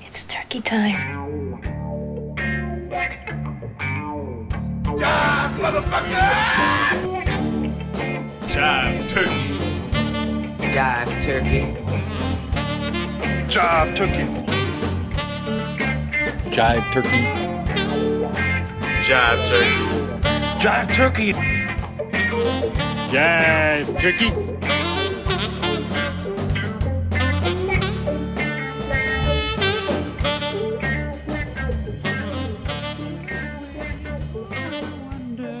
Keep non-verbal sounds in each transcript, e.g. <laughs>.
It's turkey time. Jive turkey. Jive turkey. Jive turkey. Jive turkey. Jive turkey. Jive turkey. Jive turkey.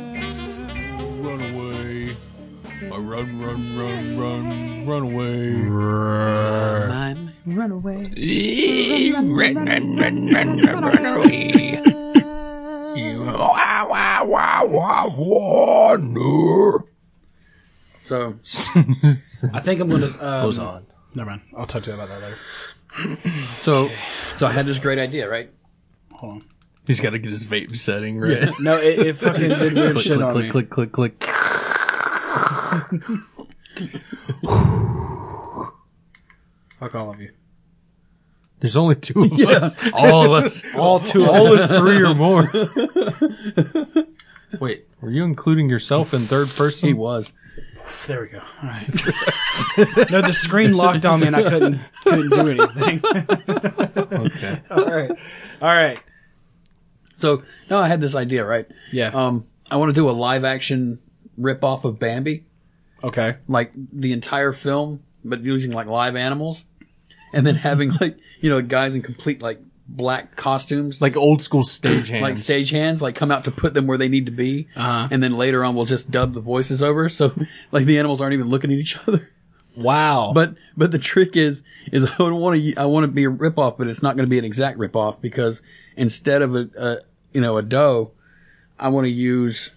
Run away. I run, run, run, run, run away. Mine. Run away. Run, run, run, run, run, run away. You- Wah, wah, wah, wah, wah, no. So I think <sighs> I'm gonna. Um, Goes on. Never mind. I'll talk to you about that later. so so I had this great idea, right? Hold on. He's got to get his vape setting right. <laughs> No, it, it fucking did weird click, shit click, on click, me. click, click, click, Fuck all of you. There's only two of us. All of us. <laughs> All two. All us three or more. <laughs> Wait. Were you including yourself in third person? He was. There we go. All right. <laughs> no, the screen locked on me and I couldn't couldn't do anything. <laughs> Okay. All right. All right. So no, I had this idea, right? Yeah. Um, I want to do a live action rip off of Bambi, Okay. like the entire film, but using like live animals, and then having <laughs> like you know guys in complete like black costumes, Like old school stagehands. like stage hands, like come out to put them where they need to be, Uh-huh. and then later on we'll just dub the voices over, so <laughs> like the animals aren't even looking at each other. Wow. But but the trick is is I don't want to I want to be a ripoff, but it's not going to be an exact ripoff because instead of a, a you know a doe, I want to use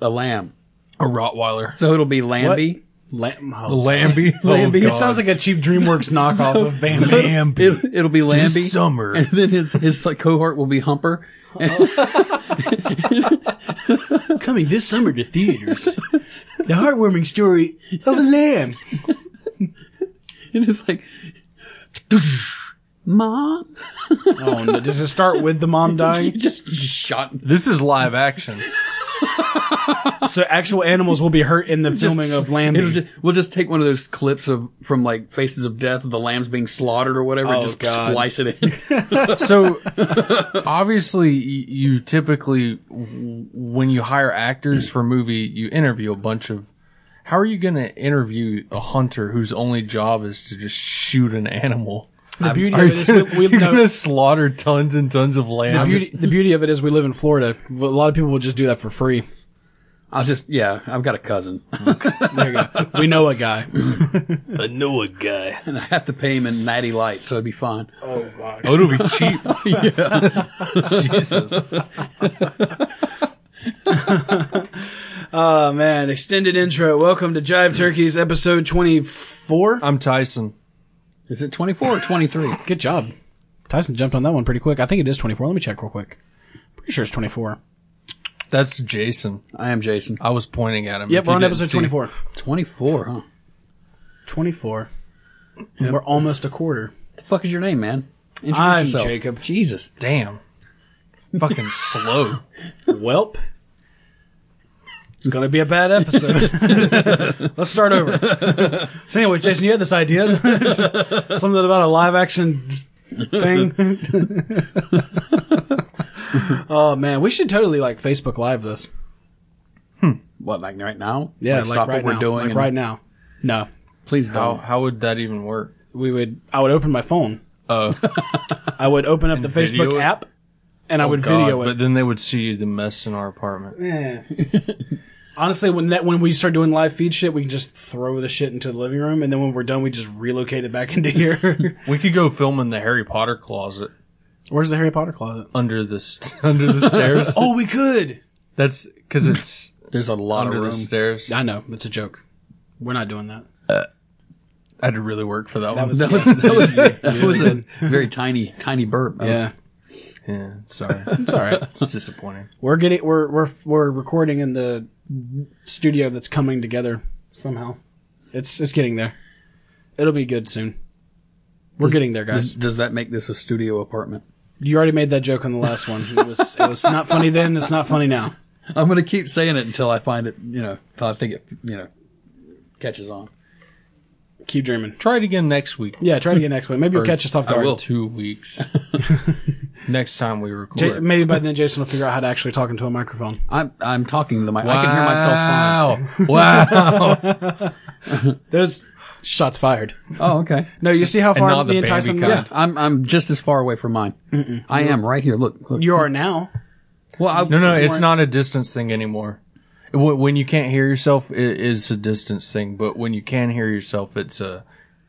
a lamb. a Rottweiler. So it'll be Lambie. Lam- oh. <laughs> Lambie. Bambi. Oh, it sounds like a <laughs> cheap DreamWorks knockoff of Bambi. Bambi. It, it'll be Lambie. summer. <laughs> And then his his like cohort will be Humper. Coming this summer to theaters. The heartwarming story of a lamb. And it's like, <laughs> mom, Oh no! Does it start with <laughs> the mom you dying? just shot. This is live action. So actual animals will be hurt in the filming of Lambie. It'll just, we'll just take one of those clips of from like Faces of Death of the lambs being slaughtered or whatever. and Oh, just God. splice it in. <laughs> So obviously, y- you typically w- when you hire actors for movie, you interview a bunch of. How are you going to interview a hunter whose only job is to just shoot an animal? the beauty Are of it you is <laughs> we, we going know, to slaughter tons and tons of the, lambs? beauty, the beauty of it is we live in Florida. A lot of people will just do that for free. I'll just yeah. I've got a cousin. <laughs> There you go. We know a guy. I know a guy. I have to pay him in natty light, so it'd be fine. Oh, it'll be <laughs> cheap. Jesus. Oh man, extended intro. Welcome to Jive Turkeys episode 24. I'm Tyson. Is it twenty four or twenty three? Uh, Good job. Tyson jumped on that one pretty quick. I think it is 24. Let me check real quick. Pretty sure it's 24. That's Jason. <laughs> I am Jason. I was pointing at him. Yep, If we're you on didn't episode see. 24. Twenty four, huh? 24. And We're almost a quarter. The fuck is your name, man? Introduce I'm Jacob. Jesus. Damn. Fucking slow. Welp. It's going to be a bad episode. <laughs> Let's start over. So, anyways, Jason, you had this idea. <laughs> Something about a live action thing. <laughs> oh, man. We should totally, like, Facebook Live this. What like right now? Yeah, like, stop what right we're now. doing. Like and- right now. No, Please don't. How, how would that even work? we would. I would open my phone. Oh, I would open <laughs> up the video Facebook it? app, and I would God, video But it. then they would see the mess in our apartment. Honestly, when that when we start doing live feed shit, we can just throw the shit into the living room, and then when we're done, we just relocate it back <laughs> into here. We could go film in the Harry Potter closet Where's the Harry Potter closet? under the st- <laughs> under the stairs. Oh, we could. That's because it's There's a lot of under room. the <laughs> stairs. I know it's a joke. We're not doing that. I'd really work for that, That one. was, <laughs> That was that was, that was a very tiny tiny burp. yeah. yeah, sorry, It's all right. it's disappointing. We're getting we're we're we're recording in the studio that's coming together somehow. It's it's getting there. It'll be good soon. We're getting there, Does, guys. does that make this a studio apartment? You already made that joke on the last one. It was it was not funny then. It's not funny now. I'm going to keep saying it until I find it, you know, until I think it, you know, catches on. Keep dreaming. Try it again next week. Yeah, try to get next one. Maybe you'll catch us off guard. Or Two weeks. next time we record. Ja- maybe by then Jason will figure out how to actually talk into a microphone. I'm I'm talking to the mic. I can hear myself. fine. Wow. wow. There's shots fired. Oh, okay. No, you see how far not the me and Bambi Tyson kind. got? Yeah, I'm I'm just as far away from mine. I am right here. Look, look. You are now. well, I, No, no, it's not a distance thing anymore. Wh- When you can't hear yourself, it is a distance thing. But when you can hear yourself, it's a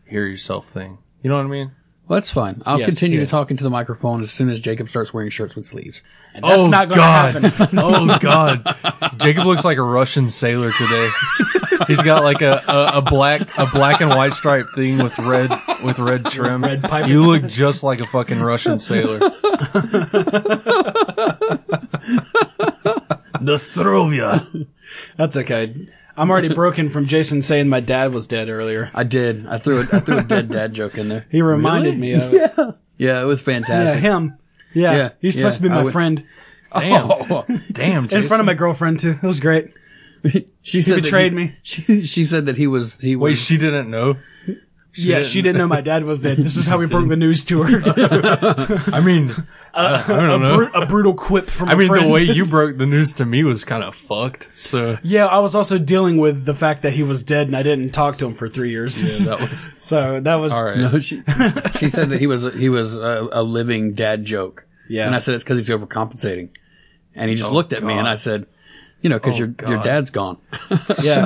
hear yourself thing. You know what I mean? Well, that's fine. I'll Yes, continue yeah. to talk into the microphone as soon as Jacob starts wearing shirts with sleeves. And that's not going to happen. <laughs> <laughs> oh God! Jacob looks like a Russian sailor today. He's got like a, a, a black a black and white stripe thing with red with red trim. Red pipe. You look just like a fucking Russian <laughs> sailor. Nostrovia. That's okay. I'm already broken from Jason saying my dad was dead earlier. <laughs> I did. I threw a, I threw a dead dad joke in there. <laughs> He reminded me of it. Yeah, it was Yeah, fantastic. Oh. him. Yeah, Yeah, he's supposed yeah, to be I my would- friend. Damn, Oh. damn. In front of my girlfriend too. It was great. she said that betrayed he- me. She, she said that he was he Wait, was she didn't know. yeah, she didn't know my dad was dead. This is how we broke the news to her. I mean, uh, I don't know. Bru- a brutal quip from. I mean, friend. the way you broke the news to me was kind of fucked. So Yeah, I was also dealing with the fact that he was dead, and I didn't talk to him for three years. that <laughs> was so that was all right. no she she said that he was he was a, a living dad joke. Yeah. Oh, and I said it's because he's overcompensating, and he just looked at me and I said, you know, because your your God. dad's gone. yeah.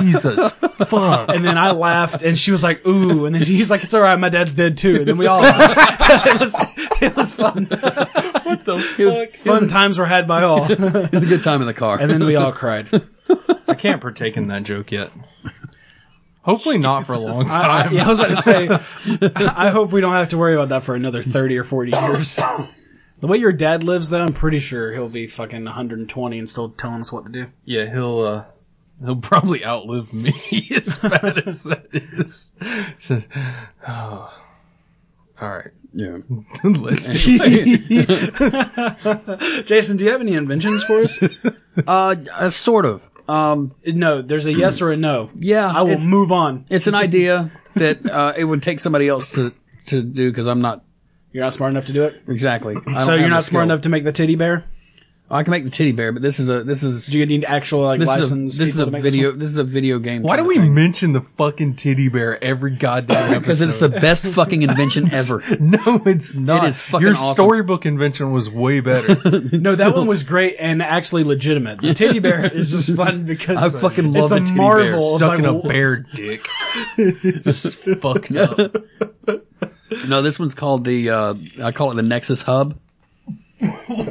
<laughs> <laughs> Jesus, fuck. And then I laughed, and she was like, "Ooh!" And then he's like, "It's all right, my dad's dead too." And then <laughs> we <laughs> <laughs> all laughed. it was it was fun. It was, it Fun times were had by all. was a good time in the car. And then we all cried. I can't partake in that joke yet. Hopefully not for a long time. <laughs> I, yeah, I was about to say, I hope we don't have to worry about that for another 30 or 40 years. The way your dad lives, though, I'm pretty sure he'll be fucking 120 and still telling us what to do. Yeah, he'll uh, he'll probably outlive me <laughs> as bad as that is. <sighs> So, oh. All right, <laughs> yeah. <laughs> let's <laughs> Jason, do you have any inventions for us? Uh, uh, sort of. Um, no, there's a yes or a no. yeah, I will it's- move on. It's an idea that uh, it would take somebody else to to do because I'm not You're not smart enough to do it? exactly. So you're not smart enough to make the titty bear? I can make the titty bear, but this is a this is Do you need actual like this is a, license? this is a <laughs> video this is a video game. Why do we mention the fucking titty bear every goddamn episode? <laughs> Because it's the best fucking invention ever. <laughs> no, it's not. is fucking Your awesome. storybook invention was way <laughs> better. No, that one was great and actually legitimate. The teddy <laughs> bear is just fun because I fucking it's love a the teddy bear. marvel. of, Sucking like, a <laughs> bear dick, just fucked up. No, this one's called the uh, I call it the Nexus Hub.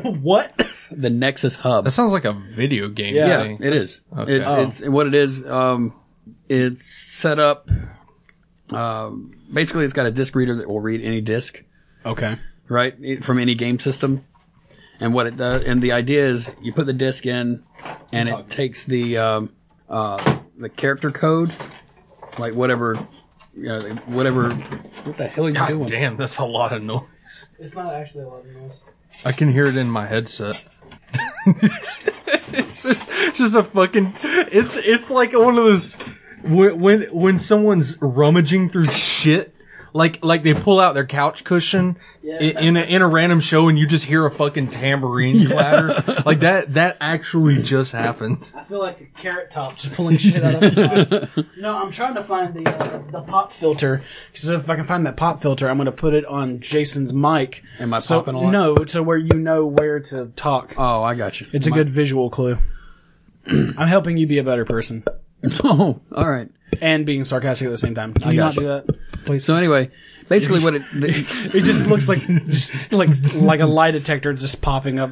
What? The Nexus Hub. That sounds like a video game. Yeah. yeah, thing. it is. Okay. It's it's what it is. Um, it's set up. Um, basically, it's got a disc reader that will read any disc. Okay. right it- from any game system and what it does and the idea is you put the disc in and it takes the um, uh, the character code like whatever you know, whatever what the hell are you doing God damn, that's a lot of noise. It's not actually a lot of noise. I can hear it in my headset. <laughs> it's just, just a fucking. It's it's like one of those when when when someone's rummaging through shit. Like, like they pull out their couch cushion i- in, a, in a random show, and you just hear a fucking <laughs> tambourine clatter. Like that, that actually just happened. I feel like a carrot top just pulling shit out of the <laughs> box. No, I'm trying to find the uh, the pop filter because if I can find that pop filter, I'm going to put it on Jason's mic. Am I so, popping a lot? No, to where you know where to talk. oh i got you <laughs> it's a good visual clue. <clears throat> I'm helping you be a better person oh all right and being sarcastic at the same time. Can you not got do that, please? so anyway basically what <laughs> it the, it just looks like just like like a lie detector just popping up.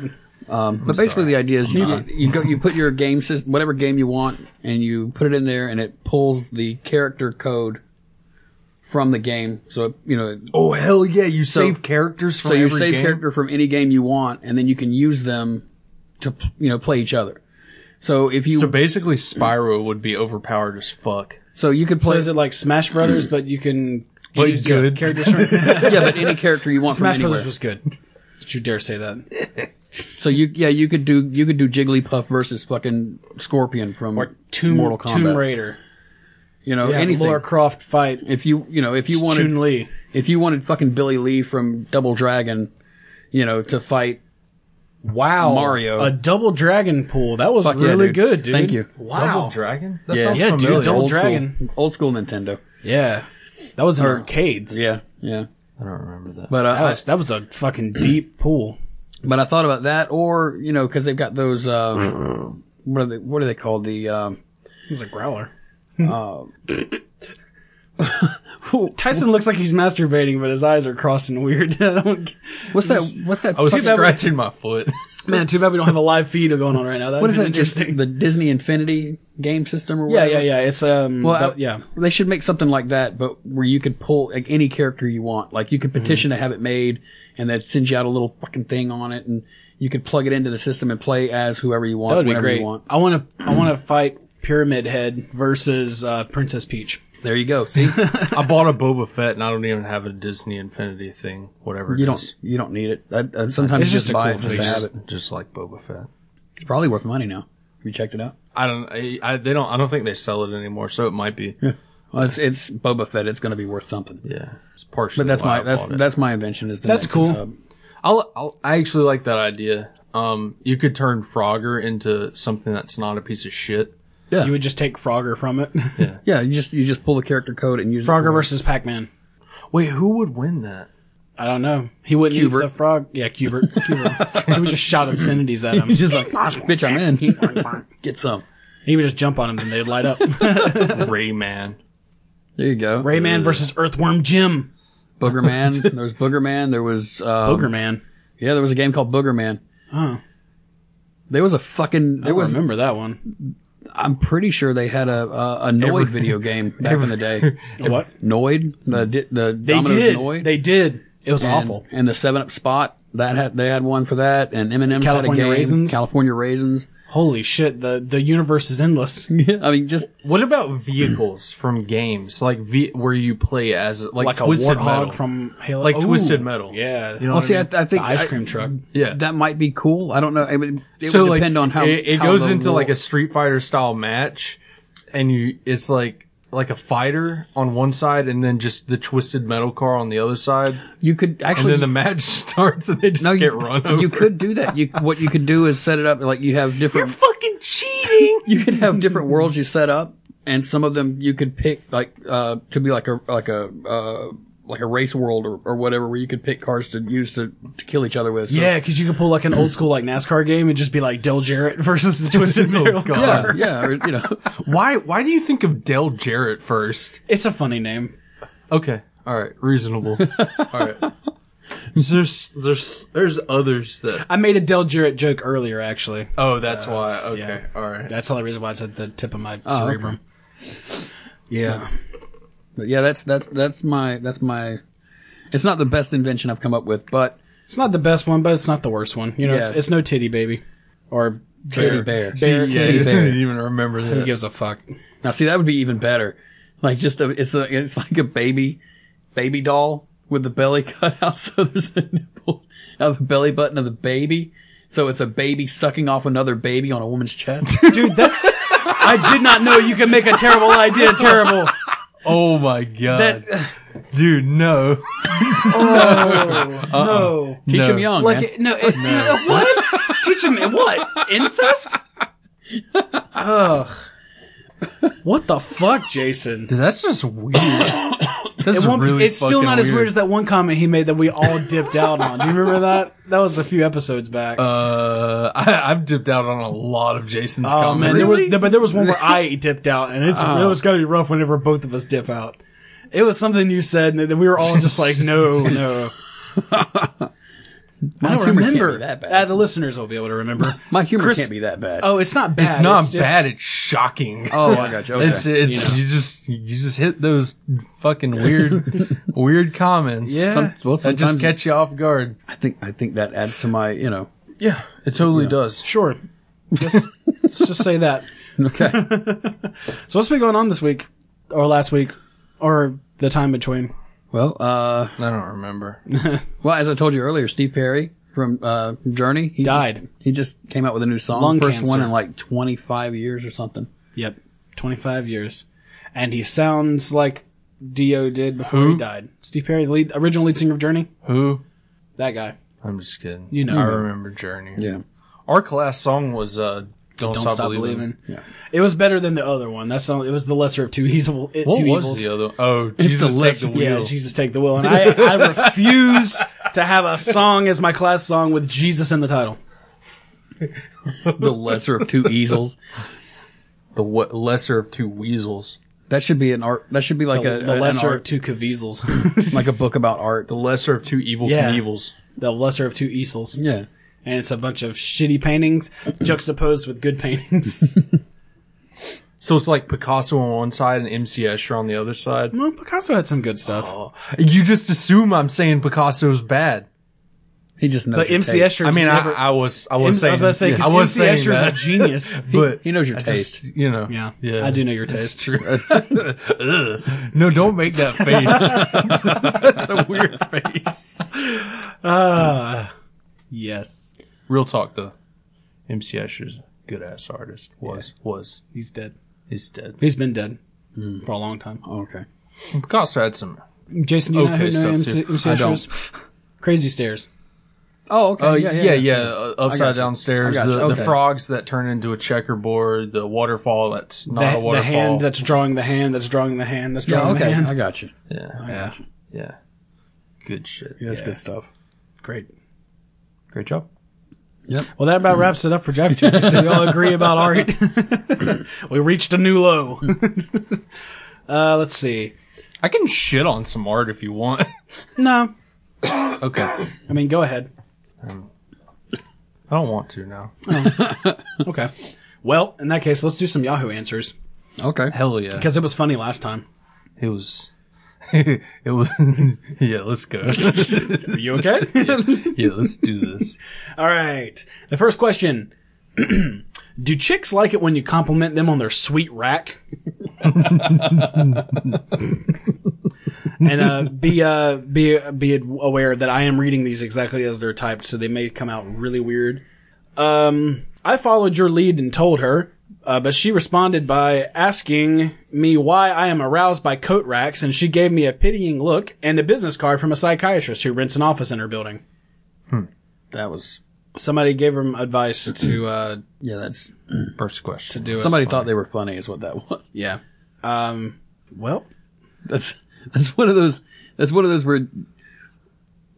um, but basically the idea is you, you go you put your game system whatever game you want and you put it in there and it pulls the character code from the game so it, you know it Oh hell yeah! You So- save characters from so you every save game. character from any game you want, and then you can use them to p- you know play each other. So if you So so, basically, Spyro would be overpowered as fuck. you could So play is it like Smash Brothers, but you can But he's good. <laughs> Character strength. yeah, but any character you want Smash from anywhere. Brothers was good. Did you dare say that? so you yeah you could do you could do Jigglypuff versus fucking Scorpion from Or Tomb, Mortal Kombat. Tomb Raider. You know Yeah, anything. Laura Croft fight. if you you know if you wanted Chun Li. if you wanted fucking Billy Lee from Double Dragon, you know to fight Wow. Mario. A double dragon pool. That was Fuck yeah, really dude. good, dude. Thank you. Wow. Double Dragon? That Yeah. sounds Yeah, dude, familiar. Double old Dragon. school, old school Nintendo. Yeah. That was in arcades. Yeah, yeah. I don't remember that. But uh, That was, that was a fucking deep pool. But I thought about that, or you know, because they've got those. Uh, what are they? What are they called? The um, It was a growler. Hmm. Um, <laughs> Tyson looks like he's masturbating, but his eyes are crossed and weird. <laughs> I don't- what's that? What's that? I Oh, was fucking- scratching my foot. Man, too bad we don't have a live feed going on right now. That'd what is be that? Interesting. Just the Disney Infinity game system, or <laughs> yeah, whatever? yeah, yeah. It's um. Well, that- I- yeah. They should make something like that, but where you could pull like, any character you want. Like you could Mm-hmm. petition to have it made, and they'd send you out a little fucking thing on it, and you could plug it into the system and play as whoever you want, That would be whenever great. you want. I want to. I want to fight Pyramid Head versus uh, Princess Peach. There you go. <laughs> See, <laughs> I bought a Boba Fett and I don't even have a Disney Infinity thing, whatever it you is. don't you don't need it. I, I, sometimes It's you just just a buy cool it just to face. have it. Just like Boba Fett. It's probably worth money now. Have you checked it out? I don't. I, I they don't. I don't think they sell it anymore. So it might be. Well, it's, it's Boba Fett. It's going to be worth something. Yeah, it's partially. But that's why my I that's bought it. that's my invention. Is the uh, That's Nexus cool. Hub. I'll, I'll, I actually like that idea. Um, you could turn Frogger into something that's not a piece of shit. You would just take Frogger from it. <laughs> Yeah, you just you just pull the character code and use it Frogger for- versus Pac Man. Wait, who would win that? I don't know. He wouldn't eat Cubert. the frog. Yeah, <laughs> Cubert. Cubert. he would just shout obscenities <laughs> at him. He's just like, bitch, I'm <laughs> in. Get some. He would just jump on him and they'd <laughs> light up. <laughs> Rayman. There you go. Rayman versus Earthworm Jim. Booger Man. There was Booger Man. There was um, Booger Man. Yeah, there was a game called Booger Man. Huh. There was a fucking. I There don't was. remember that one. I'm pretty sure they had a a, a Noid video game back in the day. What? Noid. The di- the They Domino's did. Noid. They did. It was and, awful. And the Seven Up Spot that had they had one for that, and M and M's had a California game. Raisins? California Raisins. Holy shit. The the universe is endless. I mean, just What about <clears throat> vehicles from games like v- where you play as like, Like a Twisted warthog Metal. from Halo. like Ooh. Twisted Metal? Yeah. You know well, what see, I I, mean? I think The ice I- cream truck. yeah. that might be cool. I don't know. It would, it would depend on how it, it how goes the into like a rule- Street Fighter style match, and you it's like like a fighter on one side, and then just the twisted metal car on the other side, you could and actually then the match <laughs> starts, and they just no, you- get run over. <laughs> You could do that. You what you could do is set it up like you have different fucking cheating. <laughs> you could have different worlds you set up, and some of them you could pick like uh, to be like a like a uh, like a race world or, or whatever where you could pick cars to use to, to kill each other with. So- Yeah, because you could pull like an old school like NASCAR game and just be like Del Jarrett <laughs> versus the Twisted Metal. God. yeah, uh, yeah, or, you know, <laughs> Why? Why do you think of Dell Jarrett first? It's a funny name. Okay, all right, <laughs> reasonable. all right. There's there's there's others that. I made a Del Jarrett joke earlier, actually. Oh, that's why. Okay, yeah. all right. That's the only reason why it's at the tip of my okay. cerebrum. yeah, but yeah. That's that's that's my that's my. It's not the best invention I've come up with, but It's not the best one, but it's not the worst one. You know, it's, Yeah. it's no titty baby or Teddy Bear. Bear. yeah, titty I bear. didn't even remember Who that. gives a fuck? Now, see, that would be even better. Like just a, it's a, it's like a baby, baby doll with the belly <laughs> cut out. So there's a nipple out of the belly button of the baby. So it's a baby sucking off another baby on a woman's <laughs> chest. Dude, that's. I did not know you could make a terrible idea terrible. Oh my god, dude, no. No. Teach No. him young. Like, man. it, no, it, what? Teach him what? Incest? Ugh. What the fuck, Jason? Dude, that's just <coughs> weird. that's It won't- really it's still fucking not weird. as weird as that one comment he made that we all dipped out on. Do you remember that? That was a few episodes back. Uh, I, I've dipped out on a lot of Jason's Oh comments. man, there was, but there was one where I dipped out, and it's it was gonna be rough whenever both of us dip out. It was something you said and that we were all just like, no, no. my I don't humor can't remember. be that bad. Uh, the listeners will be able to remember. my humor Chris- can't be that bad. Oh, it's not bad. it's not just- bad. It's shocking. Oh, I <laughs> got you. Okay. It's it's you, just you just hit those fucking weird <laughs> weird comments. Yeah. Some- well, that just sometimes- catch you off guard. I think I think that adds to my you know. <laughs> Yeah, it totally does. sure. Just, <laughs> let's just say that. Okay. So what's been going on this week, or last week, or the time between? Well, uh, I don't remember. well, as I told you earlier, Steve Perry from uh, from Journey he Died. Just, he just came out with a new song, Lung first one cancer. in like 25 years or something. Yep, 25 years, and he sounds like Dio did before Who? he died. Steve Perry, the lead, original lead singer of Journey, Who? that guy. I'm just kidding. You know I him. remember Journey. Yeah, Our class song was uh, "Don't, Don't Stop, stop, Believing." believing. Yeah. It was better than the other one. That's not, it was the lesser of two evils. It, What two was evils. the other? Oh, Jesus, the take the left- wheel. Yeah, Jesus take the wheel, and I, I refuse to have a song as my class song with Jesus in the title. the <laughs> lesser of two easels. the wa- lesser of two weasels. That should be an art. That should be like The, a, the an lesser of art- two Caviezel. like a book about art. The lesser of two evil Yeah. evils. the lesser of two easels. <laughs> Yeah, And it's a bunch of shitty paintings juxtaposed with good paintings. So it's like Picasso on one side and MC Escher on the other side. well, Picasso had some good stuff. You just assume I'm saying Picasso's bad. he just knows. but your MC taste. Escher, I mean, never, I, I was, I was I saying, was about to say, I 'cause was MC saying Escher that, is a genius. but he knows your just, taste. you know, yeah, yeah, I do know your taste. True. <laughs> Ugh. no, don't make that face. <laughs> That's a weird face. Ah, yes, Real talk though, MC Escher's a good ass artist. Was, was, he's dead. Hmm. he's dead. He's been dead for a long time. Oh, okay, Picasso had some. Jason, do you know Okay, who know stuff, MC, too. MC I Escher don't. is? Crazy Stairs. Oh, okay. Uh, yeah, yeah, uh, I upside got you. downstairs. I got The, you. the Okay. frogs that turn into a checkerboard. The waterfall that's not the, a the waterfall. hand that's drawing the hand that's drawing the hand that's Yeah, drawing okay. the hand. I got you. yeah, yeah, yeah. Good shit. That's good stuff. great. Great job. Well, that about wraps it up for Jack Jack. So we all agree about art. <laughs> we reached a new low. <laughs> uh, let's see. I can shit on some art if you want. <laughs> No, okay. I I mean, go ahead. don't want to now. Okay. Well, in that case, let's do some Yahoo answers Okay. Hell yeah. because it was funny last time. It was. <laughs> it was. <laughs> yeah. Let's go. <laughs> Are you okay? <laughs> yeah. Let's do this. all right. The first question. <clears throat> Do chicks like it when you compliment them on their sweet rack? and uh, be uh, be be aware that I am reading these exactly as they're typed, so they may come out really weird. Um, I followed your lead and told her, uh, but she responded by asking me why I am aroused by coat racks, and she gave me a pitying look and a business card from a psychiatrist who rents an office in her building. That was Somebody gave him <clears throat> advice to uh, yeah. That's First question. do it. somebody thought they were funny. Is what that was. Yeah. Um. Well, That's that's one of those. That's one of those where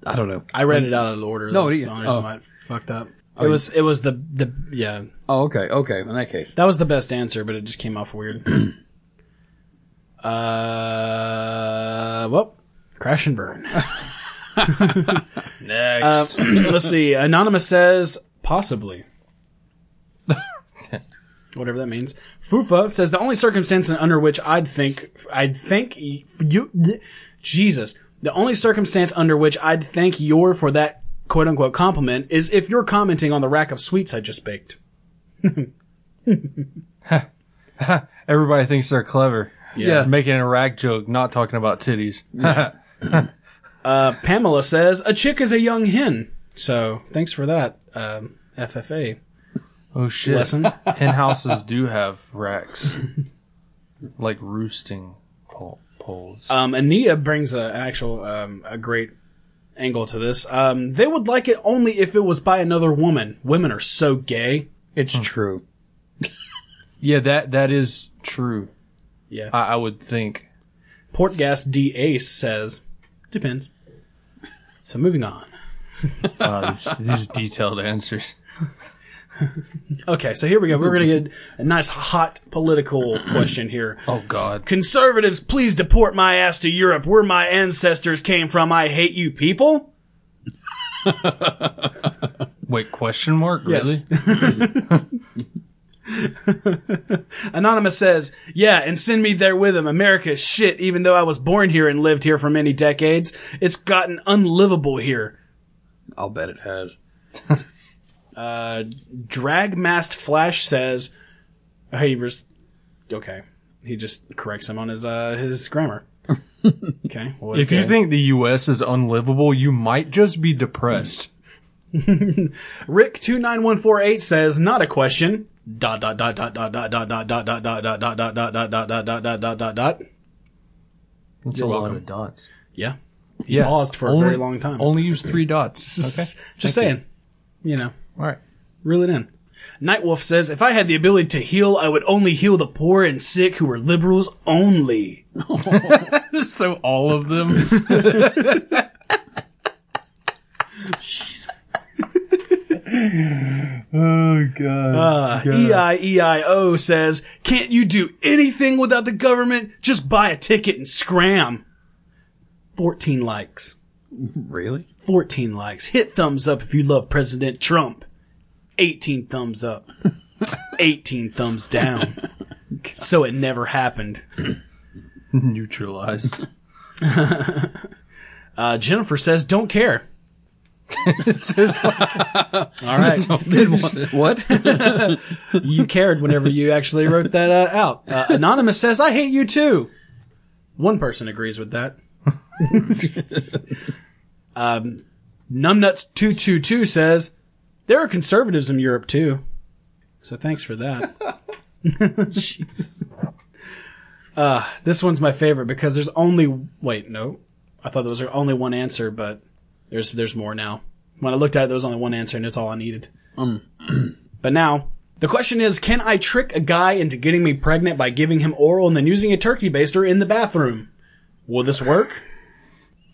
I don't know. I read it out of order. No, That's yeah. the only reason Oh. why it fucked up. It was. It was the the yeah. Oh, okay, okay. In that case, That was the best answer, but it just came <clears throat> off weird. uh. Well, crash and burn. Uh, Next. <clears throat> let's see. Anonymous says possibly. Whatever that means. Fufa says the only circumstance under which I'd think I'd thank y- you, Jesus, the only circumstance under which I'd thank your for that quote unquote compliment is if you're commenting on the rack of sweets I just baked. Everybody thinks they're clever. Yeah. Making a rag joke, not talking about titties. Uh, Pamela says a chick is a young hen. So thanks for that, um, FFA Oh shit! <laughs> lesson. Hen houses do have <laughs> racks, like roosting pole, poles. Um, and Nia brings a, an actual um, a great angle to this. Um, they would like it only if it was by another woman. Women are so gay. it's true. yeah, that that is true. Yeah. I, I would think. Portgas D Ace says, depends. So moving on. Uh, these, <laughs> these detailed answers. Okay, so here we go. We're gonna get a nice hot political question here. Oh god. Conservatives, please deport my ass to Europe, where my ancestors came from. I hate you, people. Wait, question mark? Really? <laughs> Anonymous says, Yeah, and send me there with him. America is shit, even though I was born here and lived here for many decades. It's gotten unlivable here. I'll bet it has. Uh, Dragmast Flash says, "Hey, res- okay." He just corrects him on his uh his grammar. Okay. Well, If you okay. think the U.S. is unlivable, you might just be depressed. Rick two nine one four eight says not a question. Dot dot dot dot dot dot dot dot dot dot dot dot dot dot dot dot dot dot dot dot dot dot. That's You're a lot welcome. of dots. Yeah. Yeah, paused for a very long time. Only use three dots. <laughs> Just just saying. You know, All right. reel it in. Nightwolf says, if I had the ability to heal, I would only heal the poor and sick who were liberals only. <laughs> So all of <laughs> them. oh god. Uh, EIEIO says, can't you do anything without the government? Just buy a ticket and scram. 14 likes. Really? 14 likes. Hit thumbs up if you love President Trump. 18 thumbs up. 18 thumbs down. so it never happened. <laughs> Neutralized. Uh, Jennifer says, don't care. Just <laughs> like- All right. What? you cared whenever you actually wrote that uh, out. Uh, Anonymous says, I hate you too. One person agrees with that. <laughs> um, Numbnuts222 says, There are conservatives in Europe too. So thanks for <laughs> that. Jesus. Uh, this one's my favorite because there's only. Wait, no. I thought there was only one answer, but there's there's more now. When I looked at it, there was only one answer, and it's all I needed. Um. <clears throat> But now, the question is, can I trick a guy into getting me pregnant by giving him oral and then using a turkey baster in the bathroom? Will this work?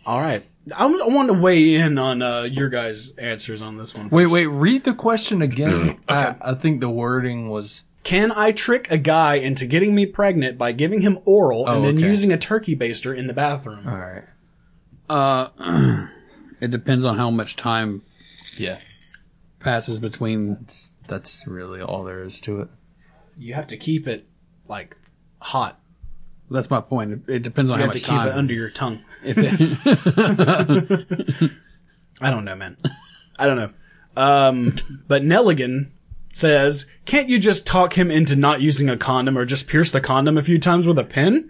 All right. I'm, I want to weigh in on uh, your guys' answers on this one. wait, wait. Read the question <clears throat> again. I, I think the wording was. Can I trick a guy into getting me pregnant by giving him oral and Oh, then okay. using a turkey baster in the bathroom? All right. Uh, <clears throat> it depends on how much time Yeah. passes between. That's, that's really all there is to it. You have to keep it like hot. That's my point. It depends on You how have to much keep time. it under <laughs> your tongue. I don't know, man. I don't know. Um, but Nelligan says, can't you just talk him into not using a condom or just pierce the condom a few times with a pin?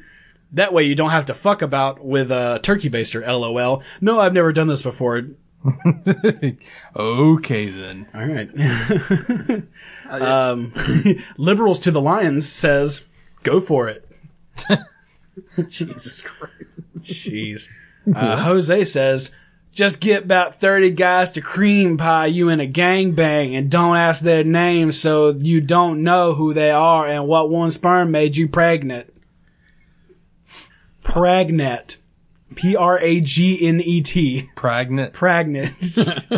That way you don't have to fuck about with a turkey baster, lol. No, I've never done this before. Okay then. All right. Oh, um, <laughs> Liberals to the Lions says, go for it. <laughs> Jesus Christ. Jeez. Uh, Jose says, just get about 30 guys to cream pie you in a gangbang and don't ask their name so you don't know who they are and what one sperm made you pregnant. Pregnant. P R A G N E T. Pregnant. Pregnant. <laughs>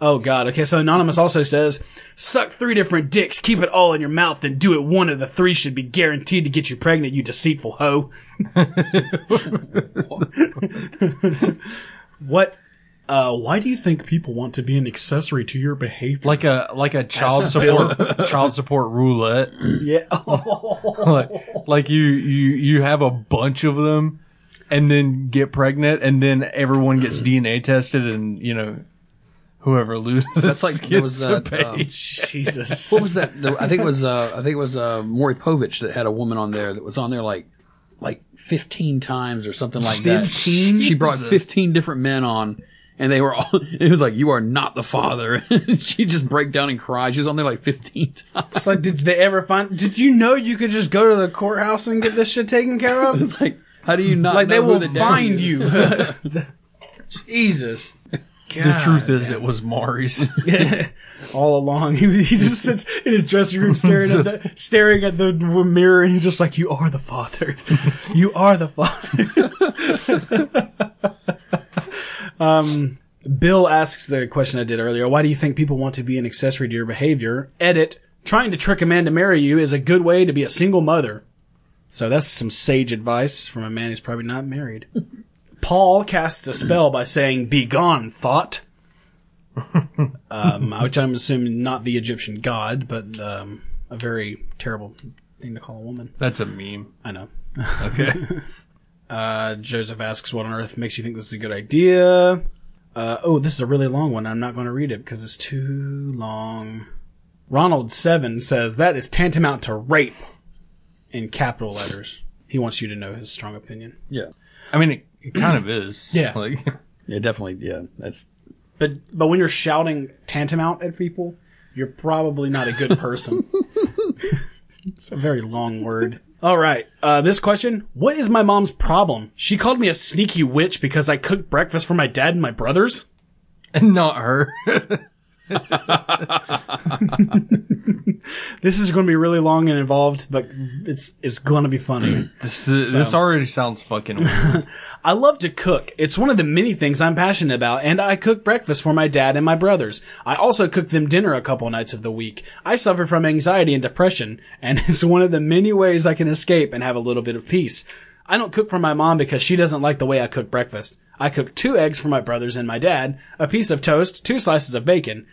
oh, God. Okay, so Anonymous also says, suck three different dicks, keep it all in your mouth, and do it one of the three should be guaranteed to get you pregnant, you deceitful hoe. <laughs> What? Uh, why do you think people want to be an accessory to your behavior? like a like a child support <laughs> child support roulette. yeah. <laughs> Oh, like, like you you you have a bunch of them and then get pregnant and then everyone gets DNA tested and you know whoever loses That's like- there was <laughs> gets a that, uh, um, page. Jesus. <laughs> What was that? The- I think it was uh, I think it was uh, Maury Povich that had a woman on there that was on there like like fifteen times or something like that. 15? She brought fifteen different men on, and they were all. <laughs> It was like you are not the father. <laughs> she just break down and cry. She was on there like fifteen <laughs> times. It's like, did they ever find? Did you know you could just go to the courthouse and get this shit taken care of? <laughs> It's like how do you not? Like know they who will the daddy find is? you. <laughs> <laughs> Jesus. The truth is, it was Maury's. All along, <laughs> he, he just sits in his dressing room staring at the staring at the mirror, and he's just like, "You are the father. <laughs> You are the father." <laughs> um, Bill asks the question I did earlier: Why do you think people want to be an accessory to your behavior? Edit: Trying to trick a man to marry you is a good way to be a single mother. So that's some sage advice from a man who's probably not married. <laughs> Paul casts a spell by saying, "Be gone, thought." um, which I'm assuming not the Egyptian god, but um, a very terrible thing to call a woman. That's a meme. I know. Okay. <laughs> Uh, Joseph asks, "What on earth makes you think this is a good idea?" Uh, oh, this is a really long one. I'm not going to read it because it's too long. Ronald Seven says that is tantamount to rape in capital letters. He wants you to know his strong opinion. Yeah. I mean, it, it kind of is. Yeah. Like, <laughs> Yeah, definitely. Yeah, that's But but when you're shouting tantamount at people, you're probably not a <laughs> good person. it's a very long word. All right. Uh, this question: What is my mom's problem? She called me a sneaky witch because I cooked breakfast for my dad and my brothers. not her. This is going to be really long and involved, but it's it's going to <clears throat> be funny. this, is, this already sounds fucking weird. I love to cook. It's one of the many things I'm passionate about, and I cook breakfast for my dad and my brothers. I also cook them dinner a couple nights of the week. I suffer from anxiety and depression, and <laughs> it's one of the many ways I can escape and have a little bit of peace. I don't cook for my mom because she doesn't like the way I cook breakfast. I cook two eggs for my brothers and my dad, a piece of toast, two slices of bacon.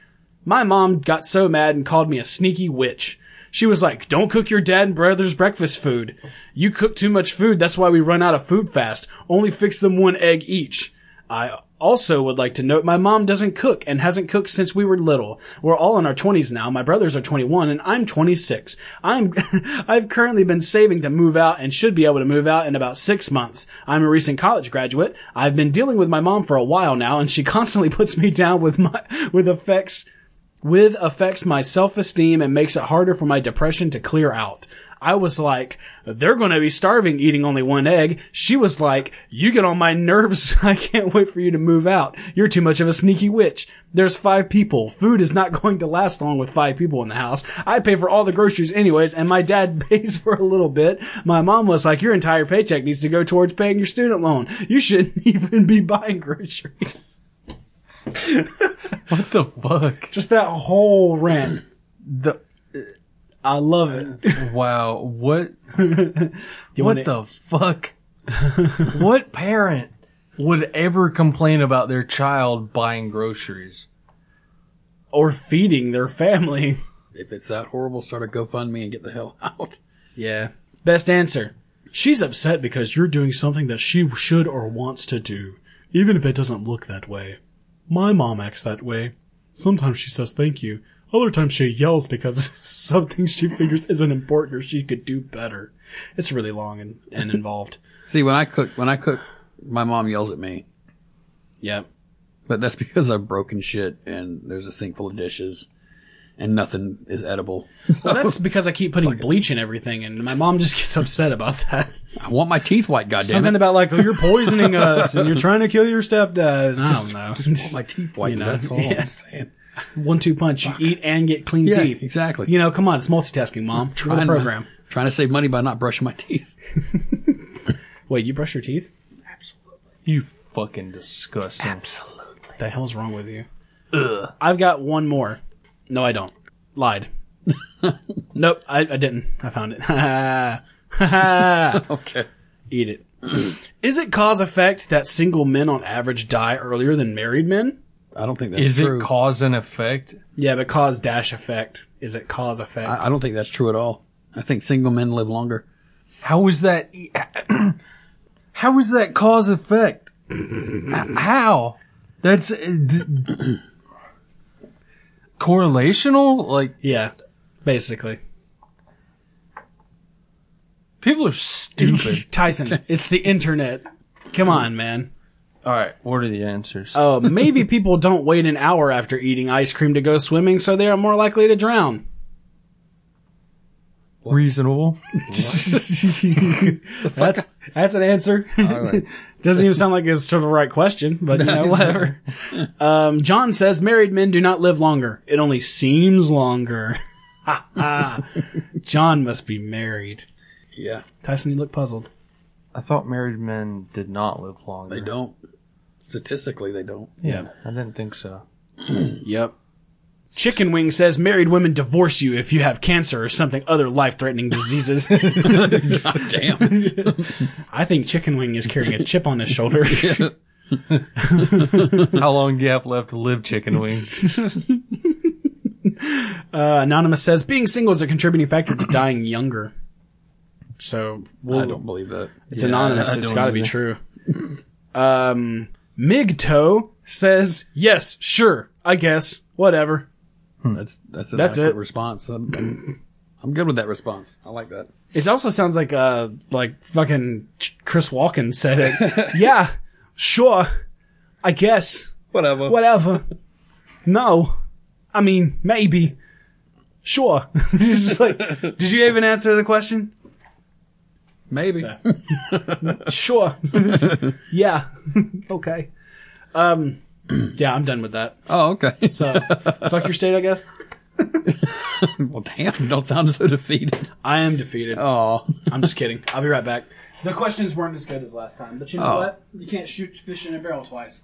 My mom got so mad and called me a sneaky witch. She was like, Don't cook your dad and brother's breakfast food. You cook too much food, that's why we run out of food fast. Only fix them one egg each. I also would like to note my mom doesn't cook and hasn't cooked since we were little. We're all in our 20s now. My brothers are 21 and I'm 26. I'm <laughs> I've currently been saving to move out and should be able to move out in about 6 months. I'm a recent college graduate. I've been dealing with my mom for a while now and she <laughs> constantly puts me down with my with effects with affects my self-esteem and makes it harder for my depression to clear out. I was like, they're going to be starving eating only one egg. She was like, you get on my nerves. <laughs> I can't wait for you to move out. You're too much of a sneaky witch. There's five people. Food is not <laughs> going to last long with five people in the house. I pay for all the groceries anyways, and my dad <laughs> pays for a little bit. My mom was like, your entire paycheck needs to go towards paying your student loan. You shouldn't <laughs> even be buying groceries. What the fuck? Just that whole <clears throat> rant. The, uh, I love it. <clears throat> wow. What? wanna- what the <laughs> fuck? what parent would ever complain about their child buying groceries? or feeding their family. <laughs> if it's that horrible, start a GoFundMe and get the hell <laughs> out. Yeah. Best answer. She's upset because you're doing something that she should or wants to do, even if it doesn't look that way. My mom acts that way. Sometimes she says thank you, other times she yells because <laughs> it's something she figures isn't important or she could do better. It's really long and, <laughs> and involved. See, when I cook, when I cook, my mom yells at me, <laughs> Yeah. but that's <laughs> because I've broken shit and there's a sink full of dishes, and nothing is edible. Well, that's because I keep putting bleach in everything, and my mom just gets upset about that. I want my teeth white, goddamn Something it! about like, oh, you're <laughs> poisoning us, and you're trying to kill your stepdad. And I don't <laughs> know. My teeth white. you know, that's all yeah. I'm saying. one two punch. You eat and get clean Yeah, teeth. exactly. You know, come on, it's multitasking, mom. Try the Trying to- program. trying to save money by not brushing my teeth. <laughs> Wait, you brush your teeth? You fucking disgusting. What the hell's wrong with you? Ugh. I've got one more. No, I don't. <laughs> Lied. nope, I, I didn't. I found it. Okay. <laughs> Eat <laughs> it. Is it cause effect that single men on average die earlier than married men? I don't think that's Is true. it cause and effect? Yeah, but cause dash effect. Is it cause effect? I, I don't think that's true at all. I think single men live longer. How is that? e- <clears throat> How is that cause effect? <clears throat> How? That's uh, d- correlational. Like yeah, basically. people are <laughs> stupid. Tyson, it's the internet. Come on, man. <laughs> All right, what are the answers? Oh, Uh, <laughs> maybe people don't wait an hour after eating ice cream to go swimming, so they are more likely to drown. Reasonable. That's that's <laughs> an answer. right. <laughs> Doesn't even sound like it's to the right question, <laughs> but you know, whatever. Um, John says married men do not live longer. It only seems longer. <laughs> Ha, <laughs> ha. John must be married. Yeah, Tyson, you look puzzled. I thought married men did not live longer. they don't. Statistically, they don't. Yeah. I didn't think so. Yep. Chicken Wing says married women divorce you if you have cancer or something other life threatening diseases. <laughs> <laughs> Damn. I think Chicken Wing is carrying a chip on his <laughs> shoulder. <laughs> Uh, How long do you have left to live, chicken wings? <laughs> Uh, Anonymous says being single is a contributing factor to dying younger. So <laughs> we'll, I don't believe that. it's anonymous. I- I it's don't got to be either. true. um, Migto says yes, sure, I guess, whatever. That's that's an That's adequate it. response. Um, I'm good with that response. I like that. It also sounds like uh like fucking Ch- Chris Walken said <laughs> it. yeah, sure, I guess Whatever. whatever. No, I mean maybe, sure. <laughs> It's just like, did you even answer the question? Maybe. <laughs> Sure. yeah. <laughs> okay. Um. <clears throat> Yeah, I'm done with that. Oh, okay. <laughs> So fuck your state, I guess. well, damn. Don't sound so defeated. I am defeated. Oh, I'm just kidding. I'll be right back. The questions weren't as good as last time, but you know Oh. what? You can't shoot fish in a barrel twice.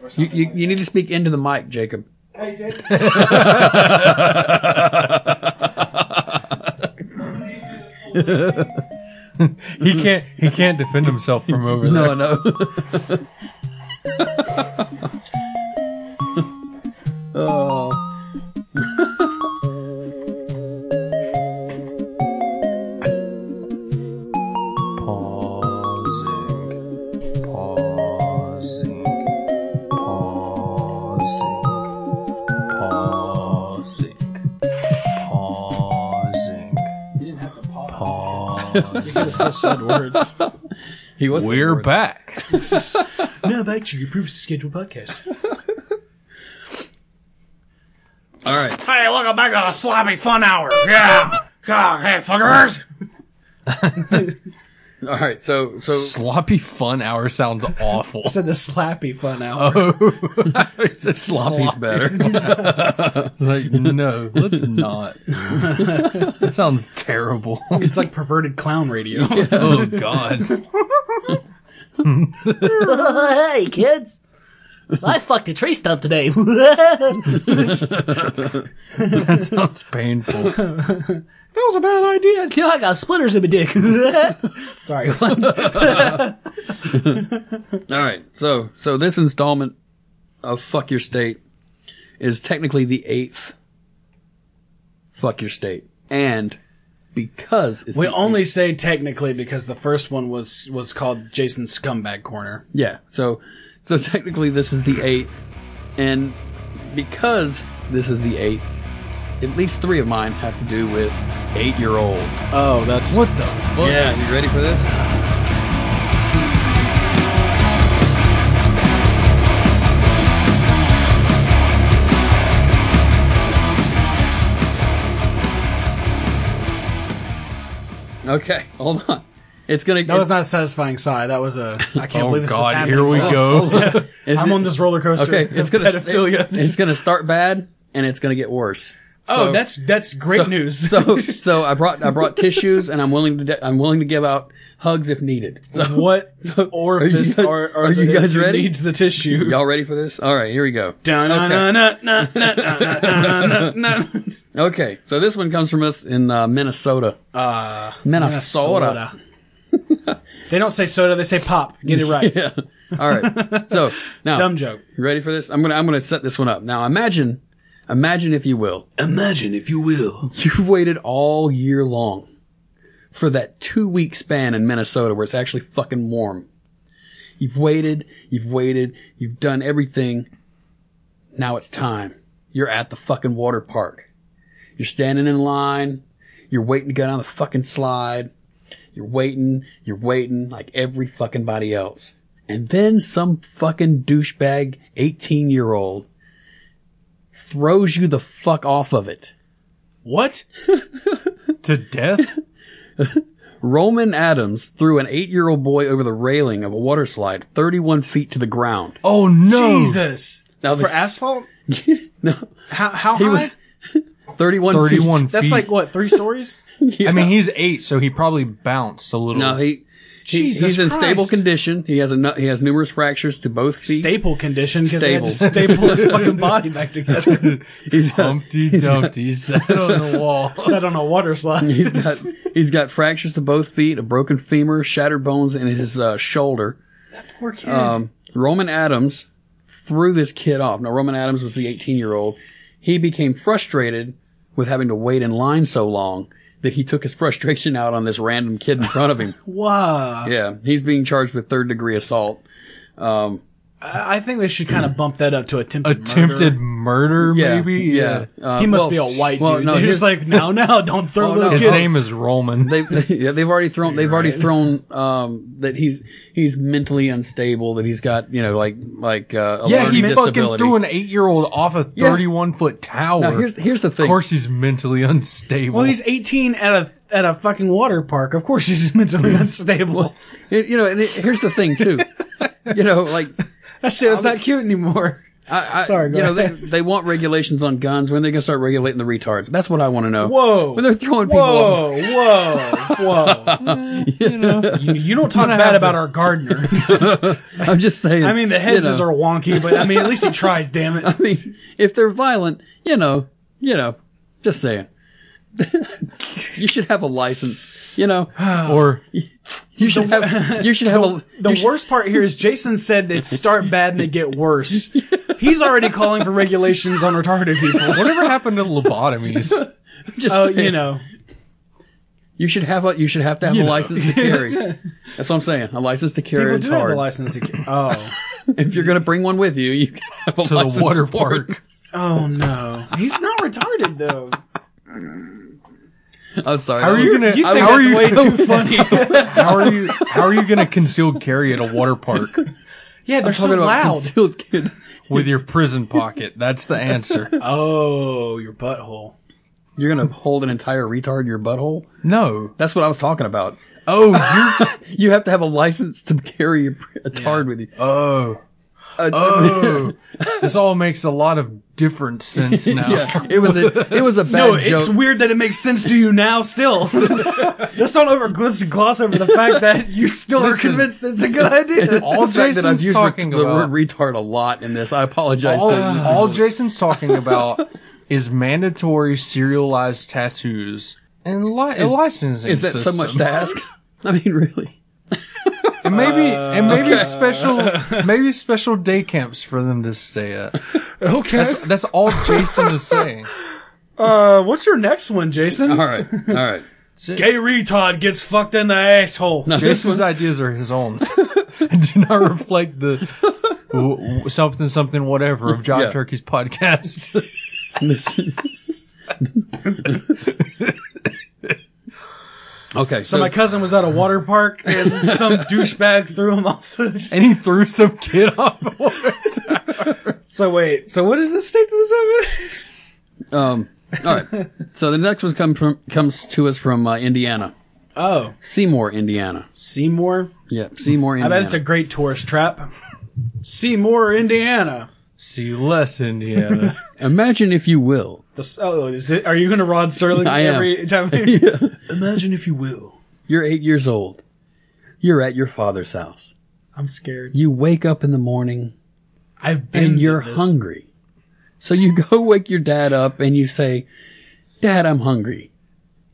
Or you, something <laughs> you, like you need to speak into the mic, Jacob. that. Hey, <laughs> Jason. He can't. He can't defend himself from over there. <laughs> no. oh. Pausing. Pausing. Pausing. Pausing. Pausing. you didn't have to pause. Pausing. You still said words. <laughs> He was. We're back. now back to your previously scheduled podcast. All right. Hey, welcome back to the sloppy fun hour. Yeah. God, hey, fuckers. All right. So so Sloppy fun hour sounds awful. said the slappy fun hour. <laughs> it's sloppy's <laughs> better. Like, no, let's not. that sounds terrible. It's like perverted clown radio. oh God. <laughs> hey, kids. I fucked a tree stump today. <laughs> That sounds <laughs> painful. was a bad idea. Feel like I got splinters in my dick. <laughs> Sorry. <laughs> All right. So so this installment of Fuck Your State is technically the eighth Fuck Your State, and because it's we the only say technically because the first one was was called Jason's Scumbag Corner. Yeah. So, so technically this is the eighth, and because this is the eighth, at least three of mine have to do with eight-year-olds. Oh, that's What the fuck? Yeah. You ready for this? Okay, hold on. It's gonna. That was not a satisfying sigh. That was a. I can't Oh believe this is God, happening. here we <laughs> So- go. it's- I'm on this roller coaster. Okay, it's gonna pedophilia. It's gonna start bad, and it's gonna get worse. oh, so- that's that's great news. <laughs> So, so I brought I brought tissues, and I'm willing to de- I'm willing to give out hugs if needed. So, what orifice guys- are, are, are you the- guys who ready? Needs the tissue. y'all ready for this? All right, here we go. Okay, so this one comes from us in uh, Minnesota. Uh, Minnesota. Minnesota. <laughs> they don't say soda. They say pop. Get <laughs> it right. All right, so now Dumb joke. you ready for this? I'm gonna I'm gonna set this one up. Now imagine, imagine if you will, Imagine if you will. you waited all year long for that two week span in Minnesota where it's actually fucking warm. You've waited, you've waited, you've done everything. Now it's time. You're at the fucking water park. You're standing in line. You're waiting to go down the fucking slide. You're waiting, you're waiting like every fucking body else. And then some fucking douchebag 18 year old throws you the fuck off of it. What? to death? Roman Adams threw an eight year old boy over the railing of a water slide 31 feet to the ground. Oh no! Jesus. Now the- For asphalt? <laughs> No, How, how he high? was 31 feet. Thirty-one. That's feet. like what three stories? I mean, he's eight, so he probably bounced a little. No, he, <laughs> he- Jesus he's in Christ. stable condition. He has a, nu- he has numerous fractures to both feet. Staple condition because they had to Stable. staple <laughs> his fucking body back together. he's got, Humpty Dumpty sat on the wall. Set on a water slide. he's got, he's got fractures to both feet, a broken femur, shattered bones in his uh, shoulder. <laughs> Poor kid. Um, Roman Adams threw this kid off. Now, Roman Adams was the 18 year old. He became frustrated with having to wait in line so long that he took his <laughs> frustration out on this <laughs> random kid in front of him. wow. Yeah, he's being charged with third degree assault. Um, I I think they should kind of bump that up to <laughs> attempted Attempted murder. murder, Yeah, maybe. yeah. Uh, he must well, be a white well, dude. no, No, He's here's- like, no, no, don't throw Oh, little no, kids. His name is Roman. <laughs> They've yeah, they've already thrown they've already thrown um, that he's he's mentally unstable that he's got you know like like uh, a yeah, he learning fucking disability. threw an eight-year-old off a Yeah. thirty-one foot tower. now here's here's the of thing. course, he's mentally unstable. well, he's 18 at a at a fucking water park. Of course, he's <laughs> mentally unstable. It- you know, and it- here's the <laughs> thing too. you know, like That shit's not cute anymore. I, I, Sorry, go you know, they, ahead. they want regulations on guns. When are they gonna start regulating the retards? That's what I want to know. Whoa. when they're throwing people. off- Whoa, whoa, whoa! <laughs> you, you don't talk bad about our <laughs> gardener. I'm just saying. I mean, the hedges you know, are wonky, but I mean, at least he tries. Damn <laughs> it! I mean, <laughs> if they're violent, you know, you know, just saying. <laughs> you should have a license. You know, <laughs> or you should have. You should have a. The worst part here is Jason said that start bad and they get worse. <laughs> He's already calling for regulations on retarded <laughs> <laughs> people. whatever happened to lobotomies? Just Oh, saying. you know, You should have a you should have to have a know. license to <laughs> carry. That's what I'm saying. A license to carry people is do have hard. a license to. ki- Oh, If you're gonna bring one with you, you gotta have a to license the water for it. <laughs> park. oh no, he's not retarded though. I'm Oh, sorry. How are that you was- gonna? You think how are that's you? way too funny? <laughs> How are you? How are you gonna concealed carry at a water park Yeah, they're so talking about <laughs> loud. concealed kid? with your prison pocket? That's the answer. Oh, your butthole. You're gonna hold an entire retard in your butthole? <laughs> No, That's what I was talking about. Oh, <laughs> you you have to have a license to carry a, a tard with you. Oh. Uh, Oh. this all makes a lot of different sense now. <laughs> yeah, <laughs> it was a it was a bad No, joke. it's weird that it makes sense to you now. <laughs> Still, let's don't over let's gloss over the fact that you still Listen. are convinced it's a good idea. All <laughs> the fact that I've Jason's used talking the word about retard a lot in this, I apologize. all, to- all Jason's <laughs> talking about is mandatory serialized tattoos and li- a licensing is that so system. much to ask? I mean, really? and maybe Uh, and maybe <laughs> special maybe special day camps for them to stay at. Okay. That's that's all Jason is <laughs> saying. uh, what's your next one, Jason? All right, all right. Gay retard gets fucked in the asshole. Jason's ideas are his own <laughs> and do not reflect the w- w- something something whatever of John Yeah. Turkey's podcast. <laughs> <laughs> okay, So my cousin was at a water park <laughs> and some douchebag threw him off. The- <laughs> and he threw some kid off. the wall. so wait, so what is the state of this Um, all right. So the next one comes from comes to us from uh, Indiana, Oh, Seymour, Indiana. Seymour. Yeah, Seymour, I Indiana. bet it's a great tourist trap. Seymour, Indiana. See less Indiana. Imagine if you will. The, s- oh, is it? Are you going to Rod <laughs> Sterling I am. every time? <laughs> Imagine if you will. You're eight years old. You're at your father's house. I'm scared. You wake up in the morning I've been. and you're this. hungry. So you <laughs> go wake your dad up and you say, "Dad, I'm hungry,"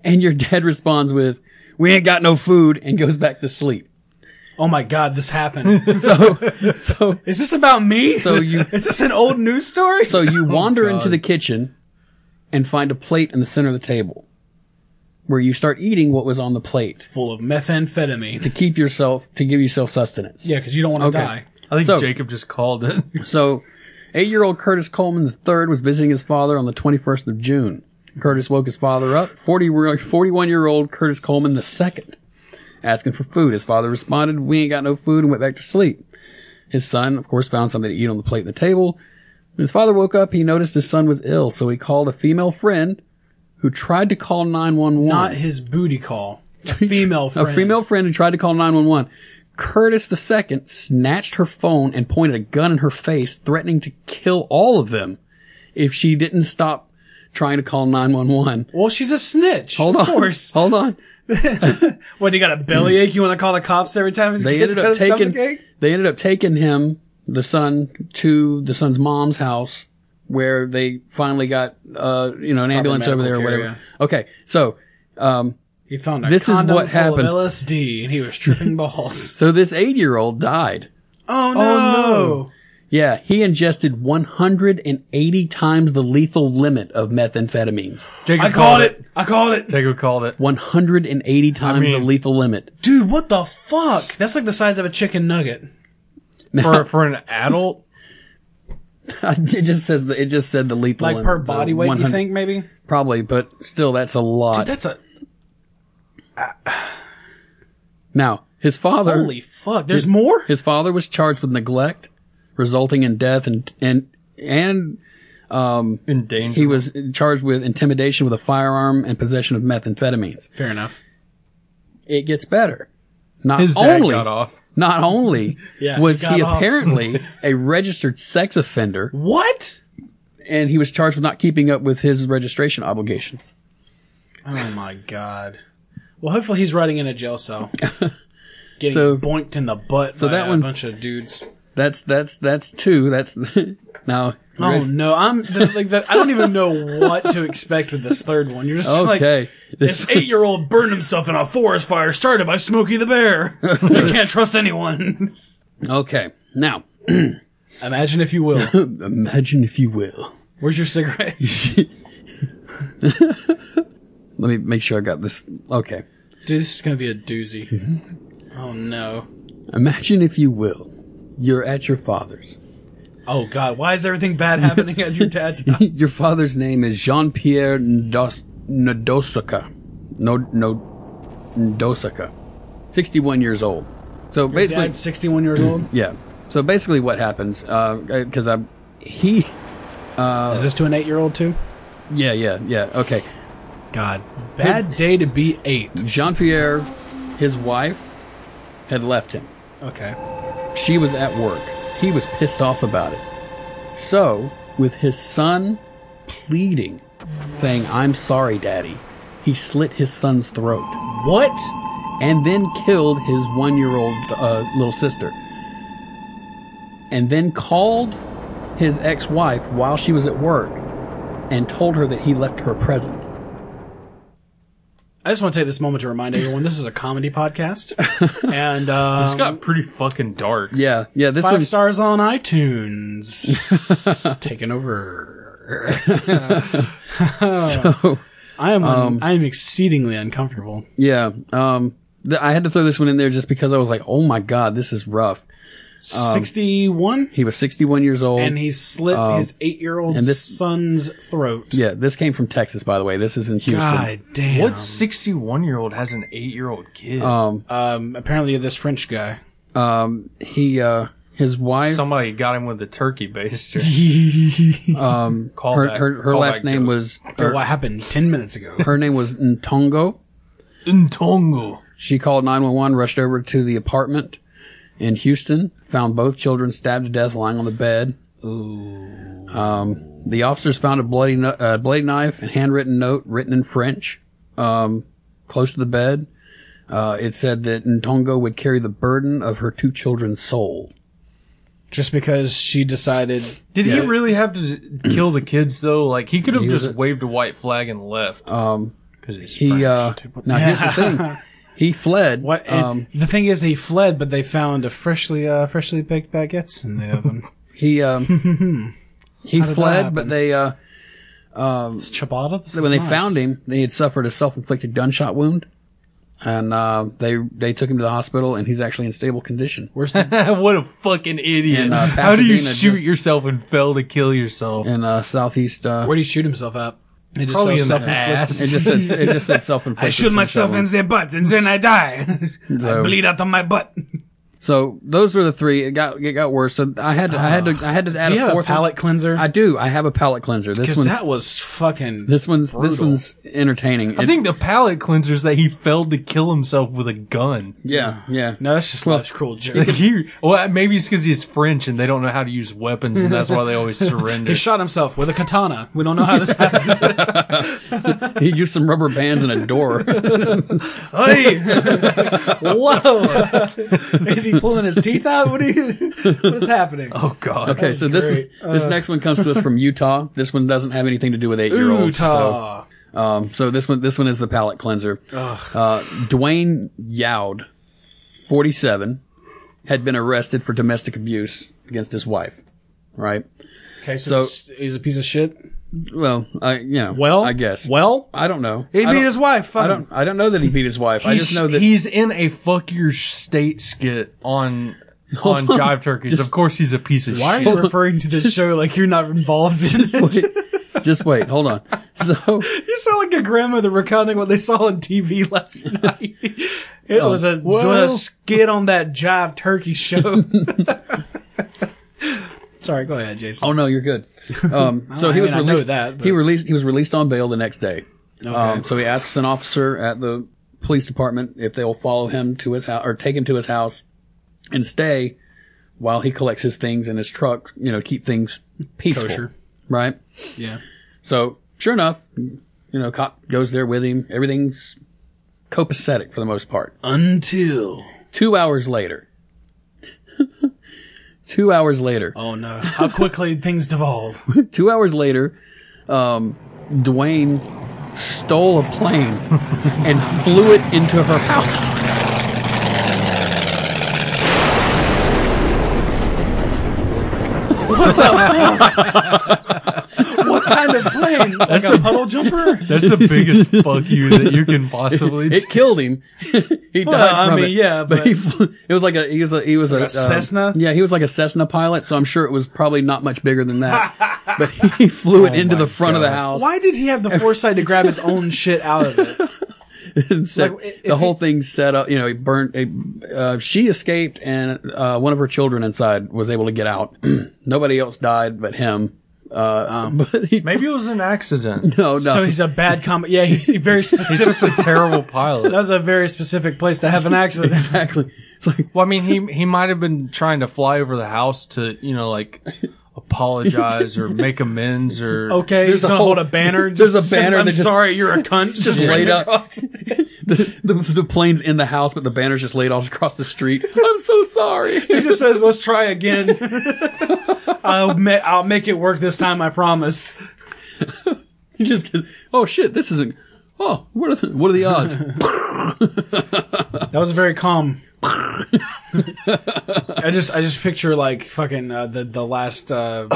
and your dad <laughs> responds with, "We ain't got no food," and goes back to sleep. Oh my God, this happened. <laughs> <laughs> So, so, is this about me? so you <laughs> is this an old news story? So <laughs> you wander Oh, into God. the kitchen and find a plate in the center of the table where you start eating what was on the plate Full of methamphetamine. to keep yourself, to give yourself sustenance. Yeah, because you don't want to Okay. die. I think So- Jacob just called it. So eight year old Curtis Coleman III was visiting his father on the 21st of June. Curtis woke his father up, 40, 41 year old Curtis Coleman II, asking for food. His father responded, We ain't got no food, and went back to sleep. His son, of course, found something to eat on the plate in the table. When his father woke up, he noticed his son was ill, so he called a female friend who tried to call 911. Not his booty call. <laughs> A female friend. Oh. <laughs> A female friend who tried to call 911. Curtis II snatched her phone and pointed a gun in her face, threatening to kill all of them if she didn't stop trying to call 911. Well, she's a snitch. Hold on. Of course. <laughs> Hold on. What, you got a bellyache? You want to call the cops every time his They kid's ended got a up taking stomachache? they ended up taking him, the son, to the son's mom's house where they finally got uh you know an ambulance over medical there or care, whatever. yeah. Okay. So, um He found a This is condom what full of happened. LSD, and he was <laughs> tripping balls. so this 8-year-old died. oh, no. Yeah, he ingested 180 times the lethal limit of methamphetamines. Jacob I called it. I called it. Jacob called it. 180 times the mean- lethal limit. <laughs> Dude, what the fuck? That's like the size of a chicken nugget. for for an adult. <laughs> it just says the, it just said the lethal Like and per the body weight, you 100 think maybe? probably, but still that's a lot. Dude, that's a now his father holy fuck. There's more. His father was charged with neglect, resulting in death, and and and In danger. he was charged with intimidation with a firearm and possession of methamphetamines. Fair enough. It gets better. Not His dad only got off. not only <laughs> Yeah, was he got he off. <laughs> apparently a registered sex offender, What? and he was charged with not keeping up with his registration obligations. Oh my god. Well, hopefully he's riding in a jail <laughs> cell, getting So- boinked in the butt so by that a one- bunch of dudes. That's that's that's two. That's <laughs> now. you Oh ready? no, I'm the, like the, I don't even know what to expect with this third one. You're just Okay. like this eight year old burned himself in a forest fire started by Smokey the <laughs> Bear. you can't trust anyone. Okay. Now, Imagine if you <laughs> will. imagine if you will. Where's <laughs> your cigarette? Let me make sure I got this. Okay. Dude, this is gonna be a doozy. Oh no. Imagine, if you will, you're at your father's. <laughs> Oh god, why is everything bad happening at <laughs> your dad's house? Your father's name is Jean Pierre Ndos- Ndosaka. No, no, Ndosaka. 61 years old. So basically, Dad's 61 years old. yeah. So basically, what happens? Because I'm he. <laughs> Uh, is this to an eight year old too? Yeah, yeah, yeah. Okay. God, bad day to be eight. Jean Pierre, his wife, had left him. Okay. She was at work. He was pissed off about it. So, with his son pleading, saying, I'm sorry, daddy, he slit his son's throat What? and then killed his one year old uh, little sister. And then called his ex wife while she was at work and told her that he left her a present. I just want to take this moment to remind everyone this is a <laughs> comedy podcast, and um, It's got pretty fucking dark. Yeah, yeah, this five one's stars <laughs> on iTunes. It's taking over. so. I am I am exceedingly uncomfortable. <laughs> Yeah. Um, th- I had to throw this one in there just because I was like, oh my God, this is rough. Sixty one, He was 61 years old. uh, and he slit his eight year old and this- son's throat. yeah, this came from Texas, by the way. This is in Houston. God damn! What sixty one year old has an eight year old kid? um, apparently this French guy? Um, he, uh, his wife, Somebody got him with a turkey baster. <laughs> um, Call her, back- her, her call last back name joke. was, So her, what happened ten minutes ago? her name was Ntongo. Ntongo. She called 911, rushed over to the apartment in Houston, found both children stabbed to death lying on the bed. Um, the officers found a bloody, kn- uh, bloody knife and handwritten note written in French, um, close to the bed. Uh, it said that Ntongo would carry the burden of her two children's soul. Just because she decided Did he really have to kill the kids though? Like he could have was just a- waved a white flag and left. Um, Because he's he, French. uh, now here's the thing. He fled. <laughs> What and Um, the thing is, he fled, but they found a freshly uh, freshly baked baguettes in the oven. he, um, he did that fled, but happen? they, uh, <laughs> It's ciabatta. This when is they nice. found him, he had suffered a self-inflicted gunshot wound, and uh, they they took him to the hospital, and he's actually in stable condition. where's <laughs> the <laughs> what a fucking idiot! In, uh, How do you Pasadena, shoot just- yourself and fail to kill yourself? In uh, southeast, uh, where do you shoot himself at? It just Probably in the self-inflicted. <laughs> it ass. just said, it just said self-inflicted. gunshot wound. the butt, and then I <laughs> die. So- out of my butt. Do So those were the three. It got it got worse. So I had to, I had to I had to add Uh, a you have a fourth. palate one. cleanser? I do. I have a palate cleanser. This Because one's that was fucking. this one's this brutal. one's entertaining. I think the palate cleanser is that he failed to kill himself with a gun. <laughs> yeah yeah. no, that's just life's cruel joke. <laughs> He, well, maybe it's because he's French and they don't know how to use weapons, and that's why they always surrender. He shot himself with a katana. We don't know how <laughs> this happened. He used some rubber bands and a door. <laughs> Hey! <laughs> <laughs> Whoa! is he pulling his teeth out? What, are you, what is happening? oh God! Okay, so this great. Uh. this next one comes to us from Utah. This one doesn't have anything to do with eight year olds. Utah. Um, so this one, this one is the palate cleanser. Uh, Dwayne Yowd, 47, had been arrested for domestic abuse against his wife. Right. okay, so- so, so he's a piece of shit. Well, I, you know, Well, I guess. Well, I don't know. he I beat don't- his wife. I don't, I don't know that he beat his wife. I just know that he's in a fuck your state skit on on jive turkeys. of course, he's a piece of Why are shit. you referring <laughs> to this show like you're not involved in it? <laughs> Just wait, hold on. So <laughs> You sound like a grandmother recounting what they saw on <laughs> TV last night. It Oh, was a, well- doing a skit on that Jive <laughs> Turkey show. Sorry, go ahead, Jason. Oh no, you're good. Um, so I he was mean, I know released. that, but- he released. He was released on bail the next day. Um, so he asks an officer at the police department if they'll follow him to his house or take him to his house and stay while he collects his things in his truck. You know, keep things peaceful, Kosher. right? Yeah. So sure enough, you know, cop goes there with him. Everything's copacetic for the most part. Until. Two hours later. <laughs> Two hours later. Oh no. <laughs> How quickly things devolve. Two hours later, um, Dwayne stole a plane and flew it into her house. what <laughs> kind of plane? That's the <laughs> puddle jumper? That's the biggest fuck you that you can possibly. It killed him. <laughs> he died Well, I from mean, it. yeah, <laughs> but- he flew, it was like a he was a, he was a, um, a Cessna? Yeah, he was like a Cessna pilot, so I'm sure it was probably not much bigger than <laughs> that. but he flew it into the front of the house. Oh Why did he have the foresight to grab his own shit out <laughs> of it? and set, Like, i- the if whole thing's set up. You know, he burnt. A, uh, she escaped, and uh, one of her children inside was able to get out. <clears throat> Nobody else died but him. Uh, <laughs> but he oh, Maybe it was an accident. no no. Um, So he's a bad comic. <laughs> Yeah, he's very He's specific. just a terrible pilot. That was a very specific place to have an accident. exactly. It's like Well, I mean, he he might have been trying to fly over the house to you know like apologize or make amends or Okay, There's he's a gonna whole- hold a banner. <laughs> there's just a banner says, I'm that just- sorry, <laughs> you're a cunt. Just laid written up. across it. the, the the plane's in the house, but the banner's just laid off across the <laughs> street. I'm so sorry. He just says, "Let's <laughs> try again." <laughs> I'll ma- I'll make it work this time. I promise. He <laughs> just goes, oh shit, this isn't. Oh, what are the, what are the <laughs> odds? That was very calm. I just I just picture like fucking uh, the the last uh,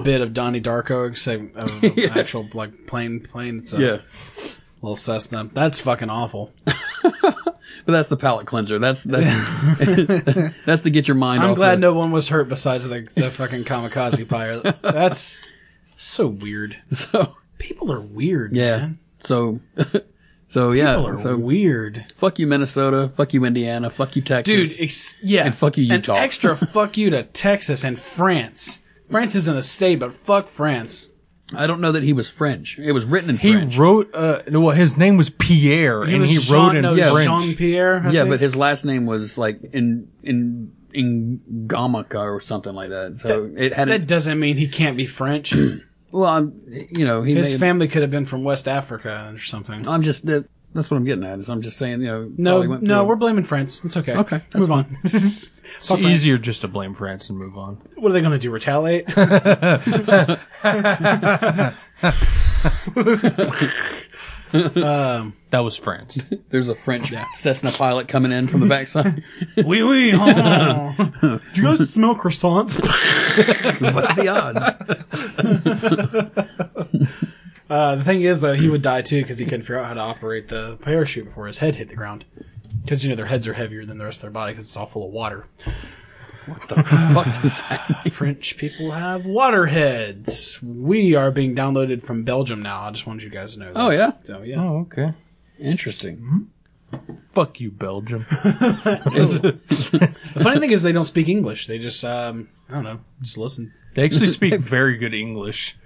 <coughs> bit of Donnie Darko, <laughs> except of an actual like plane plane. It's a yeah, little Cessna. That's fucking awful. but that's the palate cleanser. That's that's <laughs> that's to get your mind. I'm off glad the- no one was hurt besides the, the fucking kamikaze pilot. That's so weird. <laughs> So People are weird. yeah. man. So. <laughs> So yeah, people <laughs> are so weird. Fuck you, Minnesota. Fuck you, Indiana. Fuck you, Texas. dude. Ex- yeah, And fuck you, An Utah. <laughs> extra fuck you to Texas and France. France isn't a state, but fuck France. I don't know that he was French. It was written in He French. wrote. Uh, no, well, his name was Pierre, and was he Jean- wrote in no, French. Jean Pierre. yeah, but his last name was like in in in Gamica or something like that. So it had that a, doesn't mean he can't <clears throat> be French. well, I'm, you know, he may His have- family could have been from West Africa or something. I'm just that, that's what I'm getting at. Is I'm just saying, you know, No, probably Oh, went no, through- we're blaming France. It's okay. Okay, that's move on. It's easier just to blame France and move on. <laughs> what are they going to <laughs> do? Retaliate? That was France. there's a French Cessna pilot coming in from the <laughs> backside. Wee wee. <laughs> Do you guys smell croissants? <laughs> What's the odds? Uh, the thing is, though, he would die too because he couldn't figure out how to operate the parachute before his head hit the ground. Because you know their heads are heavier than the rest of their body because it's all full of water. Fuck does that mean? French people have water heads. We are being downloaded from Belgium now. I just wanted you guys to know. That. Oh, yeah? So yeah. Oh, okay. Interesting. Fuck you, Belgium. Oh, <laughs> The funny thing is they don't speak English. They just um, I don't know, just listen. They actually speak very good English.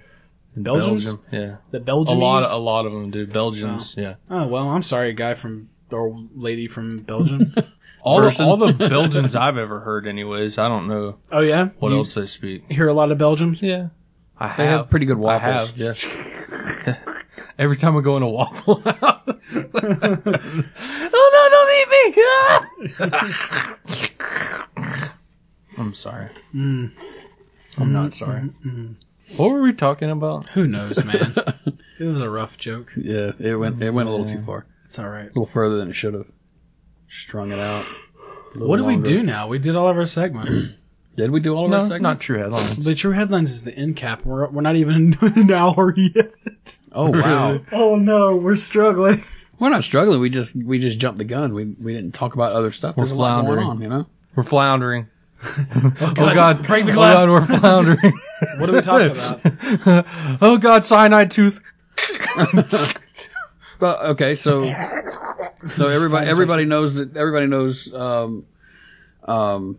in Belgians? Belgium, yeah. The A Belgians. lot, a lot of them do. Belgians, yeah. oh well, I'm sorry, guy from or lady from <laughs> Belgium. All, the, Person. all the Belgians I've ever heard, anyways. I don't know oh yeah. what you else they speak. Hear a lot of Belgians. Yeah, I have. They have pretty good I waffles. have. yeah. <laughs> Every time I go in a waffle <laughs> house. oh no! Don't eat me! Ah! <laughs> I'm sorry. I'm not sorry. What were we talking about? Who <laughs> knows, man? it was a rough joke. Yeah, it went it went a little too far, a It's all right. little further than it should have. Strung it out. A little What do we longer. do now? We did all of our segments. Did we do all of our No, segments? not true <laughs> headlines. <clears throat> The true headlines is the end cap. We're we're not even <laughs> an hour yet. Oh wow, Oh no, we're struggling. we're not struggling. We just we just jumped the gun. We we didn't talk about other stuff. There's a lot going floundering. on, you know. We're floundering. Oh God, break the oh glass. God, we're floundering. What are we talking <laughs> about? <laughs> oh God, cyanide tooth. Well, okay, so so everybody everybody knows that everybody knows um, um,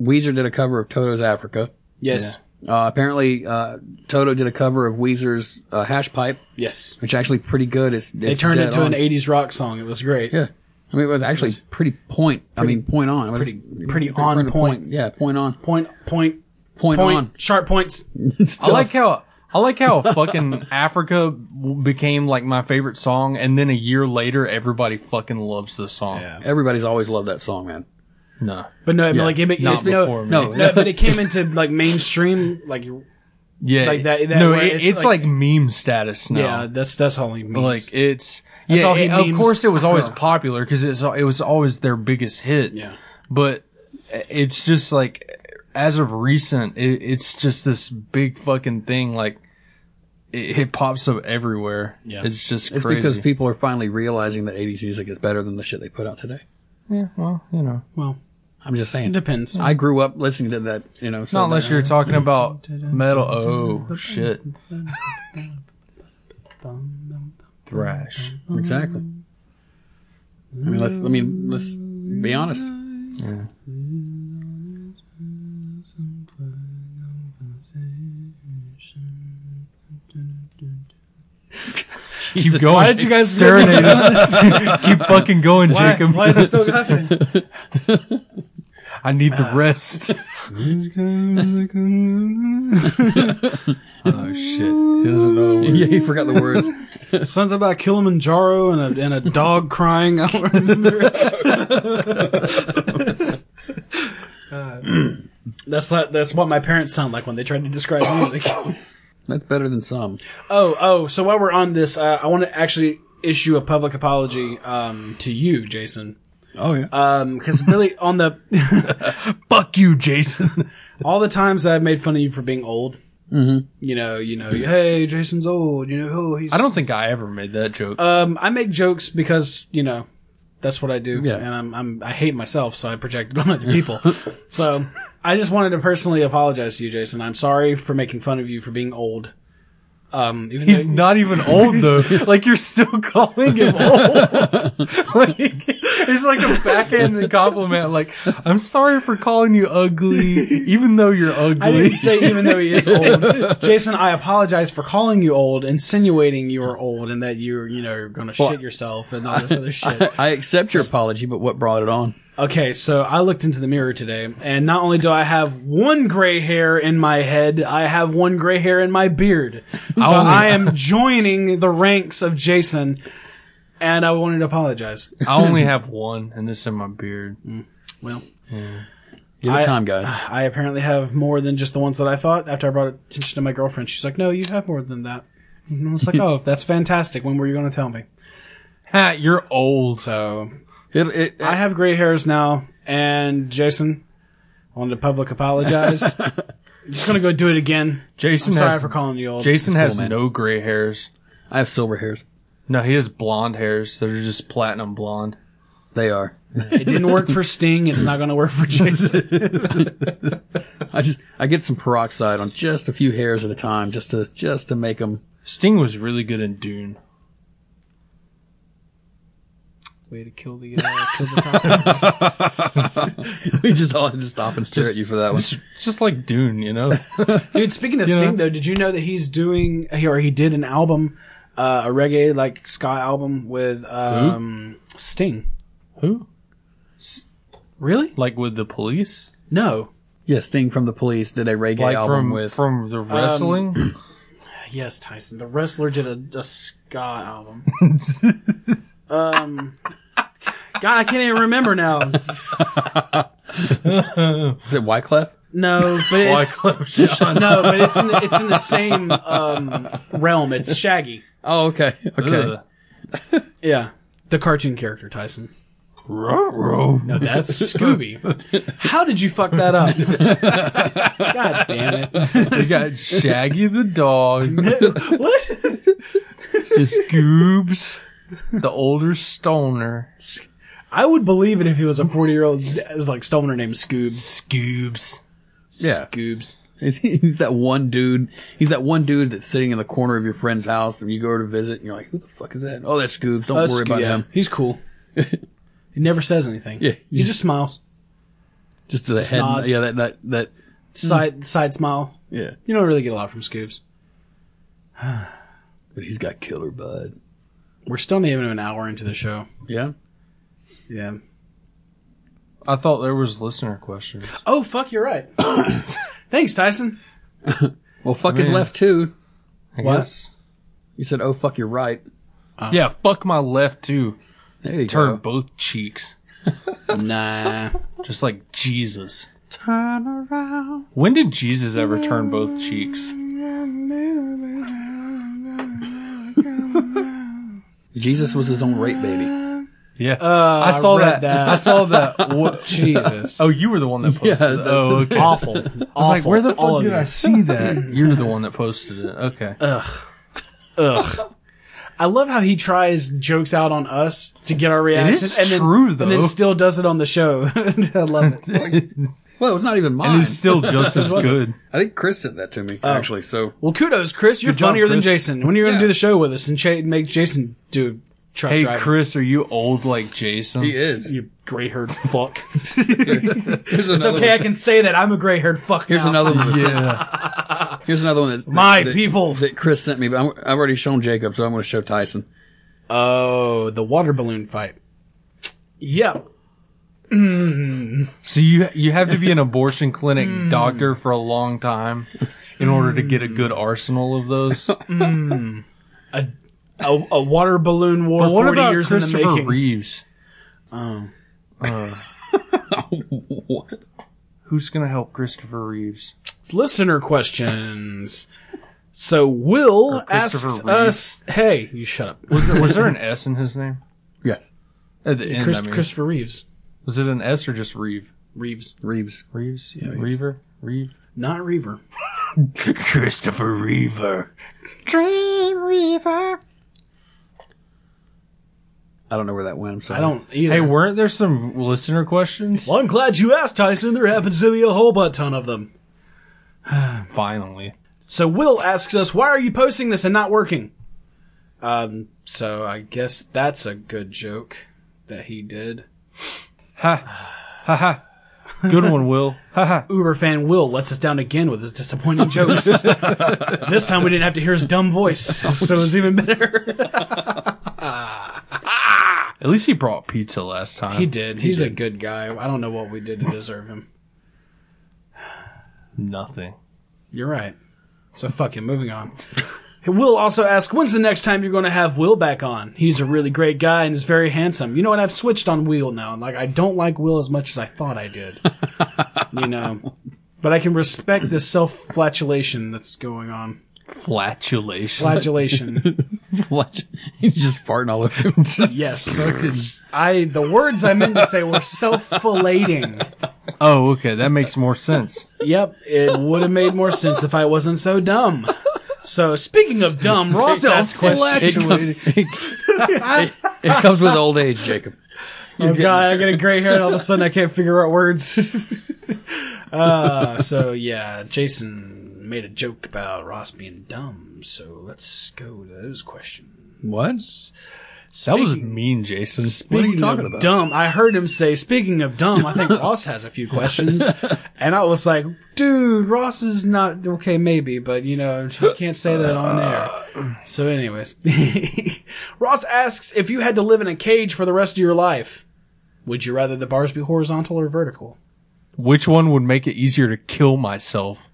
Weezer did a cover of Toto's Africa. Yes. Uh, apparently, uh, Toto did a cover of Weezer's uh, Hash Pipe, Yes. which is actually pretty good. It's, They turned it to an 80s rock song. It was great. Yeah, I mean it was actually pretty point. I mean point on. It was pretty- pretty on point. Yeah, point on. Point, point, Point, point, on. sharp points. I like how I like how fucking Africa w- became like my favorite song, and then a year later, everybody fucking loves the song. Yeah. Everybody's always loved that song, man. No, But no, but like it, ma- Not it's no, before me. No, no, but it <laughs> came into like mainstream, like yeah, Like that- that no, where it- it's it's, like- like, meme status now. yeah, that's that's all he means. like it's yeah, all he it- of memes. course it was always popular because it's it was always their biggest hit. Yeah. but it's just like as of recent, it, it's just this big fucking thing. Like it, it pops up everywhere. Yeah. it's just It's crazy. because people are finally realizing that 80s music is better than the shit they put out today. yeah, well, you know, well, I'm just it saying. depends. I grew up listening to that, you know. So not unless you're talking about metal. <laughs> Oh shit, <laughs> thrash. you're exactly. I mean, let's. I mean, let's be honest. Keep going. Why did <laughs> you guys <laughs> serenade us? Keep fucking going, Why, Jacob. why is that <laughs> still happening? I need the <laughs> rest. oh shit! Here's another one. Yeah, he forgot the words. <laughs> Something about Kilimanjaro and a and a dog crying. <laughs> I <laughs> don't remember. God. that's not, that's what my parents sound like when they try to describe music. <laughs> That's better than some. Oh, oh. So while we're on this, uh, I want to actually issue a public apology um, to you, Jason, Oh yeah. because <laughs> really on the Fuck you, Jason. all the times that I've made fun of you for being old. You know, you know, hey, Jason's old. You know, oh, he's. Mm-hmm. I don't think I ever made that joke. Um, I make jokes because you know that's what I do, Yeah. and I'm, I'm I hate myself, so I project it on <laughs> other people. so I just wanted to personally apologize to you, Jason. I'm sorry for making fun of you for being old. Um, even He's though- not even old <laughs> though. like you're still calling him old. <laughs> like it's like a backhanded compliment. Like I'm sorry for calling you ugly, even though you're ugly. I didn't say even though he is old. Jason, I apologize for calling you old, insinuating you are old and that you're, you know, you're gonna shit yourself and all this other shit. <laughs> I accept your apology, but what brought it on? Okay, so I looked into the mirror today, and not only do I have one gray hair in my head, I have one gray hair in my beard. So I am joining the ranks of Jason, and I wanted to apologize. I only have one, and it's in my beard. Well, Give it I- time, guys. I apparently have more than just the ones that I thought. After I brought attention to my girlfriend, she's like, "No, you have more than that." And I <laughs> was like, "Oh, that's fantastic. When were you going to tell me?" Ha, you're old. So It, it, I have gray hairs now, and Jason, I wanted to <laughs> public apologize. I'm just gonna go do it again. Jason I'm sorry has for calling you old. Jason has man. no gray hairs. I have silver hairs. No, he has blonde hairs that are just platinum blonde. They are. It didn't work for Sting. It's not gonna work <laughs> for Jason. <laughs> I just I get some peroxide on just a few hairs at a time, just to just to make them. Sting was really good in Dune. Way to kill the uh, kill the <laughs> topic. we just all had to stop and stare Just- at you for that one. It's just like Dune, you know. dude. Speaking of You Sting, know? though, did you know that he's doing or he did an album, uh, a reggae like ska album with um, Sting? Who? Really? Like with the police? No. Yeah, Sting from the Police did a reggae Like album from with. from the wrestling? Yes, Tyson. The wrestler did a, a ska album. <laughs> um, God, I can't even remember now. is it Wyclef? No, but it's no, but it's <laughs> in the, it's in the same um, realm. It's Shaggy. Oh, okay, <laughs> okay. Ugh. Yeah, the cartoon character Tyson. No, that's <laughs> Scooby. How did you fuck that <laughs> up? God damn it! We got Shaggy the dog, What? Scoobs, the older stoner, I would believe it if he was a 40 year old, is like stolen her name, Scoob. Scoobs. Yeah. Scoobs. <laughs> He's- He's that one dude. He's that one dude that's sitting in the corner of your friend's house, and you go to visit, and you're like, "Who the fuck is that?" Oh, that's Scoobs. Don't Uh, worry Scoo- about yeah, him. He's cool. <laughs> he never says anything. Yeah. He just smiles. Just to the head. nods. Yeah, that that that. Side, side smile. Yeah, You don't really get a lot from Scoobs. but he's got killer bud. We're still not even an hour into the show. Yeah. Yeah. I thought there was listener question. Oh, fuck, you're <coughs> right. Thanks, Tyson. Well, fuck his Man. left too. I What? guess. You said, "Oh, fuck your right." Yeah, fuck my left too. There you Turn go. both cheeks. Nah. Just like Jesus. Turn around. When did Jesus ever turn both cheeks? Jesus was his own rape baby. Yeah. Uh, I saw read that. I saw that. What? <laughs> <laughs> Jesus. Oh, you were the one that posted Yes, it. that's- Oh, okay. awful. I was like, where the fuck did I see <laughs> that? You're the one that posted it. Okay. <laughs> I love how he tries jokes out on us to get our reactions. and true, then, And then though. still does it on the show. <laughs> I love it. Well, it was not even mine. and it's <laughs> still just as good. I think Chris sent that to me actually. So Well, kudos, Chris. You're Good job, funnier than Chris. Jason. When are you going to Yeah. do the show with us and, cha- and make Jason do truck Hey, driving? Chris, are you old like Jason? he is. You gray haired <laughs> fuck. Here's it's okay, I can say that. I'm a gray haired fuck. Here's now. another one. <laughs> That Yeah. Here's another one that's My that, people. that Chris sent me. But I'm, I've already shown Jacob, so I'm going to show Tyson. Oh, the water balloon fight. Yep. so you you have to be an abortion clinic doctor for a long time in order to get a good arsenal of <laughs> those. A, a water balloon war But what 40 about years in the Christopher making. Reeves? what? Who's gonna help Christopher Reeves? listener questions. So Will Christopher asks Reeve. us, "Hey, you shut up." Was there, was there an S in his name? Yeah, At Uh, the end, Chris, I mean. Christopher Reeves, was it an S or just Reeve? Reeves, Reeves. Reeves? Yeah, Reaver? Reeve? not Reaver. Christopher Reaver. I don't know where that went. I'm sorry. <laughs> I don't either. Hey, weren't there some listener questions? well, I'm glad you asked, Tyson. There happens to be a whole butt ton of them. Finally. So Will asks us, "Why are you posting this and not working?" Um. So I guess that's a good joke that he did. Good one, <laughs> Will. Uber fan Will lets us down again with his <laughs> disappointing jokes. this time we didn't have to hear his dumb voice, so it was even better. At least he brought pizza last time. He did. He's a good guy. I don't know what we did to deserve him. Nothing. You're right. So fuck him. Moving on. Will also asked, when's the next time you're going to have Will back on? He's a really great guy and is very handsome. You know what? I've switched on Will now. and Like, I don't like Will as much as I thought I <laughs> did. you know, but I can respect this self-flatulation that's going on. Flatulation. <laughs> Flagellation. What? He's just farting all over himself. yes. I, the words I meant to say were self-filating. oh, okay. That makes more sense. Yep, it would have made more sense if I wasn't so dumb. So speaking of dumb, Ross asked It, questions. comes- it, it comes with old age, Jacob. Oh god, I got a gray hair and all of a sudden I can't figure out words. <laughs> uh, so yeah, Jason made a joke about Ross being dumb. So let's go to those questions. What? <laughs> That was mean, Jason. What are you Speaking talking of about? dumb, I heard him say, speaking of dumb, I think Ross has a few <laughs> questions. And I was like, dude, Ross is not, okay, maybe, but you know, you can't say that on Uh. there. So anyways, <laughs> Ross asks, if you had to live in a cage for the rest of your life, would you rather the bars be horizontal or vertical? Which one would make it easier to kill myself?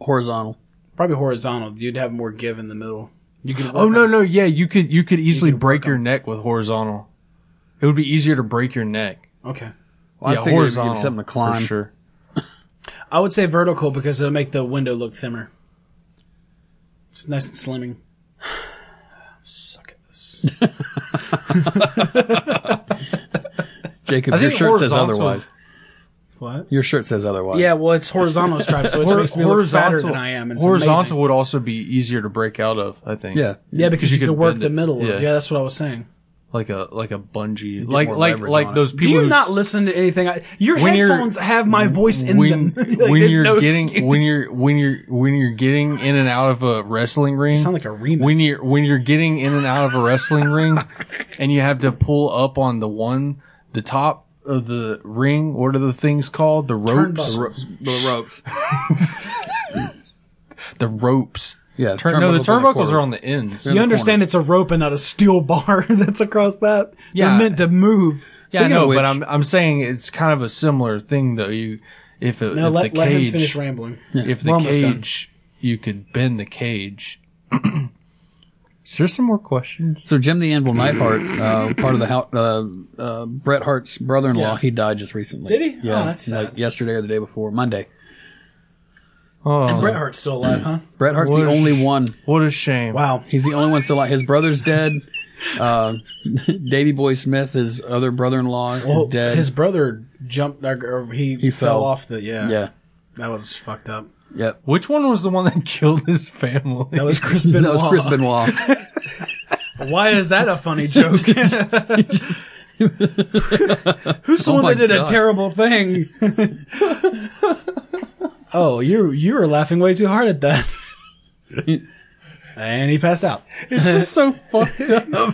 Horizontal. Probably horizontal. You'd have more give in the middle. You could Oh work no, on- no, yeah, you could you could easily could work break your on- neck with horizontal. It would be easier to break your neck. Oh. Okay. Well, yeah, I figured it'd give you horizontal. something to climb. For sure. I would say vertical because it'll make the window look thinner. It's nice and slimming. <sighs> Suck at this. Jacob, I your think shirt says horizontal- otherwise. What? Your shirt says otherwise. Yeah, well, it's horizontal stripes, so it Hor- makes me look fatter than I am. It's horizontal amazing. would also be easier to break out of, I think. Yeah. Yeah, because you, could work bend the it. middle. Yeah. Yeah. yeah, that's what I was saying. like a like a bungee, get like more like leverage on like it. those people. Do you who not s- listen to anything? I, your When you're- headphones have my voice in when, them. <laughs> Like, when there's you're no getting excuse. when you're when you're when you're getting in and out of a wrestling ring, sound like a remix. When you're when you're getting in and out of a <laughs> wrestling ring, and you have to pull up on the one the top of the ring. What are the things called? The ropes. Turnbuckles. The, The ropes. the ropes. Yeah. Turn, no, the and a turnbuckles quarter. are on the ends. you understand it's a rope and not a steel <laughs> bar that's across that. Yeah. They're meant to move. Yeah, I Speaking of know, but which- I'm I'm saying it's kind of a similar thing though. You if, it, Now if let, the let cage him finish rambling. if We're the almost done. cage you could bend the cage. <clears throat> Is there some more questions? So Jim the Anvil Neidhart, uh, part of the hou- uh, uh, Bret Hart's brother-in-law, Yeah. he died just recently. Did he? Yeah, Oh, that's sad. like yesterday or the day before, Monday. Oh, Bret Hart's still alive, huh? Bret Hart's What the a only sh- one. what a shame! Wow. He's the only one still alive. His brother's dead. <laughs> Uh, Davy Boy Smith, his other brother-in-law, Well, is dead. Oh, His brother jumped, or, or he, He fell. fell. off the. Yeah, yeah, that was <laughs> fucked up. yep. Which one was the one that <laughs> killed his family? That <laughs> was <laughs> Chris Benoit. That was Chris <laughs> Benoit. Why is that a funny <laughs> joke? Who's the Oh one my that did God. a <laughs> terrible thing? oh, you you were laughing way too hard at that. and he passed out. it's just <laughs> so fucked up.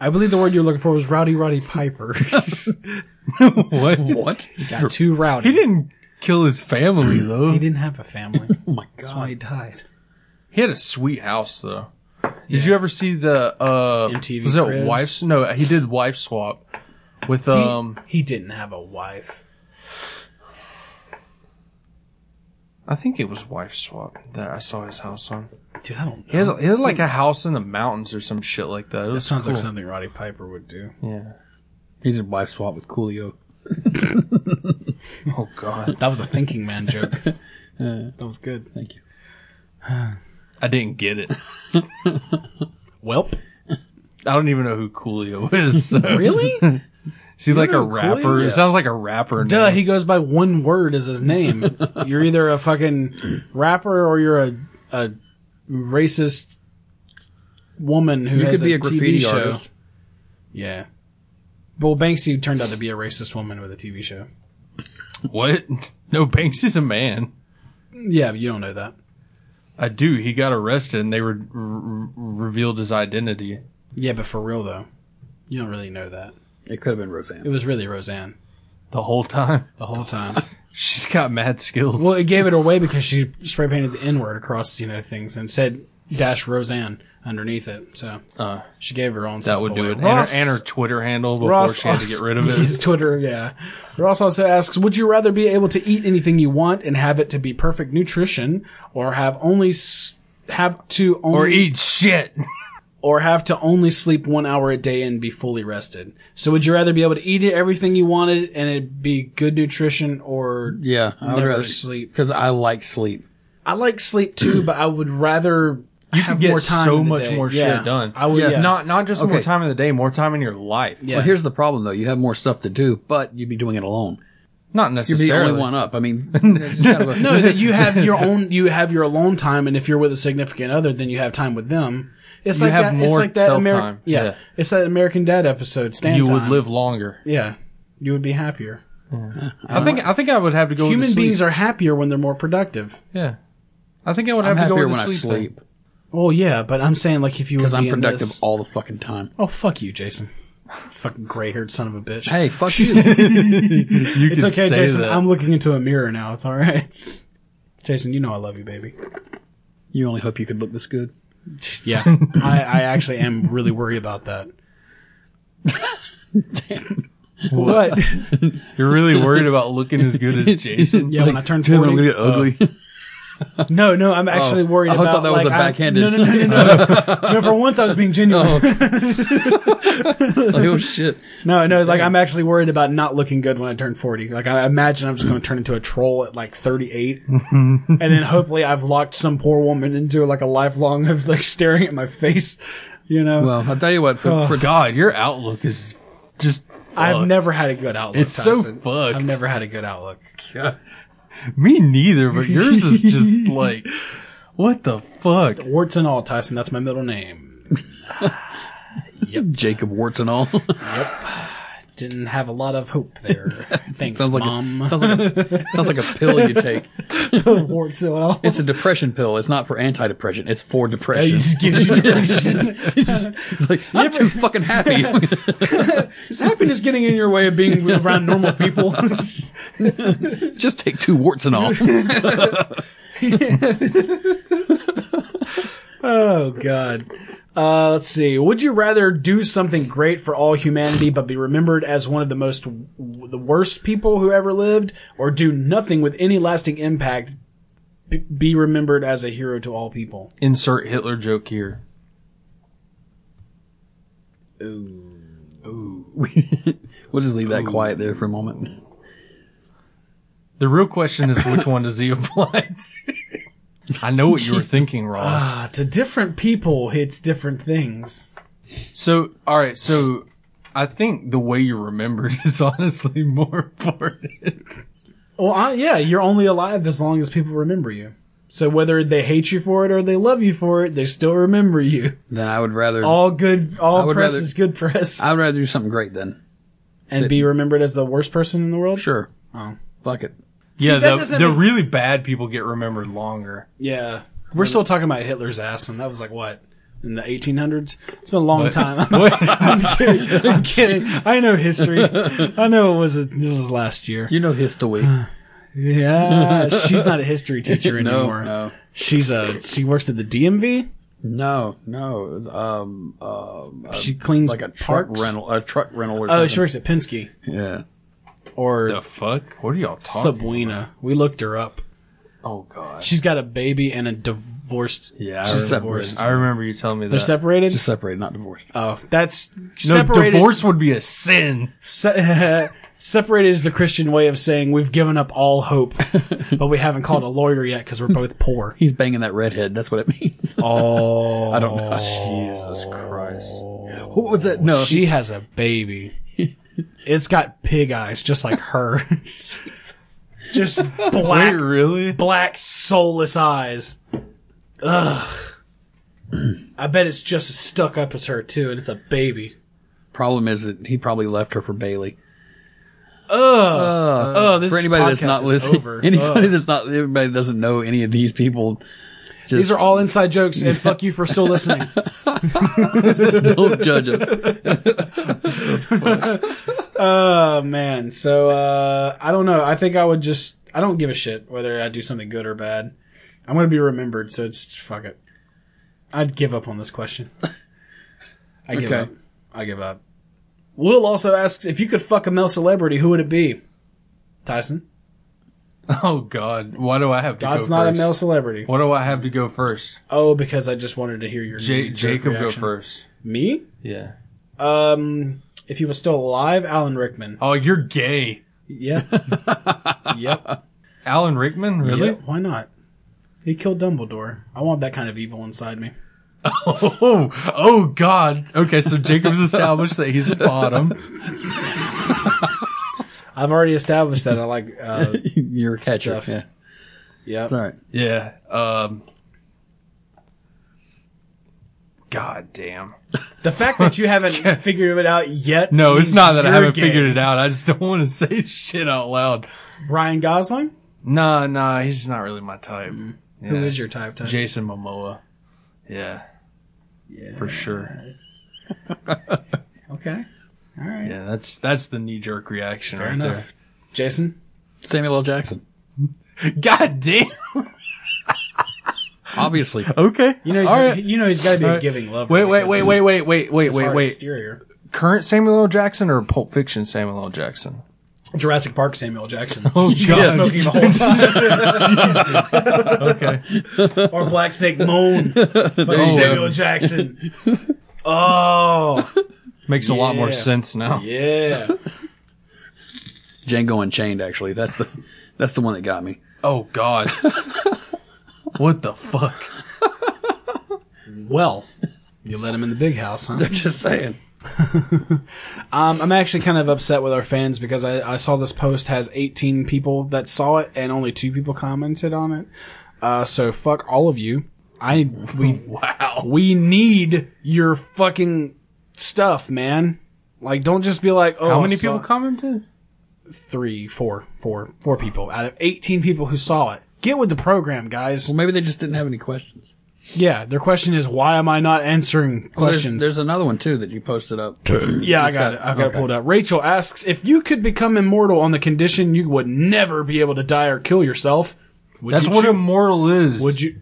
I believe the word you were looking for was rowdy <laughs> Roddy Piper. what? what? Got too rowdy. He didn't kill his family though. He He, didn't have a family. <laughs> Oh my That's god! why he died. had a sweet house though. Did you ever see the uh MTV was that Cribs? wife's? No, he did wife swap with um. he didn't have a wife. I think it was Wife Swap that I saw his house on. Dude, I don't know. He had, he had like a house in the mountains or some shit like that. It That was sounds like cool. something Roddy Piper would do. Yeah. He did wife swap with Coolio. Oh <laughs> god. That was a thinking <laughs> man joke. that was good. Thank you. I didn't get it. Welp. I don't even know who Coolio is. so- <laughs> Really? Is he like a know who Coolio rapper? It is? sounds like a rapper. Duh, name. he goes by one word as <laughs> his name. you're either a fucking rapper or you're a a racist woman who You has could be a graffiti TV show. artist. Yeah. Well, Banksy turned out to be a racist woman with a TV show. What? <laughs> No, Banksy's a man. Yeah, but you don't know that. I do. He got arrested and they were r- revealed his identity. Yeah, but for real though, you don't really know that. It could have been It Roseanne. was really Roseanne The whole time. <laughs> the whole time. She's got mad skills. well, it gave it away because she spray painted the N word across you know things and said dash Roseanne underneath it. So Uh, she gave her own. that would do it. And her, Oh, Ross, and her Twitter handle before Ross she had to also- get rid of <laughs> it. His Twitter, yeah. Ross also asks, would you rather be able to eat anything you want and have it to be perfect nutrition, or have only s- have to <laughs> only Or eat shit. or have to only sleep one hour a day and be fully rested? So would you rather be able to eat everything you wanted and it be good nutrition, or Yeah, I would Never rather sleep. because I like sleep. I like sleep too, but I would rather. have get more time so in the much day. more shit Yeah. done. I would Yeah. yeah. Not not just more Okay. time in the day, more time in your life. Yeah. Well, here's the problem though: you have more stuff to do, but you'd be doing it alone. Not You'd be the necessarily. only one up. I mean, it's kind of a- no, that you have <laughs> your own you have your alone time, and if you're with a significant other, then you have time with them. It's You like have that. it's more like that Ameri- self-time. Yeah, Yeah. it's that American Dad episode. Stand You would time. live longer. Yeah, you would be happier. I think I think I would have to go. Human with the beings sleep. are happier when they're more productive. Yeah. I think I would I'm have to go happier with the when I sleep. thing. sleep Well, yeah, but I'm saying like if you because were I'm productive This- all the fucking time. oh fuck you, Jason. <laughs> Fucking gray haired son of a bitch. Hey, fuck you. You it's could okay, say Jason. that. I'm looking into a mirror now. It's all right. <laughs> Jason, you know I love you, baby. you only hope you could look this good. <laughs> Yeah, I, I actually am really worried about that. What? <laughs> You're really worried about looking as <laughs> good as Jason. Yeah, when I turn <laughs> 40. get ugly. <laughs> No, no, I'm actually Oh, worried I about. thought that was like, a I'm- backhanded- No, no, no, no, no. no, for once I was being genuine. <laughs> oh shit! No, no, like I'm actually worried about not looking good when I turn 40. Like I imagine I'm just going to turn into a troll at <laughs> like 38, and then hopefully I've locked some poor woman into like a lifelong of like staring at my face. You know, Well, I'll tell you what. <laughs> For, for God, your outlook is just. uh, I've fucked. never had a good outlook. It's so Tyson. fucked. I've never had a good outlook. Me neither, but yours is <laughs> just like. What the fuck? Warts and all, Tyson. That's my middle name. Jacob Warts and all. <laughs> Didn't have a lot of hope there. Thanks, sounds like mom. a, sounds like a, sounds like a pill you take. warts and all. It's a depression pill. It's not for antidepressant. It's for depression. gives <laughs> you depression. It's like, I'm too fucking happy. Is happiness getting in your way of being <laughs> around normal people? <laughs> Just take two warts and all. oh God. Uh, let's see. Would you rather do something great for all humanity but be remembered as one of the most w- the worst people who ever lived, or do nothing with any lasting impact, b- be remembered as a hero to all people? Insert Hitler joke here. we'll just leave that Oh. quiet there for a moment. The real question is which one does he <laughs> apply to? I know what you were thinking, Ross. Ah, to different people, it's different things. So, all right. So, I think the way you're remembered <laughs> is honestly more important. Well, I, yeah, you're only alive as long as people remember you. So whether they hate you for it or they love you for it, they still remember you. Then I would rather All good, I all would press rather- is good press, I would rather do something great then. and be remembered as the worst person in the world. Sure. Oh. Fuck it. yeah, that the, doesn't the make- really bad people get remembered longer. Yeah, we're still talking about Hitler's ass, and that was like what in the 1800s. It's been a long time. <laughs> I'm, <laughs> kidding. I'm kidding. I know history. I know it was it was last year. You know history. Yeah, she's not a history teacher anymore. <laughs> no, no, She's a she works at the DMV. no, no. Um, um, uh, She cleans like a truck parks. rental, a truck rental or Oh, she something. works at Penske Yeah. or The fuck? What are y'all talking? Subwina. We looked her up. oh god. She's got a baby and a divorced. Yeah, I, She's remember, separated. I remember you telling me that. They're separated. Just uh, separated, not divorced. oh, that's no, separated. divorce would be a sin. <laughs> Se- <laughs> separated is the Christian way of saying we've given up <laughs> all hope, but we haven't called a lawyer yet because we're both poor. He's banging that redhead. That's what it <laughs> means. Oh, I don't know. Jesus Christ. What was Oh, that? <laughs> No. she has a baby. <laughs> It's got pig eyes, just <laughs> like her. <laughs> just Wait, black, really? <laughs> black, soulless eyes. Ugh. <clears throat> I bet it's just as stuck up as her too, and it's a baby. problem is that he probably left her for Bailey. Ugh. Uh, oh, this for anybody that's podcast not is listening, over. <laughs> anybody that's not, everybody that doesn't know any of these people. Just These are all inside <laughs> jokes, and fuck you for still listening. don't judge us. Oh man, so uh, I don't know. I think I would just I don't give a shit whether I do something good or bad. I'm gonna be remembered, so it's fuck it. I'd give up on this question. I give Okay. up. <laughs> I give up. Will also asks if you could fuck a male celebrity, who would it be? Tyson. Oh god. Why do I have to God's go not first? a male celebrity. What do I have to go first? Oh, because I just wanted to hear your J- jerk Jacob go reaction. first. Me? Yeah. Um, if he was still alive, Alan Rickman. Oh, you're gay. Yeah. yep. Alan Rickman, really? Yep, why not? He killed Dumbledore. I want that kind of evil inside me. <laughs> Oh, oh God. Okay, so Jacob's established that he's at bottom. I've already established that I like. <laughs> Uh, <laughs> You're a catcher. Stuff. Yeah. yeah. It's all right. Yeah. Um. God damn. The fact that you <laughs> haven't figured it out yet. No, it's not that I haven't figured figured it out. I just don't want to <laughs> say shit out loud. Ryan Gosling. Nah, nah, he's not really my type. Yeah. Mm-hmm. Who is your type? Tyson? Jason Momoa? Yeah. Yeah. For sure. Okay. All right. Yeah, that's that's the knee jerk reaction Fair right enough. Jason. Samuel L. Jackson. there. <laughs> God damn. Obviously. Okay. You know, he's, All right. you know, he's got to be a right. giving lover. Wait, wait, wait, because wait, wait, wait, wait, it's wait, hard wait. Exterior. Current Samuel L. Jackson or Pulp Fiction Samuel L. Jackson? Jurassic Park. Samuel Jackson. Oh, God. smoking the whole time. <laughs> Okay. or Black Snake <laughs> Moan. Fucking go. Samuel <laughs> Jackson. Oh Makes a lot more Yeah. sense now. yeah. Django Unchained, actually. That's the, <laughs> that's the one that got me. <laughs> Oh God. what the fuck? Well, you let him in the big house, huh? Just saying. Um, I'm actually kind of upset with our fans because I, I saw this post has 18 people that saw it and only two people commented on it. Uh, so fuck all of you. I we Wow. we need your fucking stuff, man. Like, don't just be like, oh, How I many saw- people commented? Three, four, four, four people out of 18 people who saw it. Get with the program, guys. Well, maybe they just didn't have any questions. Yeah, their question is, why am I not answering Well, there's- questions? There's, another one too that you posted up. yeah, I it's got- got, it. I got okay. it pulled up. Rachel asks, if you could become immortal on the condition you would never be able to die or kill yourself, would That's you what choo- immortal is. Would you?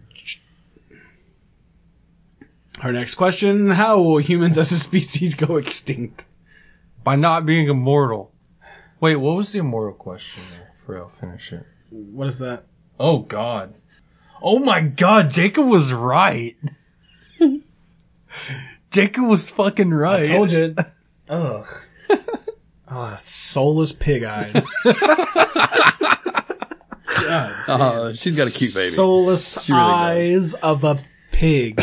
Her next question: How will humans as a species go extinct? by not being immortal. Wait, what was the immortal question there? For real, finish it. What is that? Oh God. Oh my God, Jacob was right. <laughs> Jacob was fucking right. I told <laughs> you. Ugh. Oh. Ah, soulless pig eyes. <laughs> Uh, she's got a cute baby. Soulless really eyes of a pig.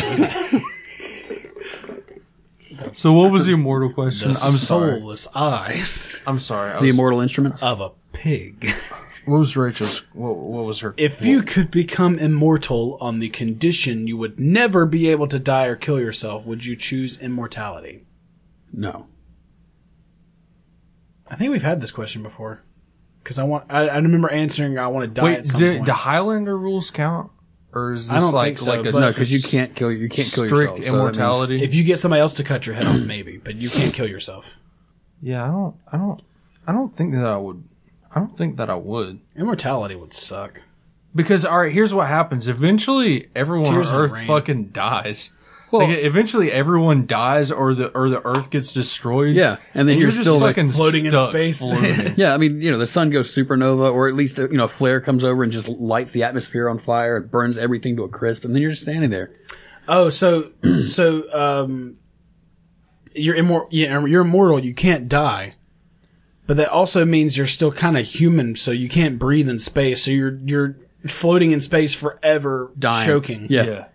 So what was the immortal question? I'm sorry. soulless eyes I'm sorry. I the was- immortal instruments. of a pig. what was Rachel's? What, what was her? If you could become immortal on the condition you would never be able to die or kill yourself, would you choose immortality? no. I think we've had this question before. Because I want, I, I remember answering, I want to die. Wait, at some do, point. do Highlander rules count, or is I this don't like think so, like a but- No, because Uh, you can't kill you can't kill strict yourself. so that means- immortality? If you get somebody else to cut your head off, maybe, but you can't kill yourself. yeah, I don't, I don't, I don't think that I would. I don't think that I would. Immortality would suck. Because all right, here's what happens. Eventually, everyone Tears on in the Earth rain. fucking dies. Well- like, eventually, everyone dies, or the or the Earth gets destroyed. Yeah, and then you're, just still like, fucking floating in stuck <laughs> space. floating. yeah. I mean, you know, the sun goes supernova, or at least uh, you know, a flare comes over and just lights the atmosphere on fire. It burns everything to a crisp, and then you're just standing there. Oh, so <clears throat> so um, you're immortal. Yeah, you're immortal. You can't die, but that also means you're still kind of human. So you can't breathe in space. So you're you're floating in space forever, Dying. choking, Yeah. yeah,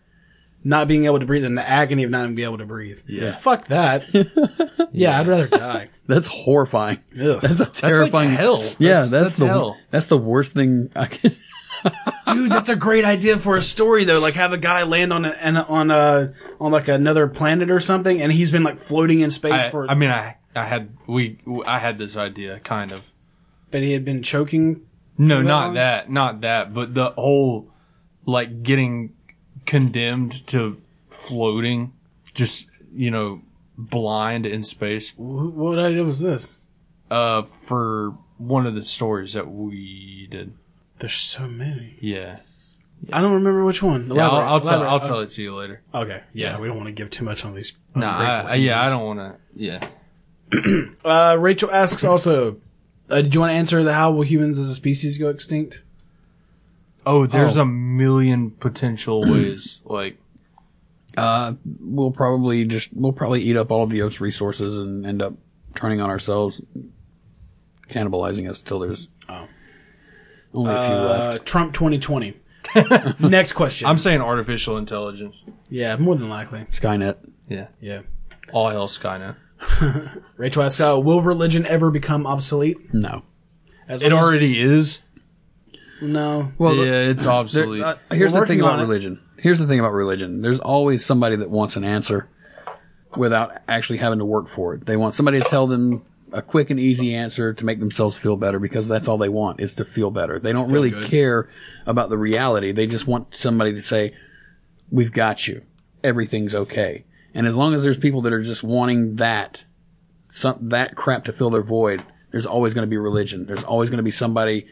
not being able to breathe, and the agony of not being able to breathe. Yeah, fuck that. yeah, I'd rather die. That's horrifying. <laughs> Ugh. That's a terrifying hell. Yeah, That's- that's, that's the hell. that's the worst thing I can. Dude, that's a great idea for a story though. Like have a guy land on a, an- on a on like another planet or something, and he's been like floating in space I, for. I mean, I I had we I had this idea kind of. but he had been choking. No, that not one? that, not that, but the whole like getting condemned to floating, just you know, blind in space. Wh- What idea was this? Uh, for one of the stories that we did. There's so many. Yeah, I don't remember which one. yeah. I'll, Elaborate, I'll tell. elaborate. I'll tell it to you later. Okay. Yeah, we don't want to give too much on these. No, I, I- yeah, I don't want to. Yeah, Uh, Rachel asks also, uh, did you want to answer the how will humans as a species go extinct? Oh, there's a million potential ways. Like, We'll probably just we'll probably eat up all of the Earth's resources and end up turning on ourselves, cannibalizing us till there's only a few left. Uh, <laughs> Trump 2020. Next question. I'm saying artificial intelligence. yeah, more than likely. Skynet. Yeah, Yeah. all hell Skynet. Rachel asks, uh, will religion ever become obsolete? No. As It long as- already is. No. Well, yeah, it's obsolete. Uh, here's We're the thing working about on it. religion. Here's the thing about religion. There's always somebody that wants an answer without actually having to work for it. They want somebody to tell them a quick and easy answer to make themselves feel better because that's all they want is to feel better. They don't really care about the reality. They just want somebody to say, "We've got you. Everything's okay." And as long as there's people that are just wanting that some, that crap to fill their void, there's always going to be religion. There's always going to be somebody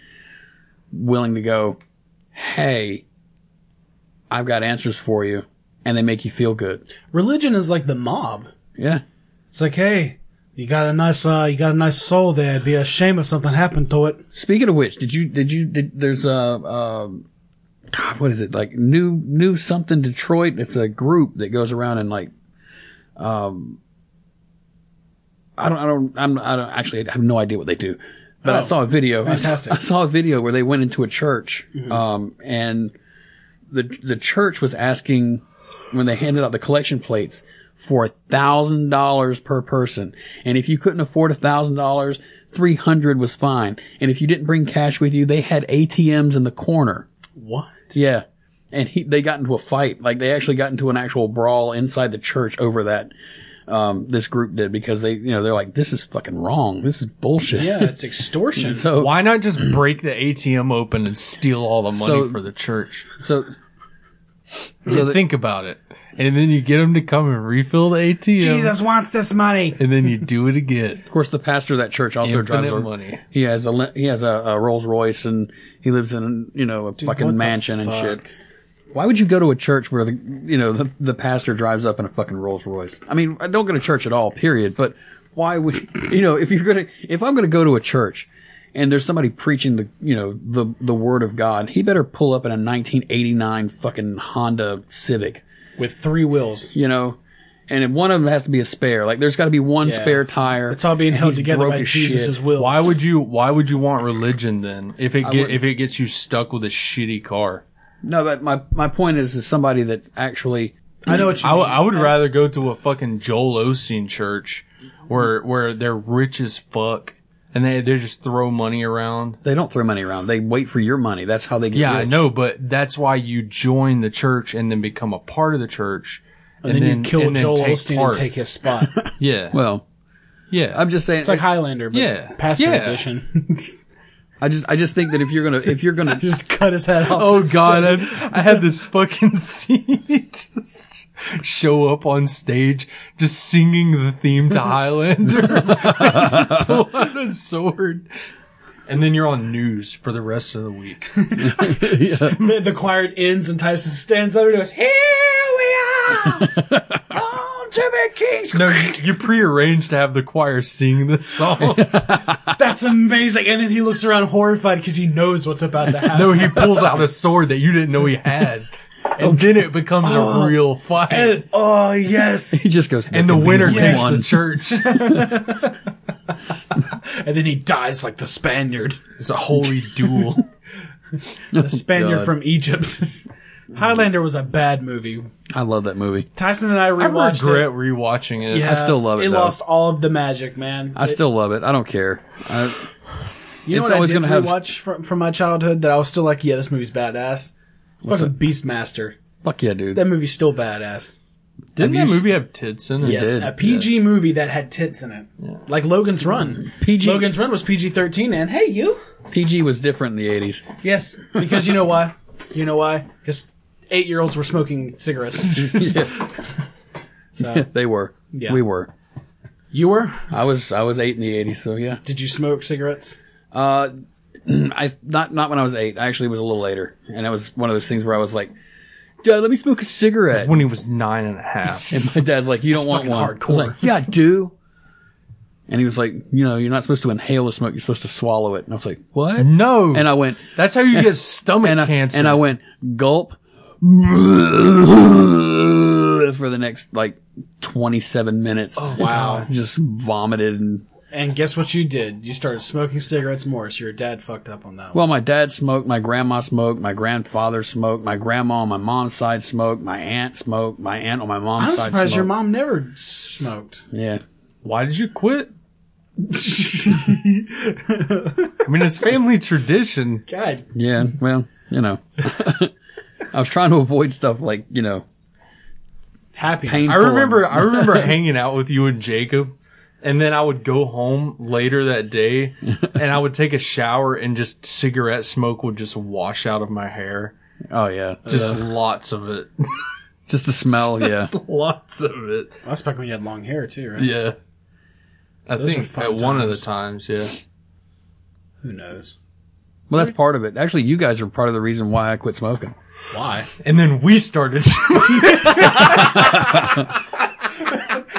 willing to go, "Hey, I've got answers for you," and they make you feel good. Religion is like the mob. Yeah, It's like, hey, you got a nice, uh, you got a nice soul there. It'd be a shame if something happened to it. Speaking of which, did you did you did, there's a um, God, what is it like new new something Detroit? It's a group that goes around and like um. I don't, I don't, I'm, I don't actually I have no idea what they do, but I saw a video. <laughs> I saw- fantastic. I saw, a video where they went into a church, um, and the, the church was asking when they handed out the collection plates for a thousand dollars per person. And if you couldn't afford a thousand dollars, 300 was fine. And if you didn't bring cash with you, they had ATMs in the corner. What? Yeah. And he, they got into a fight. Like they actually got into an actual brawl inside the church over that. um, this group did because they, you know, they're like, this is fucking wrong. This is bullshit. Yeah, it's <laughs> extortion. So, Why not just break the ATM open and steal all the money So- for the church? so, So think about it, and then you get them to come and refill the ATM, Jesus wants this money. and then you do it again. of course, the pastor of that church also drives <laughs> Infinite a, money. He has a li- he has a, a Rolls Royce and he lives in you know a what fucking the mansion and fuck? shit. Why would you go to a church where the you know the, the pastor drives up in a fucking Rolls Royce? I mean, I don't go to church at all, period. But why would <laughs> you know if you're gonna if I'm gonna go to a church and there's somebody preaching the you know the the word of God, he better pull up in a 1989 fucking Honda Civic, with three wills. you know. And if one of them has to be a spare. Like, there's got to be one Yeah. spare tire. It's all being and held he's together broke by as shit. Jesus' will. Why would you? Why would you want religion then? If it get, wouldn't. if it gets you stuck with a shitty car, No, but my my point is, is somebody that's actually I know what you I, w- mean. I would rather go to a fucking Joel Osteen church where where they're rich as fuck and they they just throw money around. they don't throw money around. They wait for your money. That's how they get. Yeah, I rich. know, but that's why you join the church and then become a part of the church. And, Then, you kill and then Joel take Osteen and part. take his spot. Yeah, Well, yeah. <laughs> I'm just saying. It's like Highlander, but Yeah. Pastor Yeah. Edition. <laughs> I just I just think that if you're gonna if you're gonna just cut his head off. Oh god, I, I had this fucking <laughs> scene just show up on stage just singing the theme to Highlander. <laughs> pull out a sword. And then you're on news for the rest of the week. the choir ends and Tyson stands up and goes, "Here we are, <laughs> on to the king's." <laughs> No, you, you prearranged to have the choir sing this song. <laughs> That's amazing. And then he looks around horrified because he knows what's about to <laughs> happen. No, he pulls out a sword that you didn't know he had. And then it becomes a real fight. Uh, And, <laughs> oh yes. <laughs> he just goes the "There can be winner only takes one." the <laughs> church. and then he dies like the Spaniard, It's a holy duel. <laughs> the Spaniard God. from Egypt. <laughs> Highlander was a bad movie. I love that movie. Tyson and I I rewatched regret it. rewatching it. Yeah, I still love it, It though. lost all of the magic, man. I It- still love it. I don't care. I, You know It's what always I did gonna have- rewatch from from my childhood that I was still like, yeah, this movie's badass. It's fucking Beastmaster. fuck yeah, dude. That movie's still badass. Didn't Have that you movie have tits in it? Yes, did, a PG movie that had tits in it, like Logan's Run. PG Logan's Run was PG thirteen, and hey, you. PG was different in the '80s. Yes, because you know why? You know why? Because eight year olds were smoking <laughs> cigarettes. <laughs> They were. Yeah. We were. you were? I was. I was eight in the '80s. So yeah. Did you smoke cigarettes? Uh, <clears throat> I not not when I was eight. I actually was a little later, and it was one of those things where I was like, "Dad, let me smoke a cigarette." When he was nine and a half. <laughs> And my dad's like, "You don't want fucking one." hardcore. I was like, yeah, I do. And he was like, "You know, you're not supposed to inhale the smoke. You're supposed to swallow it." And I was like, "What?" Mm-hmm. no. And I went, That's how <laughs> you get stomach and I, cancer. and I went, gulp for the next like 27 minutes. Oh, wow. Just vomited and And guess what you did? You started smoking cigarettes more, so your dad fucked up on that one. Well, my dad smoked, my grandma smoked, my grandfather smoked, my grandma on my mom's side smoked, my aunt smoked, my aunt on my mom's I'm side surprised your smoked. mom never s- smoked. Yeah. Why did you <laughs> quit? I mean, it's family tradition. God, Yeah. Well, you know. <laughs> I was trying to avoid stuff like, you know, happiness. painful. I remember, I <laughs> remember hanging out with you and Jacob, and then I would go home later that day, and I would take a shower, and just cigarette smoke would just wash out of my hair, Oh, yeah. Just, just lots of it, <laughs> just the <laughs> smell. Yeah. just lots of it. That's back when you had long hair too, right? Yeah, I Those were think fun at one of the times. times, yeah. Who knows Well, that's part of it. Actually, you guys are part of the reason why I quit smoking. why? And then we started. <laughs>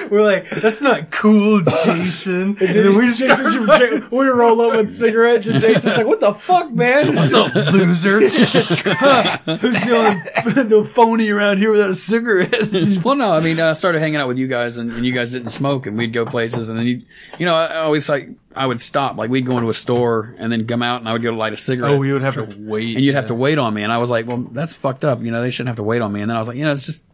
We're like, that's not cool, Jason. And then we just started we roll up with cigarettes, and Jason's like, "What the fuck, man? What's up, loser. <laughs> who's <laughs> the, the phony around here without a cigarette?" well, no, I mean, I started hanging out with you guys, and, and you guys didn't smoke, and we'd go places, and then you, you know, I, I always like, I would stop, like we'd go into a store, and then come out, and I would go light a cigarette. oh, we would have to wait. and you'd have to wait on me. And I was like, well, that's fucked up. You know, they shouldn't have to wait on me. And then I was like, you know, it's just,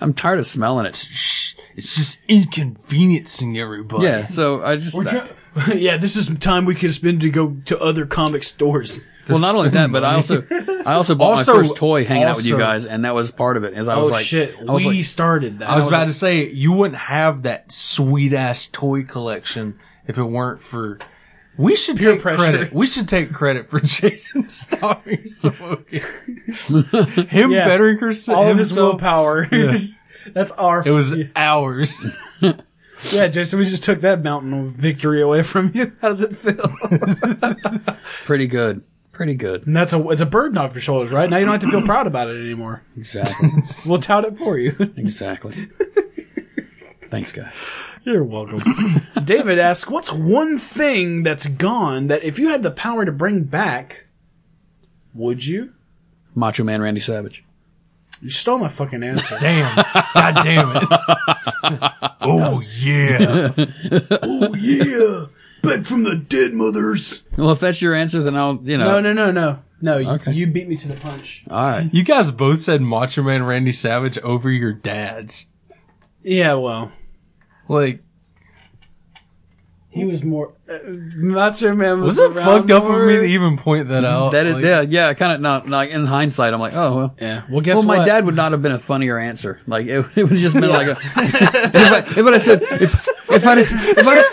I'm tired of smelling it. Shh, it's just inconveniencing everybody. Yeah. So I just, <laughs> yeah, this is time we could spend to go to other comic stores. Well, not only that, but I also I also bought Also- my first toy hanging out with you also- guys, and that was part of it. As I was Oh like, shit! I was we like, started that. I was about to say you wouldn't have that sweet ass toy collection if it weren't for. We should take pressure. credit. We should take credit for <laughs> Jason starring some of <laughs> it. him Yeah. bettering herself. all of his himself. <laughs> willpower. That's our. It was <laughs> hours. yeah, Jason. We just took that mountain of victory away from you. <laughs> How does it feel? pretty good, pretty good. And that's a it's a bird knock for shoulders, right? Now you don't have to feel proud about it anymore. <laughs> Exactly, We'll tout it for you. <laughs> exactly. Thanks, guys. You're welcome. David asks, "What's one thing that's gone that if you had the power to bring back, would you?" Macho Man Randy Savage. You stole my fucking answer. Damn. God damn <laughs> it. oh yeah. Oh, yeah, back from the dead, mothers. Well, if that's your answer, then I'll you know. No, no, no, no, no. you- Okay. You beat me to the punch. All right. You guys both said Macho Man Randy Savage over your dads. Yeah, well, Like he was more uh, Macho Man. was Was, it around Mm-hmm. fucked up for more. me to even point that out? That is, Like, yeah, yeah, kind of not, like in hindsight, I'm like, oh, well. Yeah. Well, guess well, my <laughs> what? dad would not have been a funnier answer. Like, it, it would have just been like a, if I, if I'd have said, if, if I'd have, if I'd have,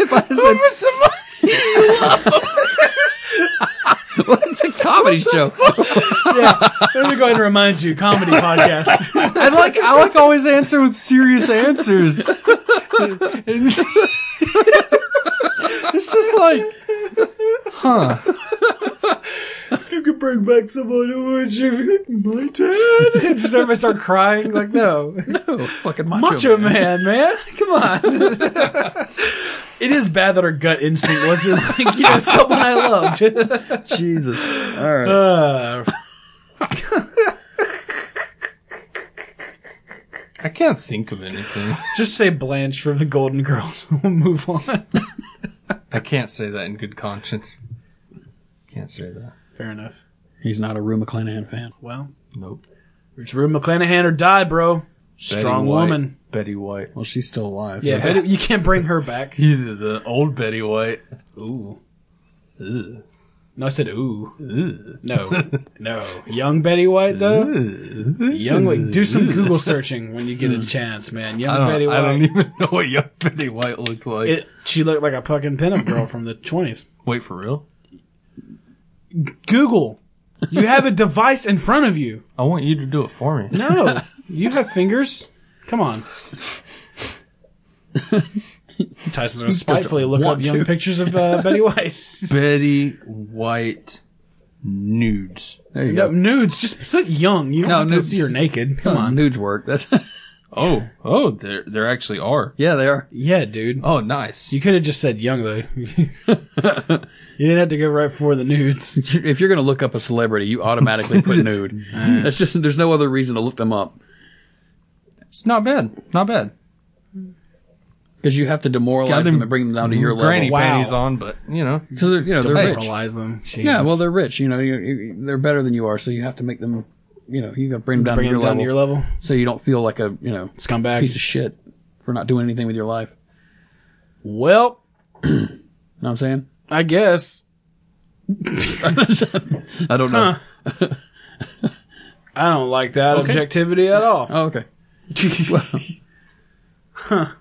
if I'd have said, well, it's a comedy show. Let me go ahead and remind you, comedy podcast. I like I like always answer with serious answers. And- it's just like if you could bring back someone, who would you? My dad. <laughs> just everybody start crying. Like No. Oh, fucking macho, Macho man. Man, man. Come on. it is bad that our gut instinct was to think, <laughs> you know, someone I loved. <laughs> Jesus. All right. Uh, I can't think of anything. <laughs> just say Blanche from the Golden Girls <laughs> and we'll move on. I can't say that in good conscience. Can't say that. Fair enough. He's not a Rue McClanahan fan. Well, Nope. it's Rue McClanahan or die, bro. Betty Strong White. woman. Betty White. Well, she's still alive. Yeah, Betty- you can't bring her back. He's the old Betty White. Ooh. Ugh. No, I said ooh. Ugh. <laughs> No, no. Young Betty White though. Young, White- do some Google searching when you get a chance, man. I Young don't, Betty White. <laughs> I don't even know what young <laughs> Betty White looked like. It, she looked like a fucking pinup girl from the twenties. Wait for real? <laughs> Google. You have a device in front of you. I want you to do it for me. No, you have fingers. Come <laughs> on. Tyson's gonna spitefully look up want young to. pictures of uh, Betty White. Betty White nudes. There you <laughs> No, go. nudes, just put young. You don't No, have nudes. to see her naked. Come Come on. on, nudes work. That's <laughs> Oh, oh, there, there actually are. yeah, they are. Yeah, dude. Oh, nice. You could have just said young though. <laughs> you <laughs> didn't have to go right for the <laughs> nudes. If you're gonna look up a celebrity, you automatically put nude. That's just there's no other reason to look them up it's not bad. Not bad. because you have to demoralize Got them them and bring them down to Mm, your Granny level. panties on, but you know, Because they're you know they're rich. Realize them. Jesus. Yeah, well, they're rich. You know, you, you, they're better than you are, so you have to make them. You know, you got to bring them down, bring to, your them down to your level, level. so you don't feel like a you know Scumbag. piece of shit for not doing anything with your life. well, You know what I'm saying? I guess I don't know. I don't like that objectivity at all. Oh, okay. I'm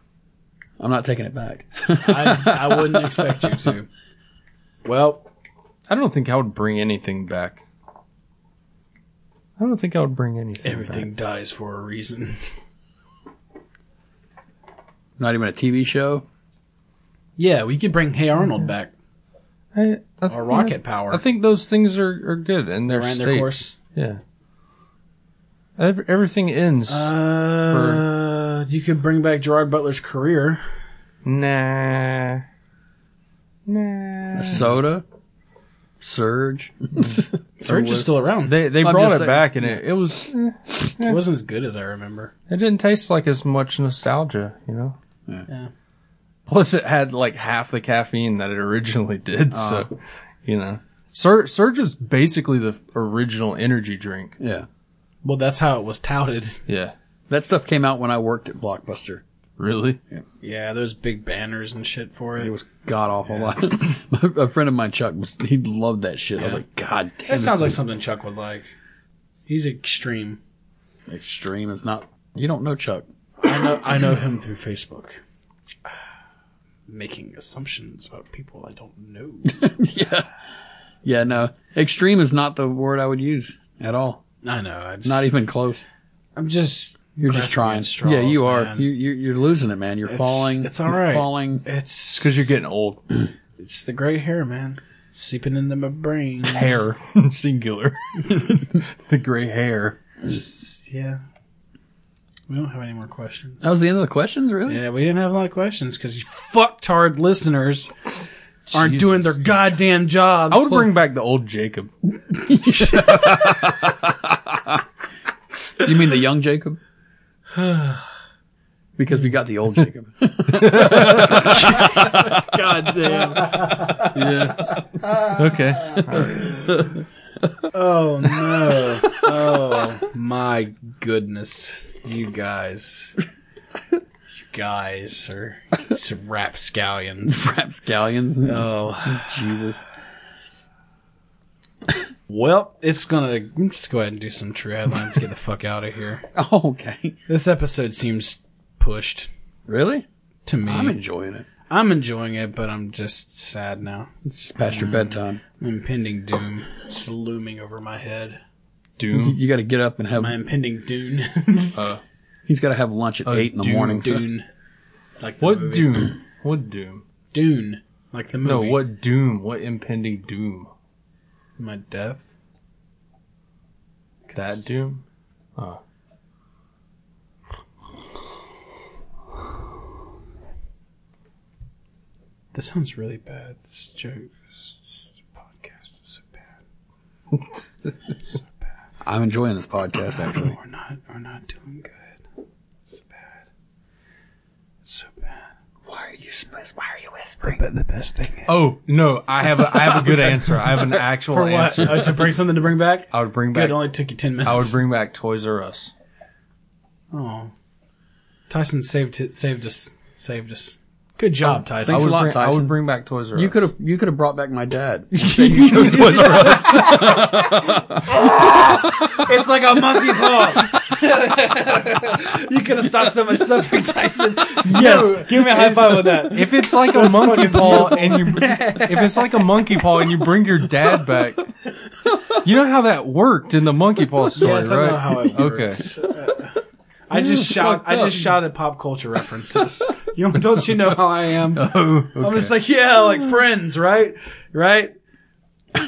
not taking it back. I, I <laughs> wouldn't expect you to. Well, I don't think I would bring anything back. I don't think I would bring anything. everything dies for a reason. Not even a TV show. Yeah, we could bring Hey Arnold back Back. I, Uh, I think, or Rocket Power. I think those things are, are good and they're ran state. their course. Yeah. Ev- everything ends. Uh, you could bring back Gerard Butler's career. nah. Nah. Soda. Surge. Surge is still around. They they I'm brought it just saying- back and it, it was eh, It wasn't as good as I remember. it didn't taste like as much nostalgia, you know. Yeah. Plus, it had like half the caffeine that it originally Uh-huh. did. So, you know, Sur- Surge was basically the original energy drink. Yeah. Well, that's how it was touted. Yeah. That stuff came out when I worked at Blockbuster. Really? <laughs> Yeah, those big banners and shit for it. It was god awful. <laughs> a friend of mine, Chuck, was, he loved that shit. I was Yeah. like, God damn, that this sounds like is something Chuck would like. He's extreme. extreme. It's not. You don't know Chuck. <laughs> I <clears throat> know Uh, I know him through Facebook. <sighs> Making assumptions about people I don't know. Yeah, no. Extreme is not the word I would use at all. <laughs> I know. I just, Not even close. I'm just. You're just grasping at trying. straws, yeah, you are. man. You, you, you're losing it, man. You're It's- falling. it's all You're right. Falling. It's Because you're getting old. It's the gray hair, man, seeping into my <laughs> brain. Hair. <laughs> Singular. the gray hair. yeah. We don't have any more questions. That was the end of the questions, really? Yeah, we didn't have a lot of questions because you fucktard listeners aren't Jesus. doing their goddamn jobs. I would bring back the old Jacob. You mean the young <sighs> Jacob? Because we got the old Jacob. <laughs> God damn. yeah. Okay. <laughs> Oh no! oh my goodness! You guys, you guys are <laughs> just rapscallions. Rapscallions. Oh, Jesus. <laughs> well, it's gonna. Let's go ahead and do some true headlines. Get the fuck out of here. Oh, okay. This episode seems pushed Really? to me. I'm enjoying it. I'm enjoying it, but I'm just sad now. It's just past your bedtime. Impending doom is looming over my head. Doom. You got to get up and have. My impending dune. <laughs> He's got to have lunch at eight in the dude, morning. dune. Like the What movie. doom? What doom? Dune. Like the movie. No, what doom? What impending doom? My death. That doom? This sounds really bad. This joke, this, this podcast is so bad. I'm enjoying this podcast actually. We're not, we're not doing good. It's bad. It's so bad. Why are you? But the best thing is, Oh no, I have a I have a good answer. I have an actual for what? answer. Uh, <laughs> to bring something to bring back. I would bring Good, back it only took you ten minutes. I would bring back Toys R Us. Oh, Tyson saved it, saved us, saved us. Good job, Tyson. I Thanks would, a lot, bring, I Tyson. would bring back Toys R Us. You could have. You could have brought back my <laughs> dad. <laughs> It's like a monkey paw. <laughs> <laughs> you could have stopped so much suffering, Tyson. <laughs> Yes, give me a high five <laughs> with that. if it's like a monkey paw and you if it's like a monkey paw and you bring your dad back you know how that worked in the monkey paw story Yes, I right know how it okay <laughs> I just shout. fucked I up. just shout at pop culture references. <laughs> you don't, don't you know how I am? oh <laughs> okay. I'm just like, yeah, like friends, right? Right?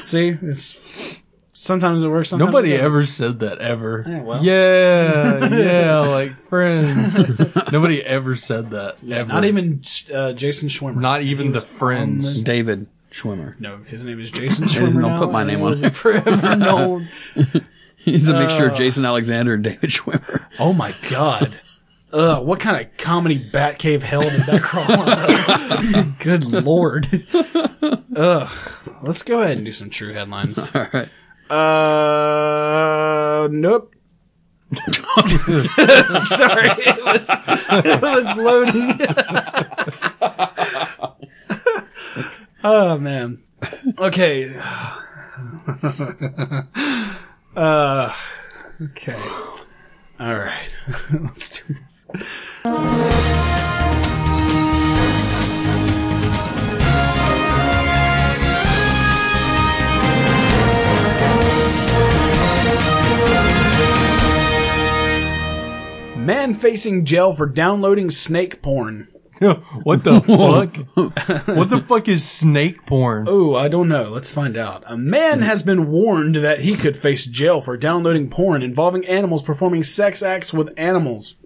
See, it's sometimes it works. Sometimes nobody it doesn't. ever said that ever Yeah, well. yeah <laughs> yeah like friends <laughs> nobody ever said that ever Not even uh, Jason Schwimmer. not even the was friends David Schwimmer. no, his name is <laughs> Jason Don't Schwimmer. now, put my name on and it. <laughs> Forever known. <laughs> He's a mixture of Jason Alexander and David Schwimmer. <laughs> Oh my god. Ugh, what kind of comedy Batcave hell did that crawl on? <laughs> Good lord. Ugh. Let's go ahead and do some true headlines. <laughs> All right. Uh, <laughs> nope. Sorry, it was, it was loading. <laughs> oh man. Okay. uh, okay. All right. Let's do this. Man facing jail for downloading snake porn. <laughs> what the fuck what the fuck is snake porn Oh, I don't know. Let's find out. A man has been warned that he could face jail for downloading porn involving animals performing sex acts with animals.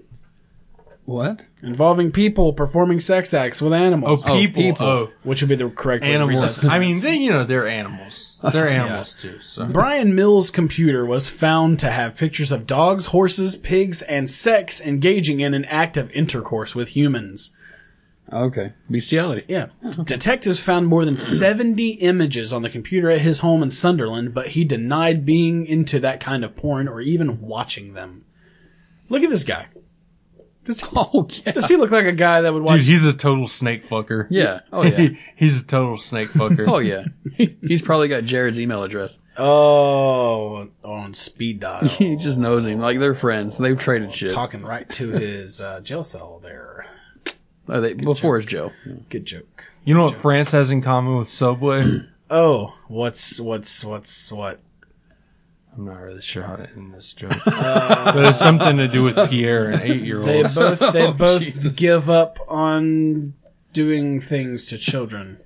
What? Involving people performing sex acts with oh animals. people people. oh Which would be the correct way to read animals. <laughs> that. I mean, they, you know, they're <laughs> animals. They're animals too. So Brian Mills' computer was found to have pictures of dogs, horses, pigs, and sex engaging in an act of intercourse with humans. Okay. Bestiality. Yeah. Detectives found more than 70 images on the computer at his home in Sunderland, but he denied being into that kind of porn or even watching them. Look at this guy. Does he, Oh yeah. does he look like a guy that would watch? Dude, he's a total snake fucker. Yeah. <laughs> Oh yeah. he's a total snake fucker. Oh yeah. <laughs> He's probably got Jared's email address. Oh, on speed dial. He just knows him. Like they're friends. They've traded shit. Talking right to his uh, jail cell there. Oh, they, before it's Joe. Good joke. You know what France has in common with Subway? Oh, what's what's what's what? I'm not really sure how to end this <laughs> joke, but it's something to do with Pierre, an Uh, They eight-year-old. both they both give up on doing things to children.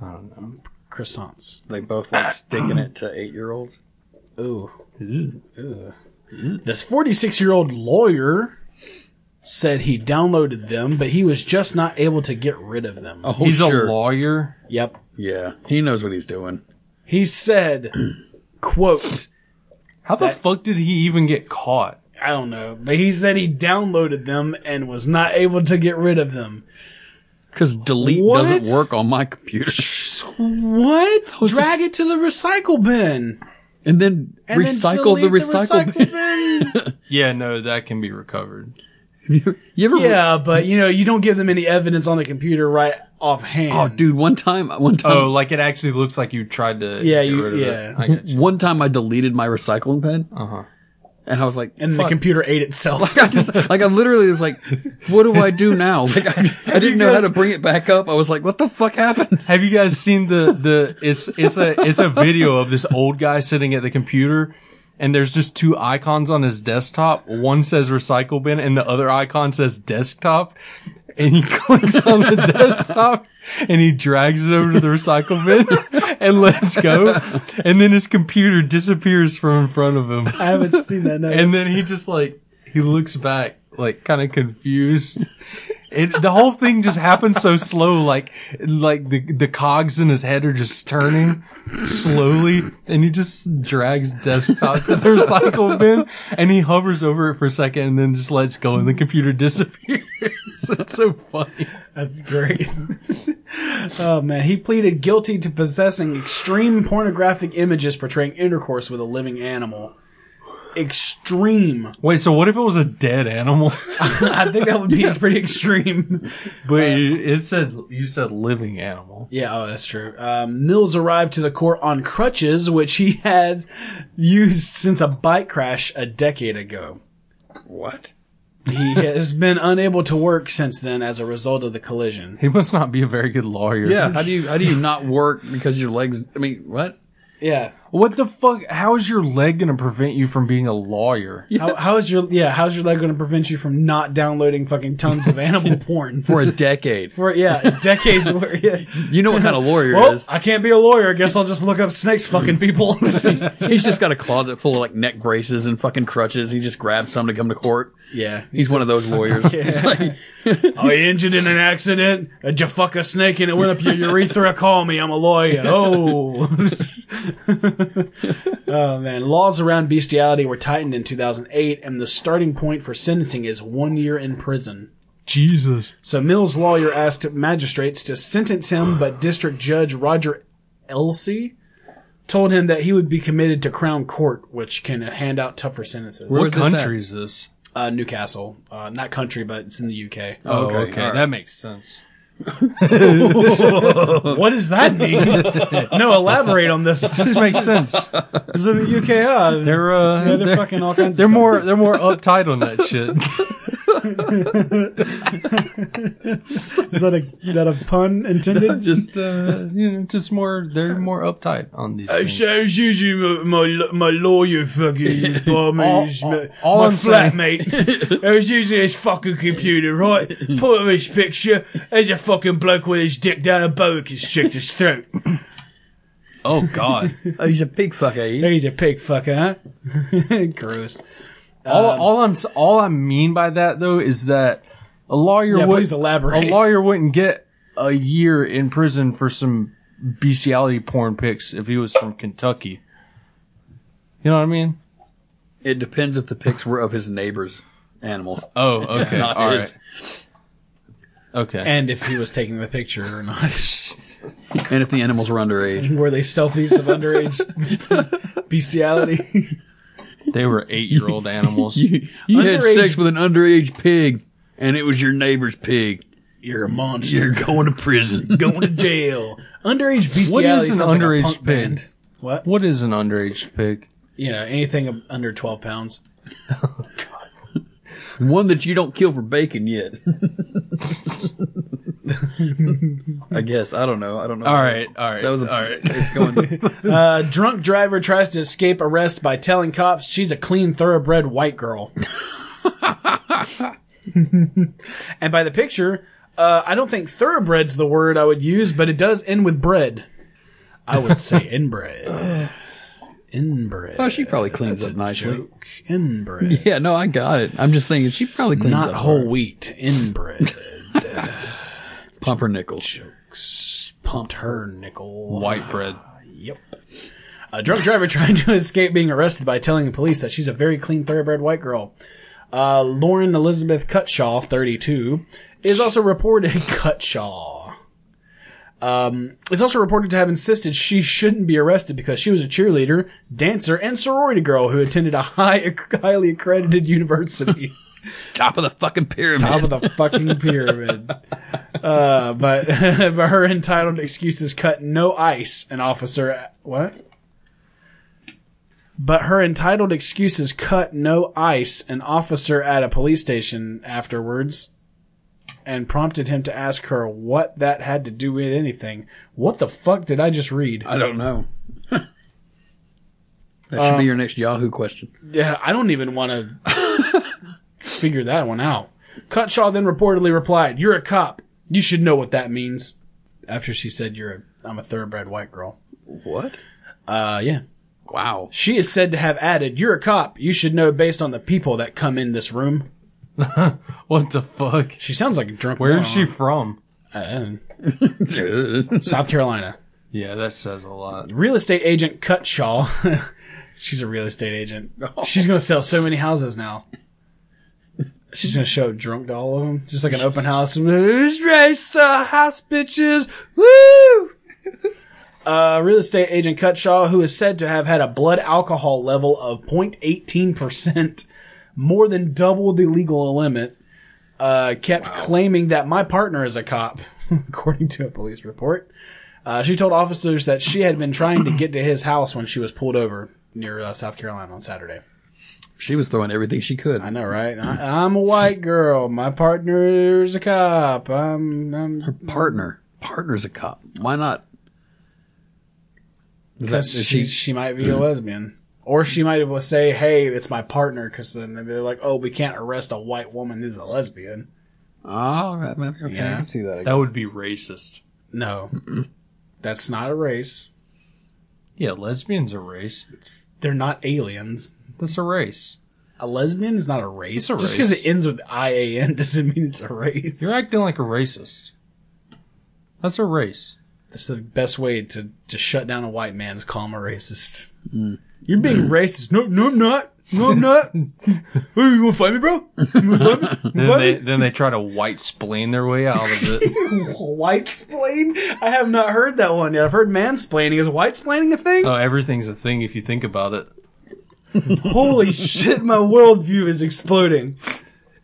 I don't know. Croissants. They both <coughs> like sticking it to eight year olds. Ooh. Ugh. This 46 year old lawyer said he downloaded them, but he was just not able to get rid of them. Oh, He's sure. a lawyer. Yep. Yeah. He knows what he's doing. He said, <clears throat> quote, How the fuck did he even get caught? I don't know, but he said he downloaded them and was not able to get rid of them. Because delete What? doesn't work on my computer. What? Drag it to the recycle bin. And then and then recycle the delete recycle. bin. recycle <laughs> bin. Yeah, no, that can be recovered. you ever? Yeah, but you know, you don't give them any evidence on the computer right offhand. Oh, dude. One time. One time. Oh, like it actually looks like you tried to. Yeah, get you- rid of yeah. It. I get you. One time I deleted my recycling pen. Uh huh. And I was like, And the fuck. computer ate itself. <laughs> I just like I literally was like, what do I do now? Like I, I didn't know how to bring it back up. I was like, what the fuck happened? Have you guys seen the the? It's it's a it's a video of this old guy sitting at the computer, and there's just two icons on his desktop. One says recycle bin, and the other icon says desktop. And he <laughs> clicks on the desktop, and he drags it over to the recycle bin, <laughs> and lets go. And then his computer disappears from in front of him. <laughs> I haven't seen that. No. And then he just like he looks back like kind of confused. It, the whole thing just happened so slow, like like the the cogs in his head are just turning slowly, and he just drags desktop to the recycle bin, and he hovers over it for a second, and then just lets go, and the computer disappears. <laughs> It's so funny. <laughs> That's great. <laughs> oh man, he pleaded guilty to possessing extreme pornographic images portraying intercourse with a living animal. Extreme. Wait, so what if it was a dead animal? <laughs> I think that would <laughs> be pretty extreme. But it, it said you said living animal. Yeah, oh, that's true. Um, Mills arrived to the court on crutches, which he had used since a bike crash a decade ago. What? He has been unable to work since then as a result of the collision. He must not be a very good lawyer. Yeah. How do you how do you not work because your legs? I mean, what? Yeah. What the fuck? How is your leg going to prevent you from being a lawyer? How, how is your yeah? How's your leg going to prevent you from not downloading fucking tons <laughs> of animal porn For a decade. for yeah decades? Where, yeah. <laughs> You know what kind of lawyer it Well, is. I can't be a lawyer. I guess I'll just look up snakes <laughs> fucking people. <laughs> He's just got a closet full of like neck braces and fucking crutches. He just grabs some to come to court. yeah. He's one of those lawyers. It's like, Oh, you injured in an accident? Did you fuck a snake and it went up your urethra? Call me. I'm a lawyer. Oh. <laughs> oh, man. Laws around bestiality were tightened in 2008, and the starting point for sentencing is one year in prison. Jesus. So Mills' lawyer asked magistrates to sentence him, but District Judge Roger Elsey told him that he would be committed to Crown Court, which can hand out tougher sentences. What Where's this at? country is this? Uh, Newcastle. Uh, not country, but it's in the UK. Oh, okay, all right. makes <laughs> sense. What does that mean? <laughs> no, elaborate on this. This makes sense. It's in the UK. Yeah, they're, They're uh, they're, they're fucking all kinds. they're of more they're more uptight on that <laughs> shit. Stuff. Is that a is that a pun intended? <laughs> just uh, you know, just more they're more uptight on these things. Shows usually my my, my lawyer <laughs> fucking bombers All- all- all I'm saying- <laughs> flatmate. it was using his fucking computer, right? Put up his picture. There's a fucking bloke with his dick down a boa constrictor's throat. Oh God. oh, he's a pig fucker. He's- He's a pig fucker, huh? <laughs> Gross. all Um, all I'm s- all I mean by that though is that a lawyer Yeah, would please elaborate. a lawyer wouldn't get a year in prison for some bestiality porn pics if he was from Kentucky. You know what I mean? It depends if the pics were of his neighbor's animals. Oh, <laughs> okay. Not all his. right. Okay. And if he was taking the picture or not. <laughs> And if the animals were underage. Were they selfies of underage <laughs> bestiality? They were eight year <laughs> old animals. You, you had Underage- sex with an underage pig, and it was your neighbor's pig. You're a monster. You're <laughs> going to prison. Going to jail. Underage bestiality. What is an sounds like a underage punk pig? band. What? What is an underage pig? You know, anything ab- under 12 pounds. One that you don't kill for bacon yet. I guess I don't know. I don't know. All right, all right. that was a, all right. It's going. A Uh, drunk driver tries to escape arrest by telling cops she's a clean thoroughbred white girl. <laughs> and by the picture, uh, I don't think thoroughbred's the word I would use, but it does end with bread. I would <laughs> say inbred. Oh, inbred. <laughs> Oh, she probably cleans up nicely. Joke. Inbred. Yeah, no, I got it. I'm just thinking she probably cleans Not up whole wheat. <laughs> Inbred. pumpernickel. Pumped her nickel. White bread. Yep. A drunk driver <laughs> trying to escape being arrested by telling police that she's a very clean thoroughbred white girl. Uh, Lauren Elizabeth Cutshaw, 32, is also reported <laughs> Cutshaw. Um, is also reported to have insisted she shouldn't be arrested because she was a cheerleader, dancer, and sorority girl who attended a high, <laughs> highly accredited <laughs> university. Top of the fucking pyramid. Top of the fucking pyramid. Uh, but, <laughs> but her entitled excuses cut no ice, an officer. What? But her entitled excuses cut no ice, an officer at a police station afterwards, and prompted him to ask her what that had to do with anything. What the fuck did I just read? I don't know. Uh, that should be your next Yahoo question. Yeah, I don't even want <laughs> to figure that one out. Cutshaw then reportedly replied, "You're a cop. You should know what that means." After she said, "You're a, I'm a thoroughbred white girl." What? Uh, yeah. Wow. She is said to have added, "You're a cop. You should know based on the people that come in this room." What the fuck? She sounds like a drunk. Where is she moron. from? Uh, That's South Carolina. Yeah, that says a lot. Real estate agent Cutshaw. <laughs> She's a real estate agent. She's gonna sell so many houses now. She's gonna show up drunk to all of them, just like an open house. Who's race uh, house bitches? Woo! Uh, real estate agent Cutshaw, who is said to have had a blood alcohol level of 0.18 percent, more than double the legal limit, uh, kept claiming that my partner is a cop, <laughs> according to a police report. Uh, she told officers that she had been trying to get to his house when she was pulled over near uh, South Carolina on Saturday. <laughs> She was throwing everything she could. I know, right? I, I'm a <laughs> white girl. My partner's a cop. I'm, I'm Partner. Partner's a cop. Why not? Is that, 'cause is she, Mm-hmm. she, she might be a lesbian. Or she might have say, hey, it's my partner, because then they're like, oh, we can't arrest a white woman who's a lesbian. all right, man. Oh, Okay, I Yeah. can see that. That would be racist. <clears throat> No. That's not a race. Yeah, lesbians are race. They're not aliens. That's a race. A lesbian is not a race. It's a Just race. because it ends with I-A-N <laughs> doesn't mean it's a race. You're acting like a racist. That's a race. That's the best way to, to shut down a white man is call him a racist. Mm. You're being racist. No, no, I'm not. No, I'm <laughs> not. hey, you want to fight me, bro? You want to fight me? Then What? they then they try to white splain their way out of <laughs> it. White splain? I have not heard that one yet. I've heard mansplaining. Is white splaining a thing? oh, everything's a thing if you think about it. <laughs> Holy shit, my worldview is exploding.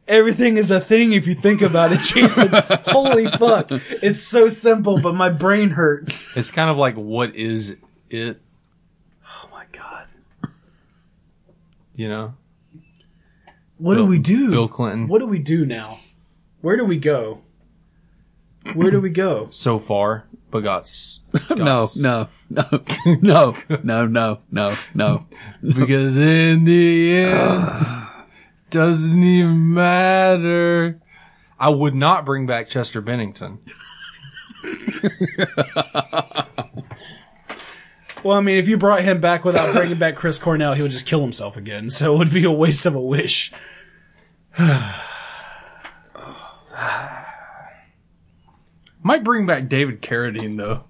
Everything is a thing if you think about <laughs> it, Jason. Holy fuck. It's so simple, but my brain hurts. It's kind of like what is it? Oh my god. You know, What Bill- do we do? Bill Clinton. What do we do now? Where do we go? Where do we go? So far, but got s- got No, s- no, no, <laughs> no, no, no, no, no. because in the end, doesn't even matter. I would not bring back Chester Bennington. Well, I mean, if you brought him back without bringing back Chris Cornell, he would just kill himself again. So it would be a waste of a wish. Might bring back David Carradine though.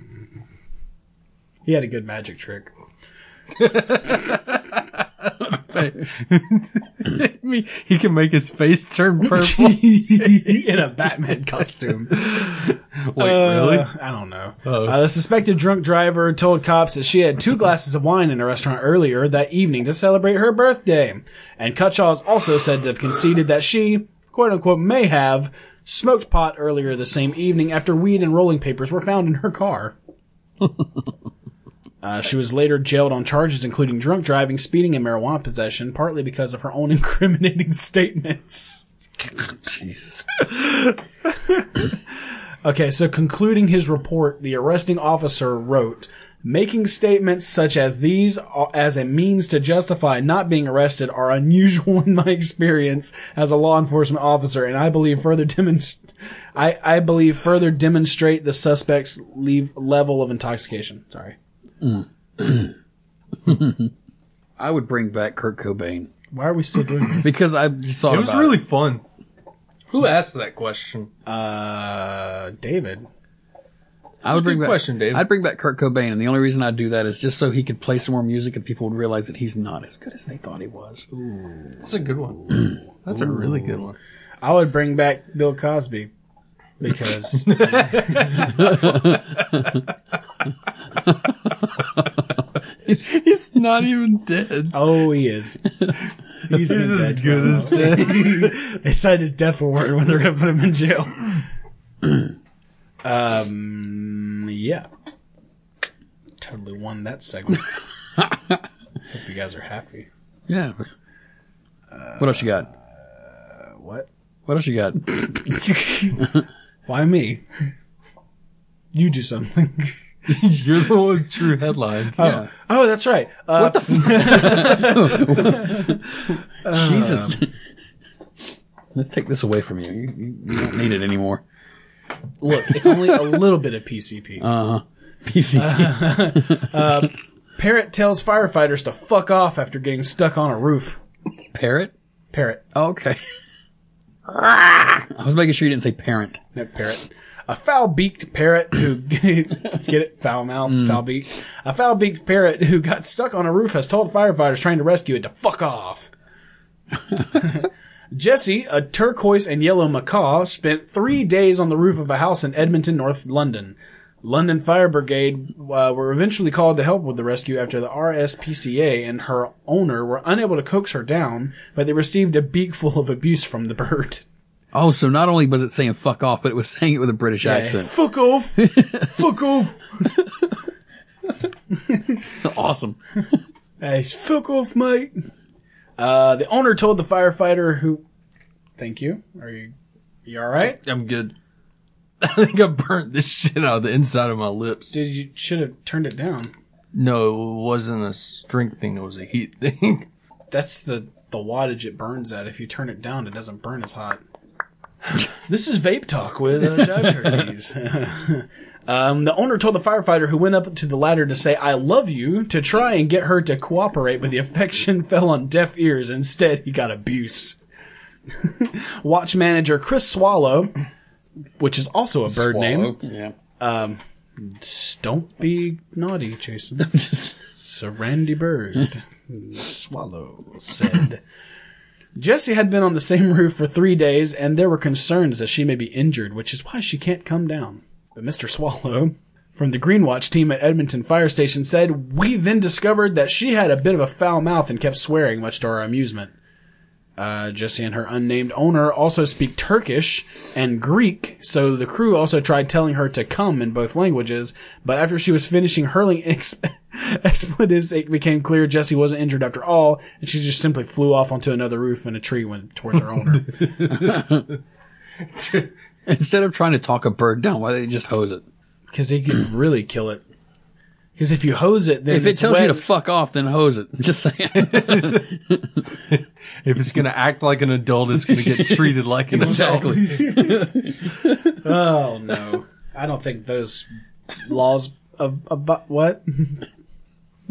<laughs> He had a good magic trick. right. <laughs> I mean, he can make his face <laughs> turn purple. in a Batman costume. Wait, really? Uh, I don't know. Oh. Uh, the suspected drunk driver told cops that she had two glasses of wine in a restaurant earlier that evening to celebrate her birthday. And Cutshaw is also said to have conceded that she, quote unquote, may have smoked pot earlier the same evening after weed and rolling papers were found in <laughs> her car. Uh, she was later jailed on charges including drunk driving, speeding, and marijuana possession, partly because of her own <laughs> incriminating statements. Okay, so concluding his report, the arresting officer wrote, Making statements such as these are- as a means to justify not being arrested are unusual <laughs> in my experience as a law enforcement officer, and I believe further demonst- I, I believe further demonstrate the suspect's leave level of intoxication. Sorry. I would bring back Kurt Cobain Why are we still doing this? because I thought It was about really fun. Who asked that question? Uh, David. I That's would a bring good back, question, Dave. I'd bring back Kurt Cobain, and the only reason I'd do that is just so he could play some more music and people would realize that he's not as good as they thought he was. That's a good one. <clears throat> That's a really good one. I would bring back Bill Cosby <laughs> because <laughs> He's not even dead. oh, he <laughs> is. He's He's been as dead good as dead. <laughs> they signed his death warrant when they're gonna put him in jail. <clears throat> um, yeah, totally won that <laughs> segment. Hope you guys are happy. Yeah. Uh, what else you got? What? uh, What else you got? Why me? You do something. <laughs> <laughs> You're the one with true headlines. Yeah. Oh, that's right. Uh, what the? Jesus. Let's take this away from you. You, you- you don't need it anymore. <laughs> look, it's only a little bit of PCP. PC. Parrot tells firefighters to fuck off after getting stuck on a roof. parrot? Parrot. Oh, okay. <laughs> I was making sure you didn't say parent. No, parrot. A foul beaked parrot who <laughs> get it foul mouth foul beaked. A foul beaked parrot who got stuck on a roof has told firefighters trying to rescue it to fuck off. <laughs> Jesse, a turquoise and yellow macaw, spent three days on the roof of a house in Edmonton, North London. London Fire Brigade uh, were eventually called to help with the rescue after the RSPCA and her owner were unable to coax her down, but they received a beakful of abuse from the bird. Oh, so not only was it saying fuck off, but it was saying it with a British accent. <laughs> Fuck off! fuck off! awesome. Hey, fuck off, mate. Uh, the owner told the firefighter who. Thank you. Are you, you all right? I'm good. <laughs> I think I burnt the shit out of the inside of my lips. Dude, you should have turned it down. No, it wasn't a strength thing. It was a heat thing. <laughs> That's the the wattage it burns at. If you turn it down, it doesn't burn as hot. this is vape talk with uh, Jive Turkeys. <laughs> um, the owner told the firefighter who went up to the ladder to say "I love you" to try and get her to cooperate, but the affection <laughs> fell on deaf ears. Instead, he got abuse. <laughs> Watch manager Chris Swallow, which is also a bird name. Yeah. Shh, Don't be naughty, Jason. Sir Randy Bird, Swallow said. Jessie had been on the same <laughs> roof for three days, and there were concerns that she may be injured, which is why she can't come down. But Mr. Swallow, from the Green Watch team at Edmonton Fire Station, said, We then discovered that she had a bit of a foul mouth and kept swearing, much to our amusement. Uh, Jessie and her unnamed owner also speak Turkish and Greek, so the crew also tried telling her to come in both languages, but after she was finishing hurling ex- <laughs> expletives, it became clear Jessie wasn't injured after all, and she just simply flew off onto another roof and a tree went towards her <laughs> owner. Instead of trying to talk a bird down, why don't they just hose it? Because they could really kill it. Because if you hose it, then If it it's tells wet. you to fuck off, then hose it. <laughs> Just <laughs> saying. If it's gonna act like an adult, it's gonna <laughs> get treated like an adult. oh no, I don't think those laws of about what.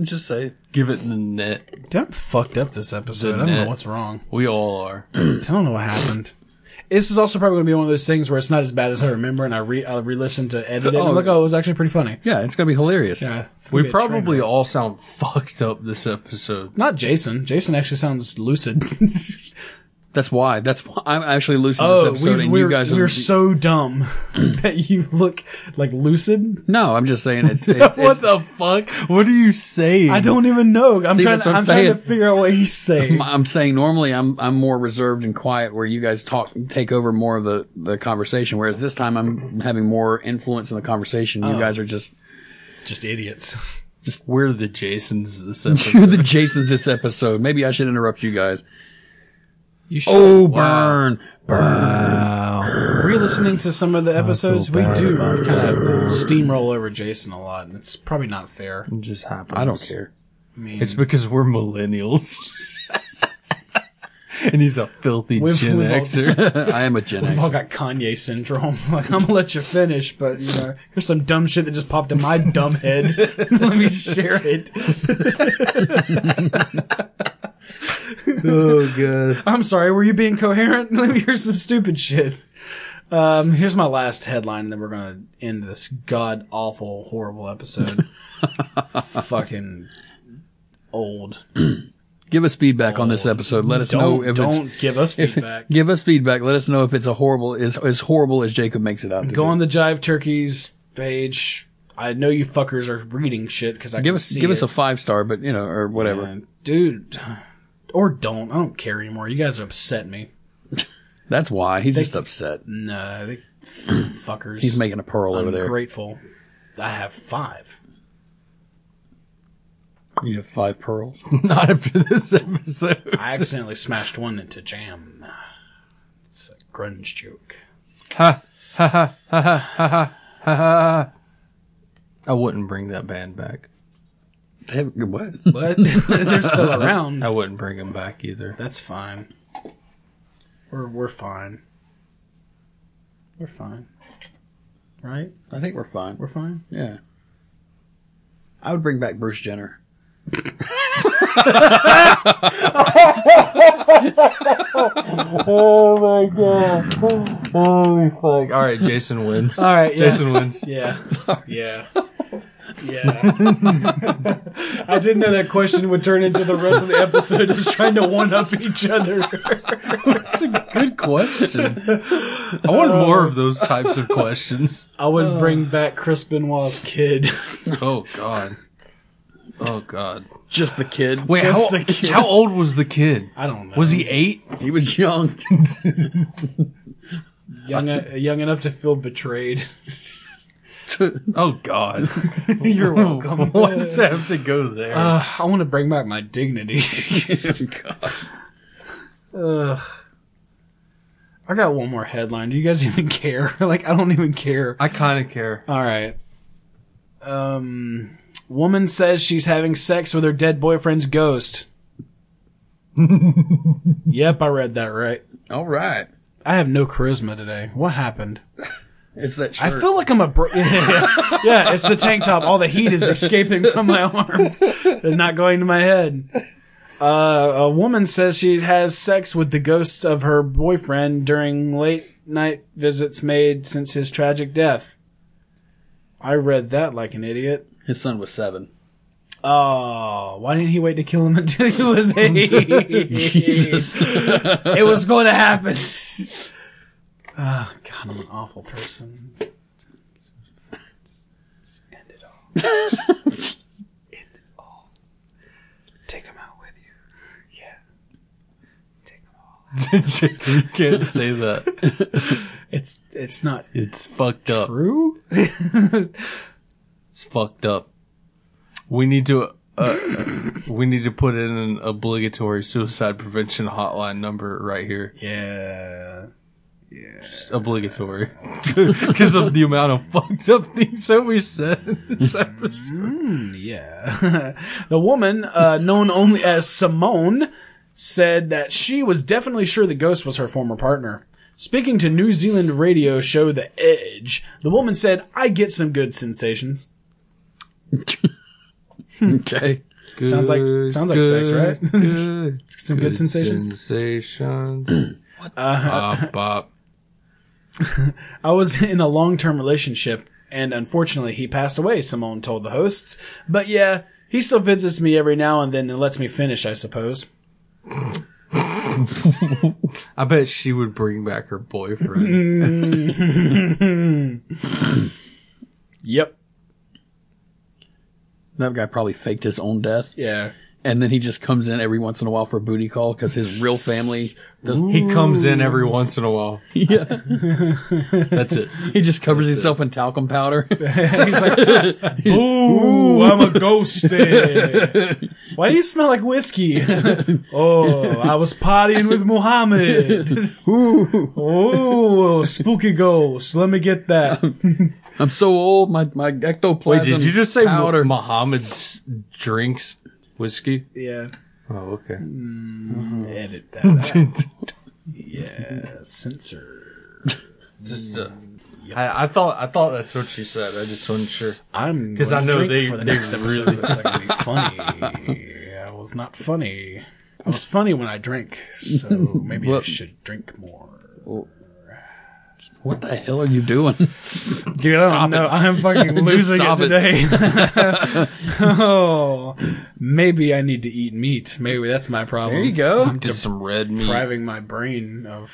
just say. Give it in the net. Damn, fucked up this episode. I The don't know net. what's wrong. We all are. I don't know what happened. This is also probably going to be one of those things where it's not as bad as I remember, and I re I re-listened to edit it. and Oh, I'm like, yeah. oh, it was actually pretty funny. Yeah, it's gonna be hilarious. Yeah, it's gonna We be a train probably wreck. all sound fucked up this episode. not Jason. Jason actually <laughs> sounds lucid. That's why. That's why I'm actually losing this episode, and Oh, we're, you guys we're are. <clears throat> so dumb that you look like lucid. no, I'm just saying it's. it's, What it's the fuck? What are you saying? I don't even know. I'm Hmm. See, trying. that's To, what I'm, I'm trying to saying. figure out what <laughs> he's saying. I'm saying normally I'm I'm more reserved and quiet, where you guys talk take over more of the the conversation. Whereas this time I'm having more influence in the conversation. You guys are just <laughs> Just idiots. We're the Jasons <laughs> this episode. the Jasons this episode. Maybe I should interrupt you guys. You should Oh, burn, re-listening to some of the episodes. We do kind of steamroll over Jason a lot, and it's probably not fair. It just happened. I don't care. <laughs> I mean, It's because we're millennials. <laughs> and he's a filthy We've- Gen we've all- Xer. I am a Gen We've X. all got Kanye syndrome. <laughs> Like I'm gonna let you finish, but you know, here's some dumb shit that just popped in my dumb head. <laughs> <laughs> let me share it. <laughs> oh god. I'm sorry. Were you being coherent? <laughs> Let me hear some stupid shit. Um, here's my last headline, and then we're gonna end this god awful, <laughs> horrible episode. Fucking old. Give us feedback on this episode. Let us know <laughs> Don't if it's. don't give us feedback. Give us feedback. Let us know if it's a horrible, is as horrible as Jacob makes it out. To Go be. on the Jive Turkeys page. I know you fuckers are reading shit because I Give can us, see give us it. a five star, but you know, or whatever. Man, dude. Or don't. I don't care anymore. You guys upset me. That's why he's just upset. No, they <clears throat> fuckers. He's making a pearl I'm over there. grateful. I have five. You have five pearls. Not after this episode. I accidentally smashed one into jam. It's a grunge joke. I wouldn't bring that band back. They have- what? But <laughs> they're still around. I wouldn't bring him back either. That's fine. We're we're fine. We're fine. Right? I think we're fine. We're fine. Yeah. I would bring back Bruce Jenner. Holy fuck. All right, Jason wins. All right, yeah. Jason wins. <laughs> Yeah. Yeah. Yeah. <laughs> I didn't know that question would turn into the rest of the episode just trying to one up each other. <laughs> That's a good question. Oh. I want more of those types of questions. I would bring back Chris Benoit's kid. Oh god. Oh god. Just the kid. <laughs> Wait, how, Just the kid. how old was the kid? I don't know. Was he eight? He was young. young, uh, young enough to feel betrayed? Oh <laughs> god. <laughs> <laughs> You're welcome. Why does it have to go there? Uh, I want to bring back my dignity. I got one more headline. Do you guys even care? <laughs> like, I don't even care. I kind of care. All right. Um, woman says she's having sex with her dead boyfriend's ghost. yep, I read that right. All right. I have no charisma today. What happened? It's that I feel like I'm a bro- <laughs> yeah, yeah, it's the tank top. All the heat is escaping from my arms and not going to my head. Uh, a woman says she has sex with the ghost of her boyfriend during late night visits made since his tragic death. I read that like an idiot. His son was seven. Oh, why didn't he wait to kill him until he <laughs> was eight? Jesus. <laughs> it was going to happen. Oh, God, I'm an awful person. Just end it all. Just <laughs> end it all. Take him out with you. Yeah. Take him <laughs> all. you can't say that. It's, it's not It's fucked up. true. It's fucked up. We need to. Uh, we need to put in an obligatory suicide prevention hotline number right here. Yeah. Just obligatory <laughs> because of the amount of fucked up things that we said. in this episode. Yeah. <laughs> the woman, uh, known only as Simone, said that she was definitely sure the ghost was her former partner. Speaking to New Zealand radio show The Edge, the woman said, I get some good sensations. Okay. Sounds like- sounds like sex, right? Good, <laughs> Some good, sensations. Uh-huh. sensations. Uh, bop, bop. I was in a long term relationship, and unfortunately, he passed away, Simone told the hosts. But yeah, he still visits me every now and then and lets me finish, I suppose. I bet she would bring back her boyfriend. Yep. That guy probably faked his own death, Yeah. and then he just comes in every once in a while for a booty call because his real family. Does, he comes in every once in a <laughs> while. yeah, That's it. he just covers himself in talcum powder. <laughs> He's like, Ooh, I'm a ghosted. <laughs> Why do you smell like whiskey? <laughs> oh, I was partying <laughs> with Muhammad. Ooh. Ooh, spooky ghost. Let me get that. I'm so old. My my ectoplasm. Wait, did you just say powder? Muhammad's drinks whiskey? Yeah. Oh, okay. Edit that out. <laughs> yeah. Censor. Just, uh, I, I thought I thought that's what she said. I just wasn't sure. I'm 'Cause I gonna know drink they- for the they next episode. really- <laughs> It's not gonna be funny. I was not funny. I was funny when I drank, so maybe I What? should drink more. What the hell are you doing? Dude, I don't know. I'm fucking <laughs> losing it stop it. today. <laughs> <laughs> oh, maybe I need to eat meat. Maybe that's my problem. There you <laughs> go. I'm Just some red meat. depriving my brain of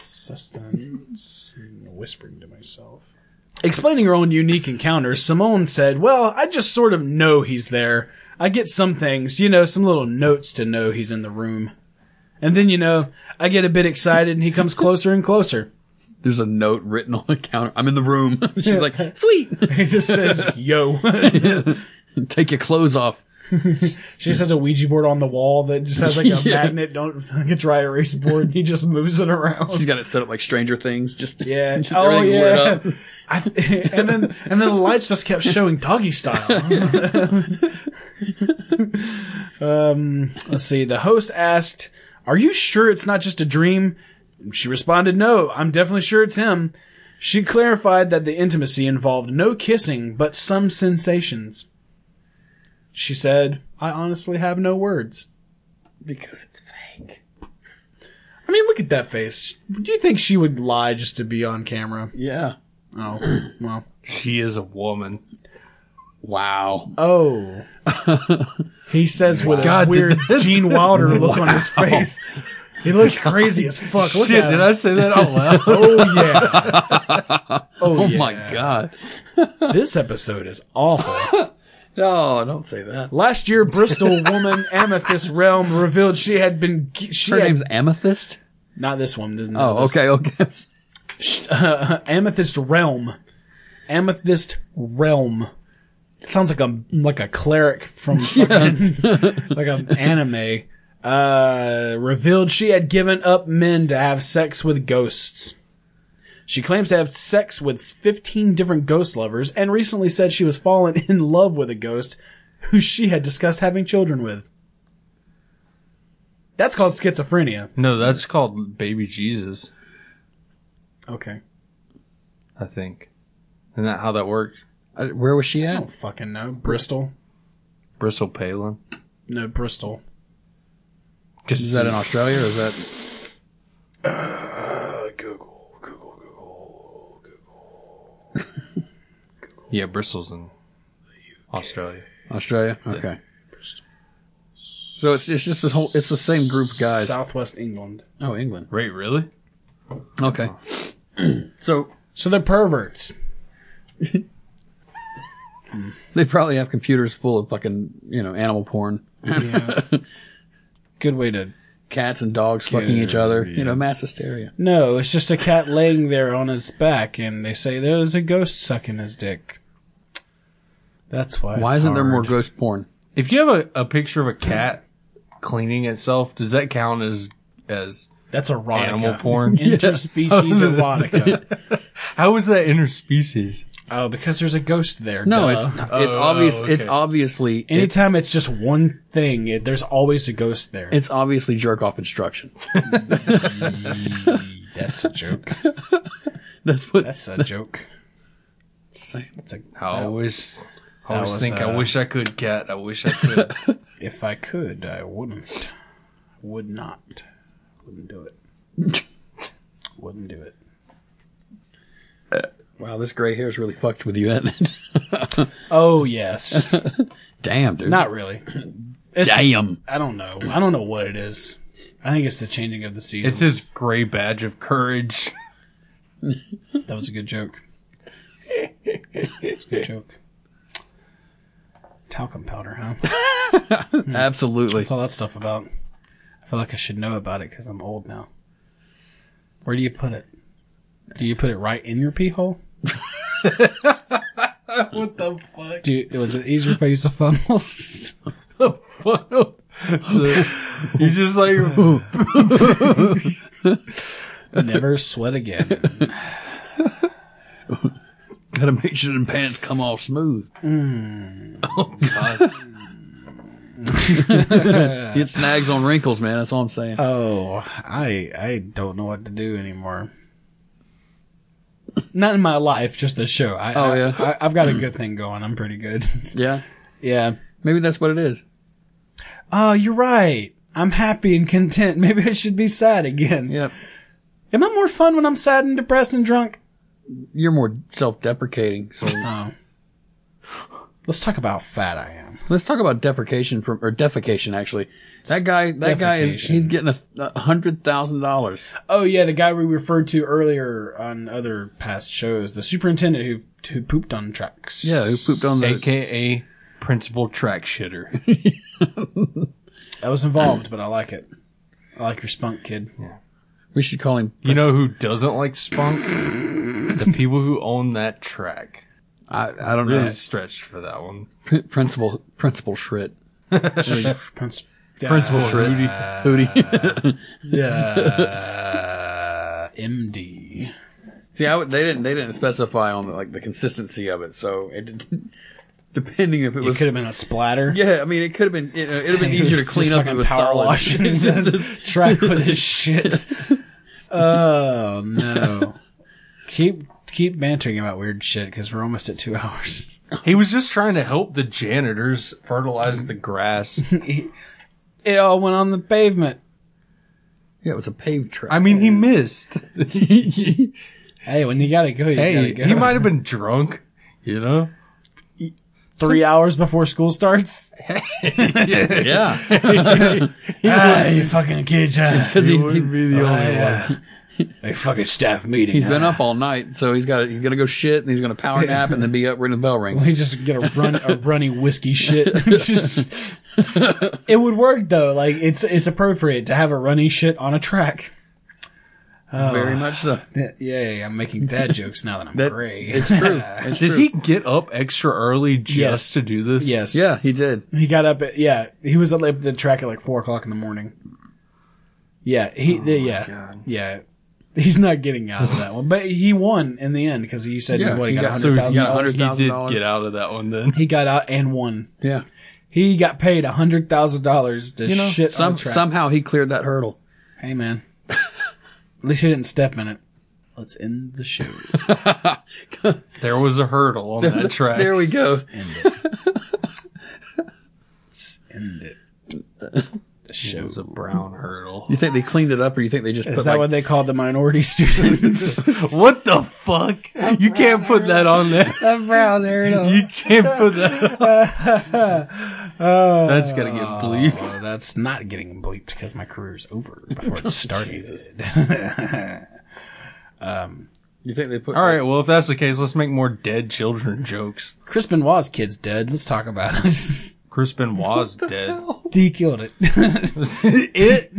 sustenance and whispering to myself. Explaining her own unique encounters, Simone said, Well, I just sort of know he's there. I get some things, you know, some little notes to know he's in the room. And then, you know, I get a bit excited and he comes closer and closer. <laughs> There's a note written on the counter. I'm in the room. <laughs> She's like, sweet. <laughs> He just says, Yo. Take your clothes off. She just has a Ouija board on the wall that just has <laughs> like a magnet, don't <laughs> like a dry erase board, and he just moves it around. She's got it set up like Stranger Things. Just <laughs> Yeah. just Oh, everything lit yeah. up. I th- <laughs> and then and then the lights just kept showing doggy style. <laughs> um, let's see. The host asked, "Are you sure it's not just a dream?" She responded, "No, I'm definitely sure it's him." She clarified that the intimacy involved no kissing, but some sensations. She said, "I honestly have no words." because it's fake. I mean, look at that face. Do you think she would lie just to be on camera? Yeah. Oh, well. She is a woman. Wow. Oh. he says with God, did a weird Gene Wilder look on his face. He looks crazy as fuck. Look Shit, at did him. I <laughs> say that out loud? Oh yeah. Oh, yeah. my god. This episode is awful. No, don't say that. Last year, Bristol woman Amethyst Realm revealed she had been. She Her had- name's Amethyst. not this one. this- not Oh, this. okay, okay. <laughs> Amethyst Realm. Amethyst Realm. It sounds like a like a cleric from fucking, like an anime. Uh, revealed she had given up men to have sex with ghosts. She claims to have sex with 15 different ghost lovers and recently said she was fallen in love with a ghost who she had discussed having children with. That's called schizophrenia. No, that's called Baby Jesus, Okay. I think. Isn't that how that worked? Uh, Where was she I at? don't fucking know. Bristol? <laughs> Bristol Palin. No, Bristol. Is that in Australia or is that Google, Google, Google. Yeah, Bristol's in Australia. Australia? Okay. So it's it's just the whole it's the same group of guys. Southwest England. Oh, England. Wait, really? Okay. <clears throat> so So they're perverts. they probably have computers full of fucking, you know, animal porn. Good way to. Cats and dogs fucking each other. You know, mass hysteria. No, it's just a cat laying there on his back, and they say there's a ghost sucking his dick. That's why. Why it's isn't there more hard. ghost porn? If you have a, a picture of a cat cleaning itself, does that count as as That's erotica. animal porn? <laughs> <laughs> Interspecies erotica. How is that interspecies? Oh, because there's a ghost there. No, duh. it's it's obvious it's okay. obviously it's, Anytime it's just one thing, it, there's always a ghost <laughs> there. it's obviously jerk off instruction. That's a joke. <laughs> That's what That's a joke. It's a, I always, I that always was, think uh, I wish I could cat. I wish I could. If I could, I wouldn't. <laughs> Would not. Wouldn't do it. Wouldn't do it. Wow, this gray hair's really fucked with you, isn't it? <laughs> Oh yes, Damn, dude. not really. It's, Damn. I don't know. I don't know what it is. I think it's the changing of the season. It's his gray badge of courage. that was a good <laughs> joke. It's a good joke. Talcum powder, huh? That's Absolutely. all that stuff about. I feel like I should know about it because I'm old now. Where do you put it? Do you put it right in your pee hole? <laughs> What the fuck? Do you, was it easier if I use a funnel? <laughs> you just like <laughs> Never sweat again. Gotta make sure the pants come off smooth. Mm. <laughs> Oh, God. it snags on wrinkles, man. That's all I'm saying. Oh, I I don't know what to do anymore. Not in my life, just the show. I, Oh, I- yeah. I, I've got a good thing going. I'm pretty good. yeah. yeah. Maybe that's what it is. Oh, you're right. I'm happy and content. Maybe I should be sad again. Yep. Am I more fun when I'm sad and depressed and drunk? You're more self deprecating. So <laughs> Oh. Let's talk about how fat I am. let's talk about deprecation from, or defecation, actually. That guy, that guy is, Defecation. he's getting a, a hundred thousand dollars. Oh yeah, the guy we referred to earlier on other past shows, the superintendent who who pooped on tracks. Yeah. Who pooped on the, AKA principal track shitter. I was involved, but I like it. I like your spunk, kid. we should call him, <laughs> You know who doesn't like spunk? the people who own that track. I, I don't Really know, stretched for that one. Prin- principal, principal shrit. Prince- Principal shrit. Hootie. Uh, MD. See, I would, they didn't they didn't specify on the, like the consistency of it, so it didn't, <laughs> depending if it It was. could have been a splatter. yeah, I mean, it could have been. You know, it'd have <laughs> been easier to clean up. if It was power solid. <laughs> washing the track with <laughs> his shit. Oh no! keep keep bantering about weird shit because we're almost at two hours. He was just trying to help the janitors fertilize the grass. It all went on the pavement. Yeah, it was a paved track. I mean, he missed. <laughs> Hey, when you gotta go, you Hey, gotta go. he might have been drunk, you know? Three hours before school starts. yeah, Ah, you fucking kids! ah. because he's, Wouldn't be the only one. Like fucking staff meeting. he's been ah. up all night, so he's got he's gonna go shit, and he's gonna power nap, and then be up when the bell rings. We just get a run a runny whiskey shit. <laughs> It's just it would work though. Like it's it's appropriate to have a runny shit on a track. Very much so. Yay! I'm <laughs> making dad jokes now that I'm gray. It's <laughs> true. It's Did true. he get up extra early just Yes. to do this? yes. Yeah, he did. He got up at yeah. He was up at the track at like four o'clock in the morning. Yeah. He Oh yeah yeah. He's not getting out of that one, but he won in the end because you said Yeah, what he, he got, got- got so hundred he got thousand He dollars. $100,000. did get out of that one then. <laughs> He got out and won. Yeah. He got paid hundred thousand dollars to shit on Some, the track. somehow he cleared that hurdle. Hey, man. At least he didn't step in it. Let's end the show. There was a hurdle on that track. There we go. End <laughs> it. Let's end it. The It show. was a brown hurdle. <laughs> You think they cleaned it up, or you think they just Is put that like, what they called the <laughs> minority students? what the <laughs> fuck? You can't put that on there. the brown hurdle. You can't put that. <laughs> Uh, That's gotta get bleeped. Oh, that's not getting bleeped because my career's over before <laughs> it started. you think they put? All right. Well, if that's the case, let's make more dead children jokes. Chris Benoit's kid's dead. Let's talk about it. <laughs> Crispin was dead. he killed it. <laughs> it.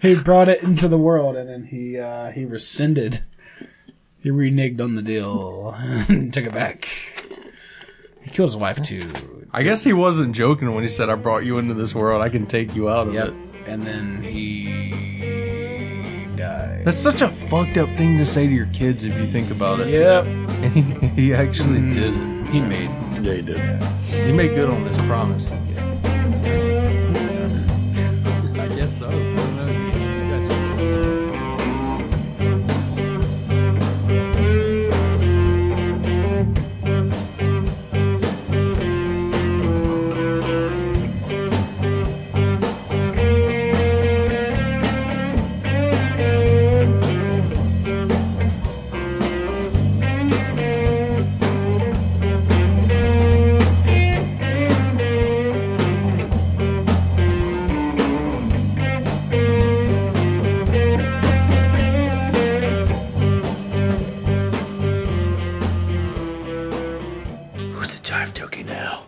<laughs> he brought it into the world and then he uh, he rescinded he reneged on the deal and <laughs> took it back he killed his wife too I guess he wasn't joking when he said, "I brought you into this world. I can take you out of yep it." and then he died That's such a fucked up thing to say to your kids if you think about it. yep And he, <laughs> he actually Mm-hmm. did it. he made Yeah, he did. He made good on his promise. I guess so. turkey now.